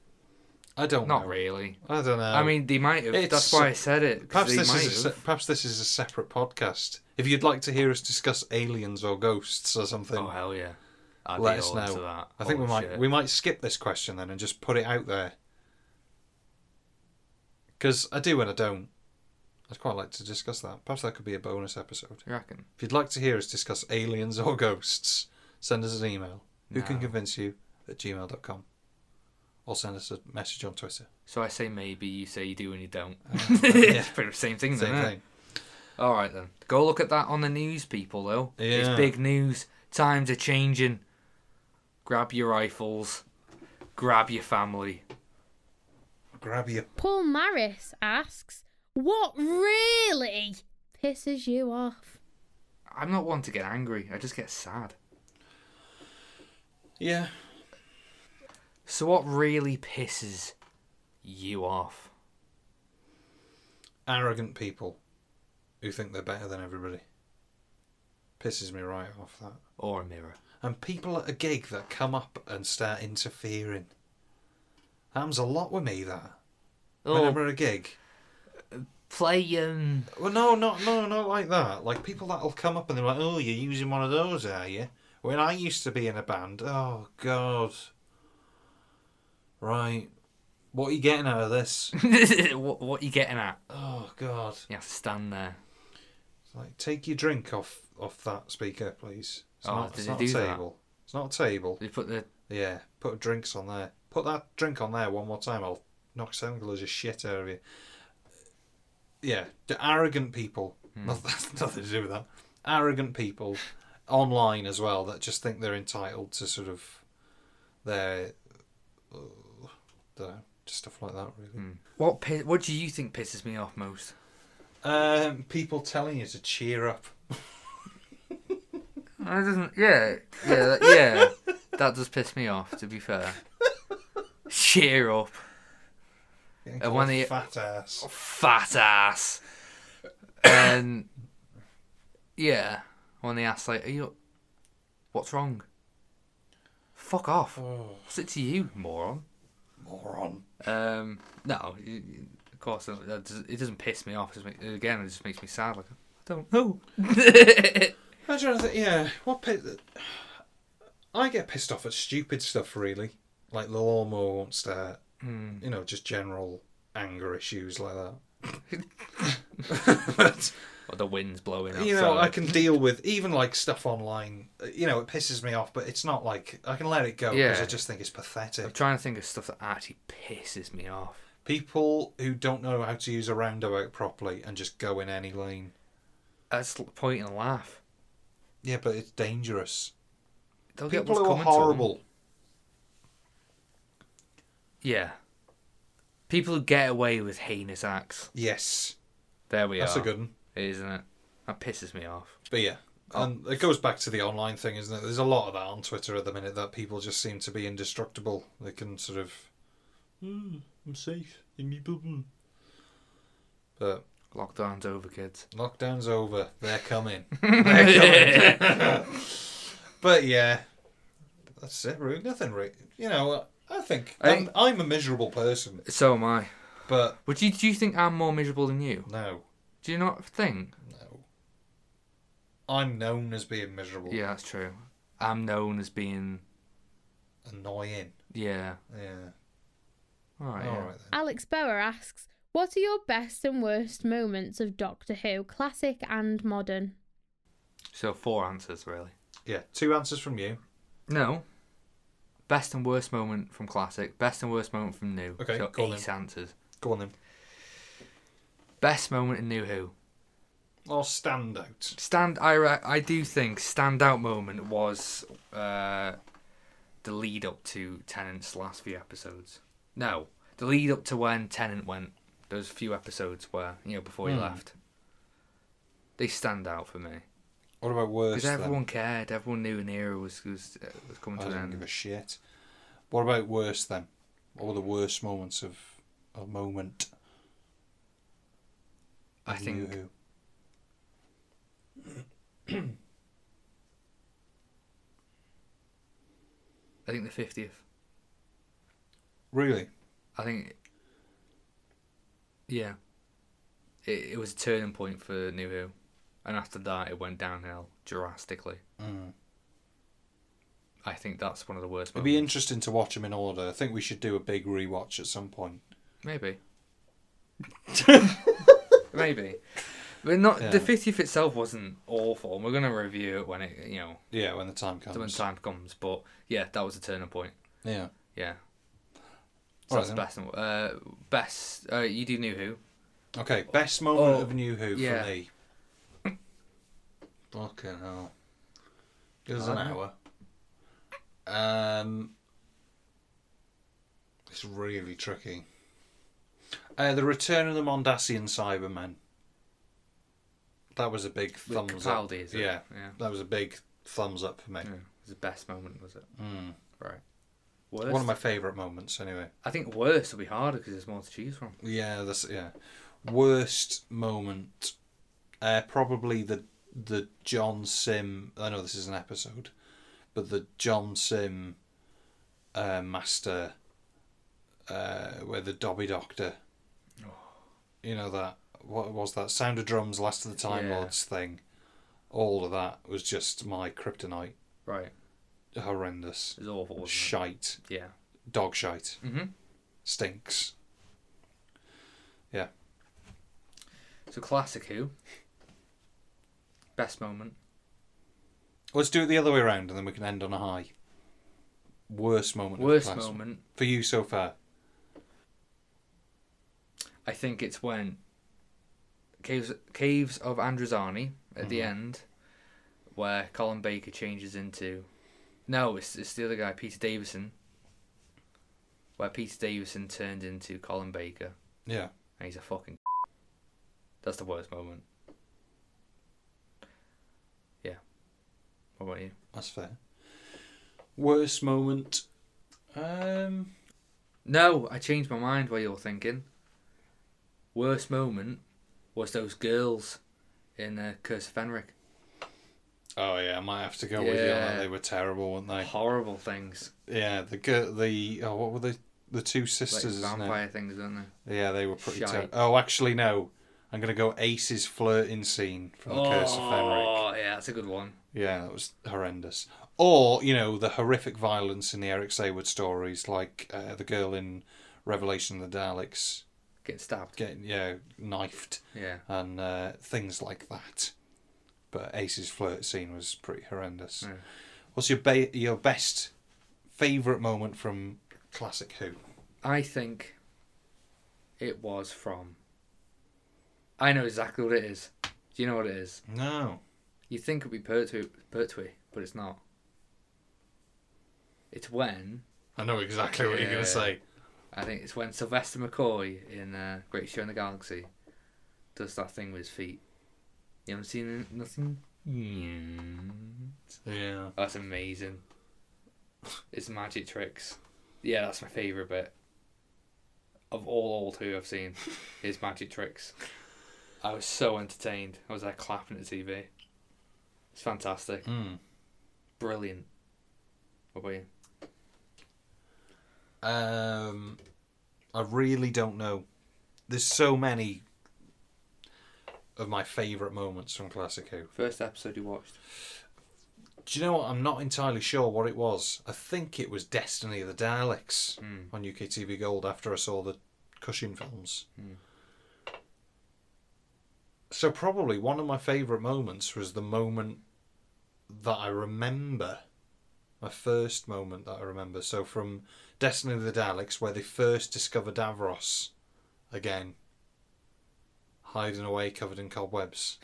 S1: I don't.
S2: Not
S1: know.
S2: really.
S1: I don't know.
S2: I mean, they might have.
S1: It's-
S2: That's why I said it. 'cause
S1: perhaps
S2: they
S1: this
S2: might
S1: is a,
S2: have.
S1: se- perhaps this is a separate podcast. If you'd like to hear us discuss aliens or ghosts or something,
S2: Oh, hell yeah. I'd
S1: let
S2: be
S1: us
S2: all into
S1: know.
S2: that.
S1: I think
S2: Holy
S1: we might
S2: shit.
S1: we might skip this question then and just put it out there. Because I do and I don't. I'd quite like to discuss that. Perhaps that could be a bonus episode.
S2: You reckon?
S1: If you'd like to hear us discuss aliens or ghosts, send us an email. Who can
S2: No.
S1: convince you at gmail.com. Or send us a message on Twitter.
S2: So I say maybe, you say you do and you don't.
S1: yeah.
S2: it's pretty much the same thing,
S1: Uh, Same
S2: then.
S1: thing.
S2: All right then, go look at that on the news, people. Though
S1: Yeah.
S2: it's big news. Times are changing. Grab your rifles. Grab your family.
S1: Grab your
S3: Paul Maris asks, What really pisses you off?
S2: I'm not one to get angry. I just get sad.
S1: Yeah.
S2: So what really pisses you off?
S1: Arrogant people who think they're better than everybody. Pisses me right off that.
S2: Or a mirror?
S1: And people at a gig that come up and start interfering. Happens a lot with me that. When I'm
S2: Oh,
S1: at a gig.
S2: play um.
S1: Well no, not no, not like that. Like people that'll come up and they're like, Oh, you're using one of those, are you? When I used to be in a band, oh god. Right. What are you getting out of this?
S2: what what you getting at?
S1: oh god.
S2: You have to stand there.
S1: It's like take your drink off off that speaker, please. It's
S2: Oh,
S1: not,
S2: did
S1: it's
S2: they
S1: not
S2: do
S1: a
S2: that?
S1: table. It's not a table.
S2: You put the
S1: Yeah, put drinks on there. Put that drink on there one more time. I'll knock seven loads of shit out of you. Yeah, the arrogant people.
S2: Hmm.
S1: Not, that's nothing to do with that. Arrogant people online as well that just think they're entitled to sort of their Dunno, just stuff like that, really.
S2: Hmm. What pi- what do you think pisses me off most?
S1: Um, people telling you to cheer up.
S2: That doesn't. Yeah, yeah, that- yeah. that does piss me off. To be fair, cheer up,
S1: Getting
S2: And
S1: called
S2: Uh, when they- Oh,
S1: fat ass.
S2: fat ass. And yeah, when they ask like, "Are you? What's wrong?" Fuck off.
S1: Oh.
S2: What's it to you, moron?
S1: Moron.
S2: Um, no, you, you- of course that that does- it doesn't piss me off. It just make, again, it just makes me sad. Like I don't know.
S1: I'm trying to think. Yeah, what? Pi- I get pissed off at stupid stuff, really. Like the lawnmower wants to,
S2: Hmm.
S1: you know, just general anger issues like that. but
S2: or the wind's blowing. Outside.
S1: you know, I can deal with even like stuff online. You know, it pisses me off, but it's not like I can let it go because
S2: Yeah.
S1: I just think it's
S2: I'm
S1: pathetic.
S2: trying to think of stuff that actually pisses me off.
S1: People who don't know how to use a roundabout properly and just go in any lane.
S2: That's l- point and laugh.
S1: Yeah, but it's dangerous.
S2: They'll get
S1: People
S2: what's
S1: who are
S2: coming to 'em.
S1: horrible.
S2: Yeah. People who get away with heinous acts.
S1: Yes,
S2: There we
S1: that's
S2: are.
S1: a good one.
S2: Isn't it? That pisses me off.
S1: But yeah, and it goes back to the online thing, isn't it? There's a lot of that on Twitter at the minute that people just seem to be indestructible. They can sort of,
S5: Hmm, I'm safe in my bubble.
S1: but
S2: Lockdown's over, kids.
S1: lockdown's over. They're coming. They're coming. but yeah, that's it. Really, nothing. Re- you know, I think
S2: I-
S1: I'm, I'm a miserable person,
S2: So am I.
S1: but
S2: Would you do you think I'm more miserable than you?
S1: no,
S2: Do you not think?
S1: no. I'm known as being miserable,
S2: Yeah, that's true. I'm known as being
S1: annoying.
S2: yeah.
S1: Yeah.
S2: All right.
S1: All
S2: yeah.
S1: right then.
S3: Alex Bower asks, What are your best and worst moments of Doctor Who, classic and modern?
S2: So four answers really.
S1: Yeah, two answers from you.
S2: No. Best and worst moment from classic. Best and worst moment from new.
S1: Okay,
S2: So
S1: go on
S2: eight answers.
S1: Go on then.
S2: Best moment in New Who.
S1: Or stand out.
S2: Stand. I re- I do think standout moment was uh, the lead up to Tennant's last few episodes. No, the lead up to when Tennant went. Those few episodes where you know before he
S1: Hmm.
S2: left. They stand out for me
S1: What about worst?
S2: because
S1: then?
S2: everyone cared. Everyone knew an era was was, uh, was coming
S1: I
S2: to an
S1: don't give
S2: end.
S1: a shit. What about worse then? What were the worst moments of a moment?
S2: I
S1: of
S2: think-
S1: New Who?
S2: I think the fiftieth.
S1: really
S2: I think. Yeah. It, it was a turning point for New Who, and after that it went downhill drastically.
S1: Mm.
S2: I think that's one of the worst.
S1: it'd be
S2: moments.
S1: interesting to watch them in order. I think we should do a big rewatch at some point.
S2: Maybe. Maybe. But not
S1: Yeah.
S2: the fiftieth itself wasn't awful. and We're gonna review it when it you know
S1: Yeah, when the time comes.
S2: when the time comes. But yeah, that was a turning point.
S1: Yeah.
S2: Yeah. So
S1: All right
S2: that's
S1: then.
S2: best. and- Uh, best. Uh, you do New Who.
S1: Okay, best moment
S2: Oh,
S1: of New Who
S2: yeah.
S1: for me. Fucking hell. Give us an hour.
S2: Alright.
S1: Um, it's really tricky. Uh, the Return of the Mondasian Cybermen. That was a big
S2: With
S1: thumbs up.
S2: Capaldi, is it?
S1: Yeah,
S2: Yeah.
S1: that was a big thumbs up for me.
S2: yeah. It was the best moment, was it?
S1: Mm.
S2: Right. Worst.
S1: One of my favourite moments, anyway.
S2: I think worst will be harder because there's more to choose from.
S1: Yeah, that's yeah. Worst moment, uh, probably the the John Sim. I know this is an episode, but the John Sim uh, master, uh, where the Dobby Doctor,
S2: Oh.
S1: you know that what was that sound of drums, last of the Time
S2: Yeah.
S1: Lords thing, all of that was just my kryptonite.
S2: Right.
S1: Horrendous,
S2: It was awful. Wasn't
S1: shite,
S2: it? Yeah.
S1: dog shite,
S2: Mm-hmm.
S1: stinks. Yeah.
S2: So classic Who. Best moment.
S1: Let's do it the other way around, and then we can end on a high. Worst moment. of
S2: Worst
S1: class.
S2: moment.
S1: for you so far.
S2: I think it's when caves caves of Androzani at the
S1: Mm-hmm.
S2: end, where Colin Baker changes into. No, it's it's the other guy, Peter Davison. where Peter Davison turned into Colin Baker,
S1: Yeah.
S2: and he's a fucking. That's the worst moment. Yeah. What about you?
S1: That's fair. Worst moment. Um.
S2: No, I changed my mind while you were thinking. Worst moment was those girls in uh, Curse of Fenric.
S1: Oh yeah, I might have to go with you on that.
S2: Yeah.
S1: They were terrible, weren't they?
S2: Horrible things.
S1: Yeah, the girl, the oh, what were the the two
S2: Like
S1: sisters? isn't it?
S2: vampire things, don't they?
S1: Yeah, they were pretty. Ter-
S2: Shite.
S1: oh, actually, no. I'm gonna go Ace's flirting scene from The Curse of Fenric.
S2: Oh, yeah, that's a good one.
S1: Yeah, that was horrendous. Or you know the horrific violence in the Eric Saywood stories, like uh, the girl in Revelation of the Daleks
S2: Getting stabbed.
S1: getting yeah knifed
S2: Yeah.
S1: and uh, things like that. But Ace's flirt scene was pretty horrendous.
S2: Yeah.
S1: What's your ba- your best favorite moment from classic Who?
S2: I think it was from. I know exactly what it is. Do you know what it is?
S1: No.
S2: You think it'd be Pertwee, Pertwee but it's not. It's when
S1: I know exactly what you're
S2: Yeah.
S1: going to say.
S2: I think it's when Sylvester McCoy in uh, Great Show in the Galaxy does that thing with his feet. You haven't seen it- nothing? Yeah.
S1: Yeah.
S2: That's amazing. It's magic tricks. Yeah, that's my favourite bit. Of all old who I've seen, is magic tricks. I was so entertained. I was there clapping at the TV. It's fantastic.
S1: Mm.
S2: Brilliant. What about you?
S1: Um, I really don't know. There's so many of my favourite moments from classic Who.
S2: First episode you watched.
S1: Do you know what? I'm not entirely sure what it was. I think it was Destiny of the Daleks
S2: Mm.
S1: on UK TV Gold after I saw the Cushing films. So probably one of my favourite moments was the moment that I remember. My first moment that I remember. So from Destiny of the Daleks, where they first discover Davros again, hiding away covered in cobwebs.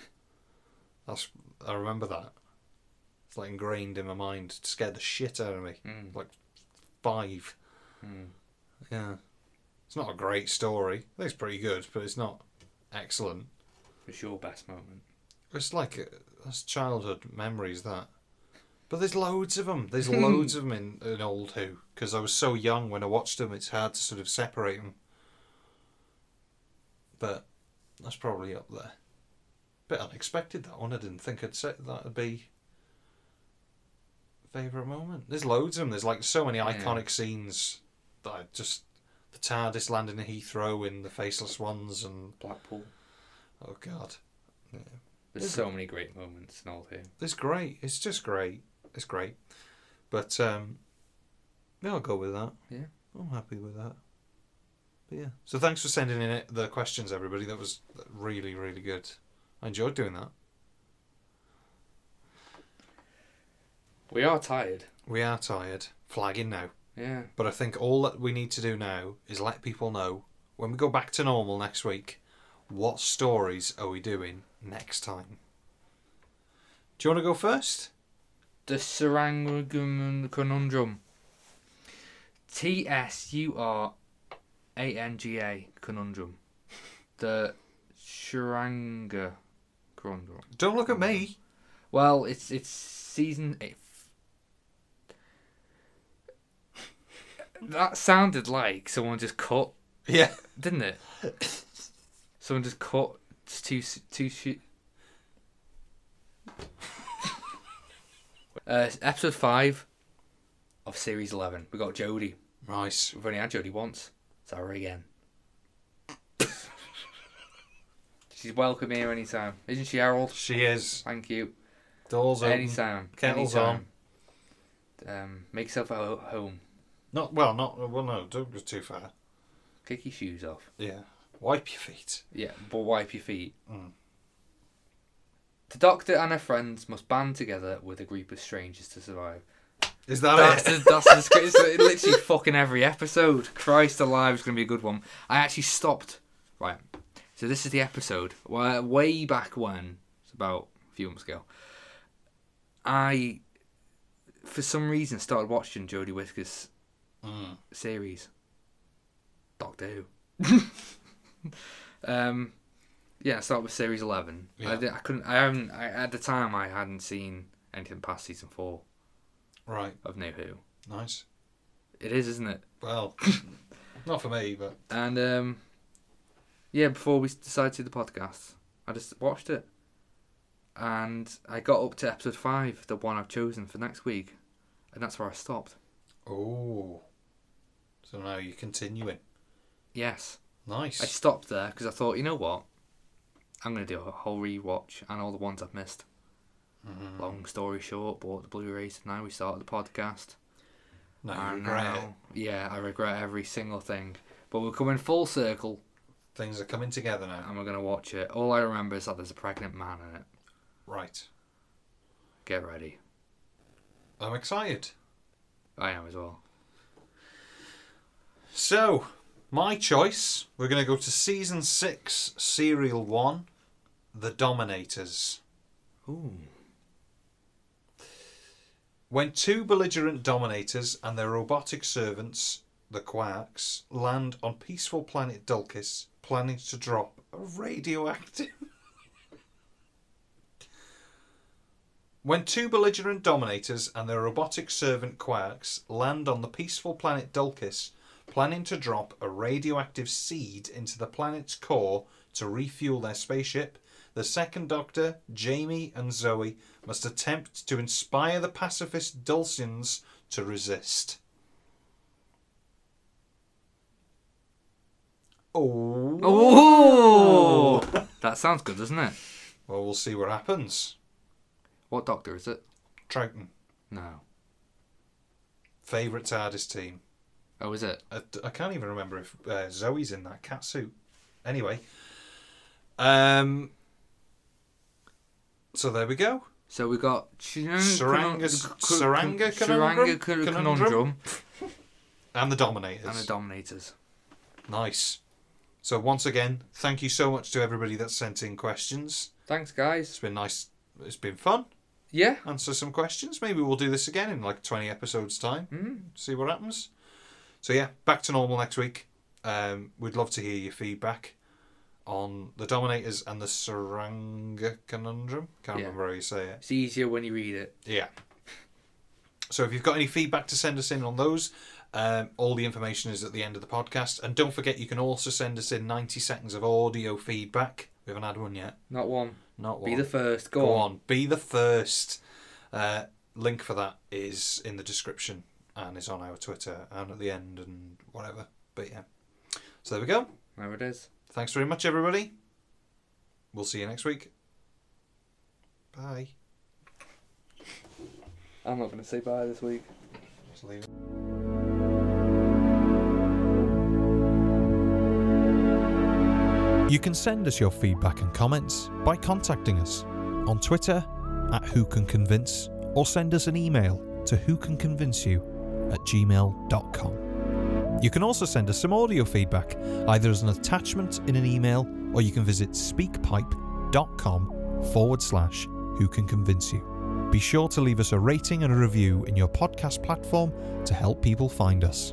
S1: That's I remember that. It's like ingrained in my mind. It scared the shit out of me.
S2: Mm.
S1: Like five.
S2: Mm.
S1: Yeah. It's not a great story. I think it's pretty good, but it's not excellent.
S2: What's your best moment?
S1: It's like uh, that's childhood memories that. But there's loads of them. There's loads of them in, in old Who because I was so young when I watched them. It's hard to sort of separate them. But that's probably up there. Bit unexpected that one. I didn't think I'd say that'd be favorite moment. There's loads of them. There's like so many
S2: Yeah.
S1: iconic scenes that I just the TARDIS landing in Heathrow in the Faceless Ones and
S2: Blackpool.
S1: oh god.
S2: There's so many great moments in old who.
S1: It's great. It's just great. It's great. But um yeah, I'll go with that.
S2: Yeah.
S1: I'm happy with that. But yeah. So thanks for sending in it- the questions, everybody. That was really, really good. I enjoyed doing that.
S2: We are tired.
S1: We are tired. Flagging now.
S2: Yeah.
S1: But I think all that we need to do now is let people know when we go back to normal next week, what stories are we doing next time? Do you want to go first?
S2: The Sarangum Conundrum. T S U R A N G A Conundrum. The Saranga Conundrum.
S1: Don't look at me.
S2: Well, it's it's season eight. That sounded like someone just cut,
S1: Yeah.
S2: didn't it? Someone just cut two s- two shoot. Uh, episode five of series eleven. We got Jodie.
S1: Right.
S2: We've only had Jodie once. It's her again. She's welcome here anytime, isn't she, Harold?
S1: She is.
S2: Thank you.
S1: Doors open.
S2: Anytime.
S1: Kettle's
S2: anytime. Um, make yourself at ho- home.
S1: Not well, not well. No, don't go too far.
S2: Kick your shoes off.
S1: Yeah, wipe your feet.
S2: Yeah, but wipe your feet.
S1: Mm.
S2: The doctor and her friends must band together with a group of strangers to survive.
S1: Is that
S2: That's
S1: it?
S2: the, that's the script. It's li- literally fucking every episode. Christ alive is going to be a good one. I actually stopped. Right. So this is the episode. Wa- Way back when, it's about a few months ago, I, for some reason, started watching Jodie Whittaker's
S1: Mm.
S2: series. Doctor Who. um, yeah, so that was series eleven. I,
S1: Yeah.
S2: did, I couldn't. I haven't. I, at the time, I hadn't seen anything past season four
S1: Right.
S2: of New Who.
S1: Nice.
S2: It is, isn't it?
S1: Well, not for me, but
S2: And um, yeah, before we decided to do the podcast, I just watched it, and I got up to episode five, the one I've chosen for next week, and that's where I stopped.
S1: oh, so now you're continuing.
S2: Yes,
S1: Nice.
S2: I stopped there because I thought, you know what, I'm gonna do a whole rewatch and all the ones I've missed.
S1: Mm-hmm.
S2: Long story short, bought the Blu-rays, and now we started the podcast.
S1: now you
S2: and
S1: regret it.
S2: now, yeah, I regret every single thing, but we're coming full circle,
S1: Things are coming together now.
S2: and we're gonna watch it. All I remember is that there's a pregnant man in it.
S1: Right.
S2: Get ready.
S1: I'm excited.
S2: I am as well.
S1: So, my choice. We're going to go to season six, serial one, The Dominators.
S2: Ooh.
S1: When two belligerent dominators and their robotic servants, the Quarks, land on peaceful planet Dulcis, planning to drop a radioactive. when two belligerent dominators and their robotic servant Quarks land on the peaceful planet Dulcis, planning to drop a radioactive seed into the planet's core to refuel their spaceship, the second Doctor, Jamie, and Zoe must attempt to inspire the pacifist Dulcians to resist. Oh.
S2: Oh! that sounds good, doesn't it?
S1: Well, we'll see what happens.
S2: What doctor is it?
S1: Troughton,
S2: No.
S1: favourite TARDIS team.
S2: Oh, is it?
S1: I, I can't even remember if uh, Zoe's in that cat suit. Anyway. Um. So there we go.
S2: So we got Saranga
S1: Saranga's- Saranga conundrum?
S2: Saranga conundrum,
S1: Conundrum? And the
S2: and the
S1: Dominators.
S2: Dominators.
S1: nice. So once again, thank you so much to everybody that sent in questions.
S2: Thanks,
S1: It's
S2: guys.
S1: been nice. It's been fun.
S2: Yeah.
S1: Answer some questions. Maybe we'll do this again in like 20 episodes' time.
S2: Mm.
S1: See what happens. So, yeah, back to normal next week. Um, we'd love to hear your feedback on the Dominators and the Saranga Conundrum. Can't
S2: Yeah.
S1: remember how you say it.
S2: It's easier when you read it.
S1: Yeah. So if you've got any feedback to send us in on those, um, all the information is at the end of the podcast. And don't forget, you can also send us in 90 seconds of audio feedback. We haven't had one yet.
S2: Not one.
S1: Not one.
S2: Be the first. Go,
S1: Go
S2: on.
S1: on. Be the first. Uh, link for that is in the description and is on our Twitter and at the end and whatever. But yeah. So there we go.
S2: There it is.
S1: Thanks very much, everybody. We'll see you next week. Bye.
S2: I'm not going to say bye this week.
S1: Just leave it. You can send us your feedback and comments by contacting us on Twitter at Who Can Convince or send us an email to who can convince you at gmail.com. You can also send us some audio feedback either as an attachment in an email or you can visit speakpipe.com forward slash who can convince you. Be sure to leave us a rating and a review in your podcast platform to help people find us.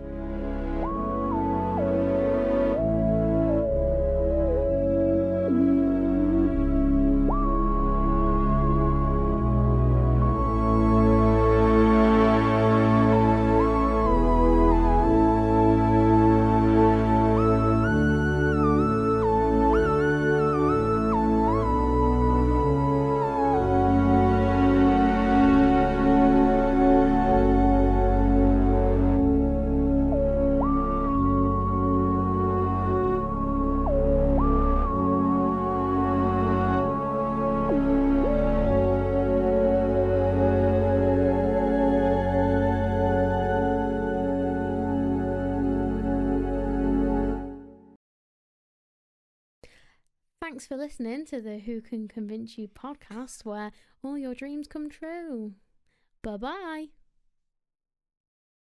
S3: Thanks for listening to the Who Can Convince You podcast, where all your dreams come true. Bye bye.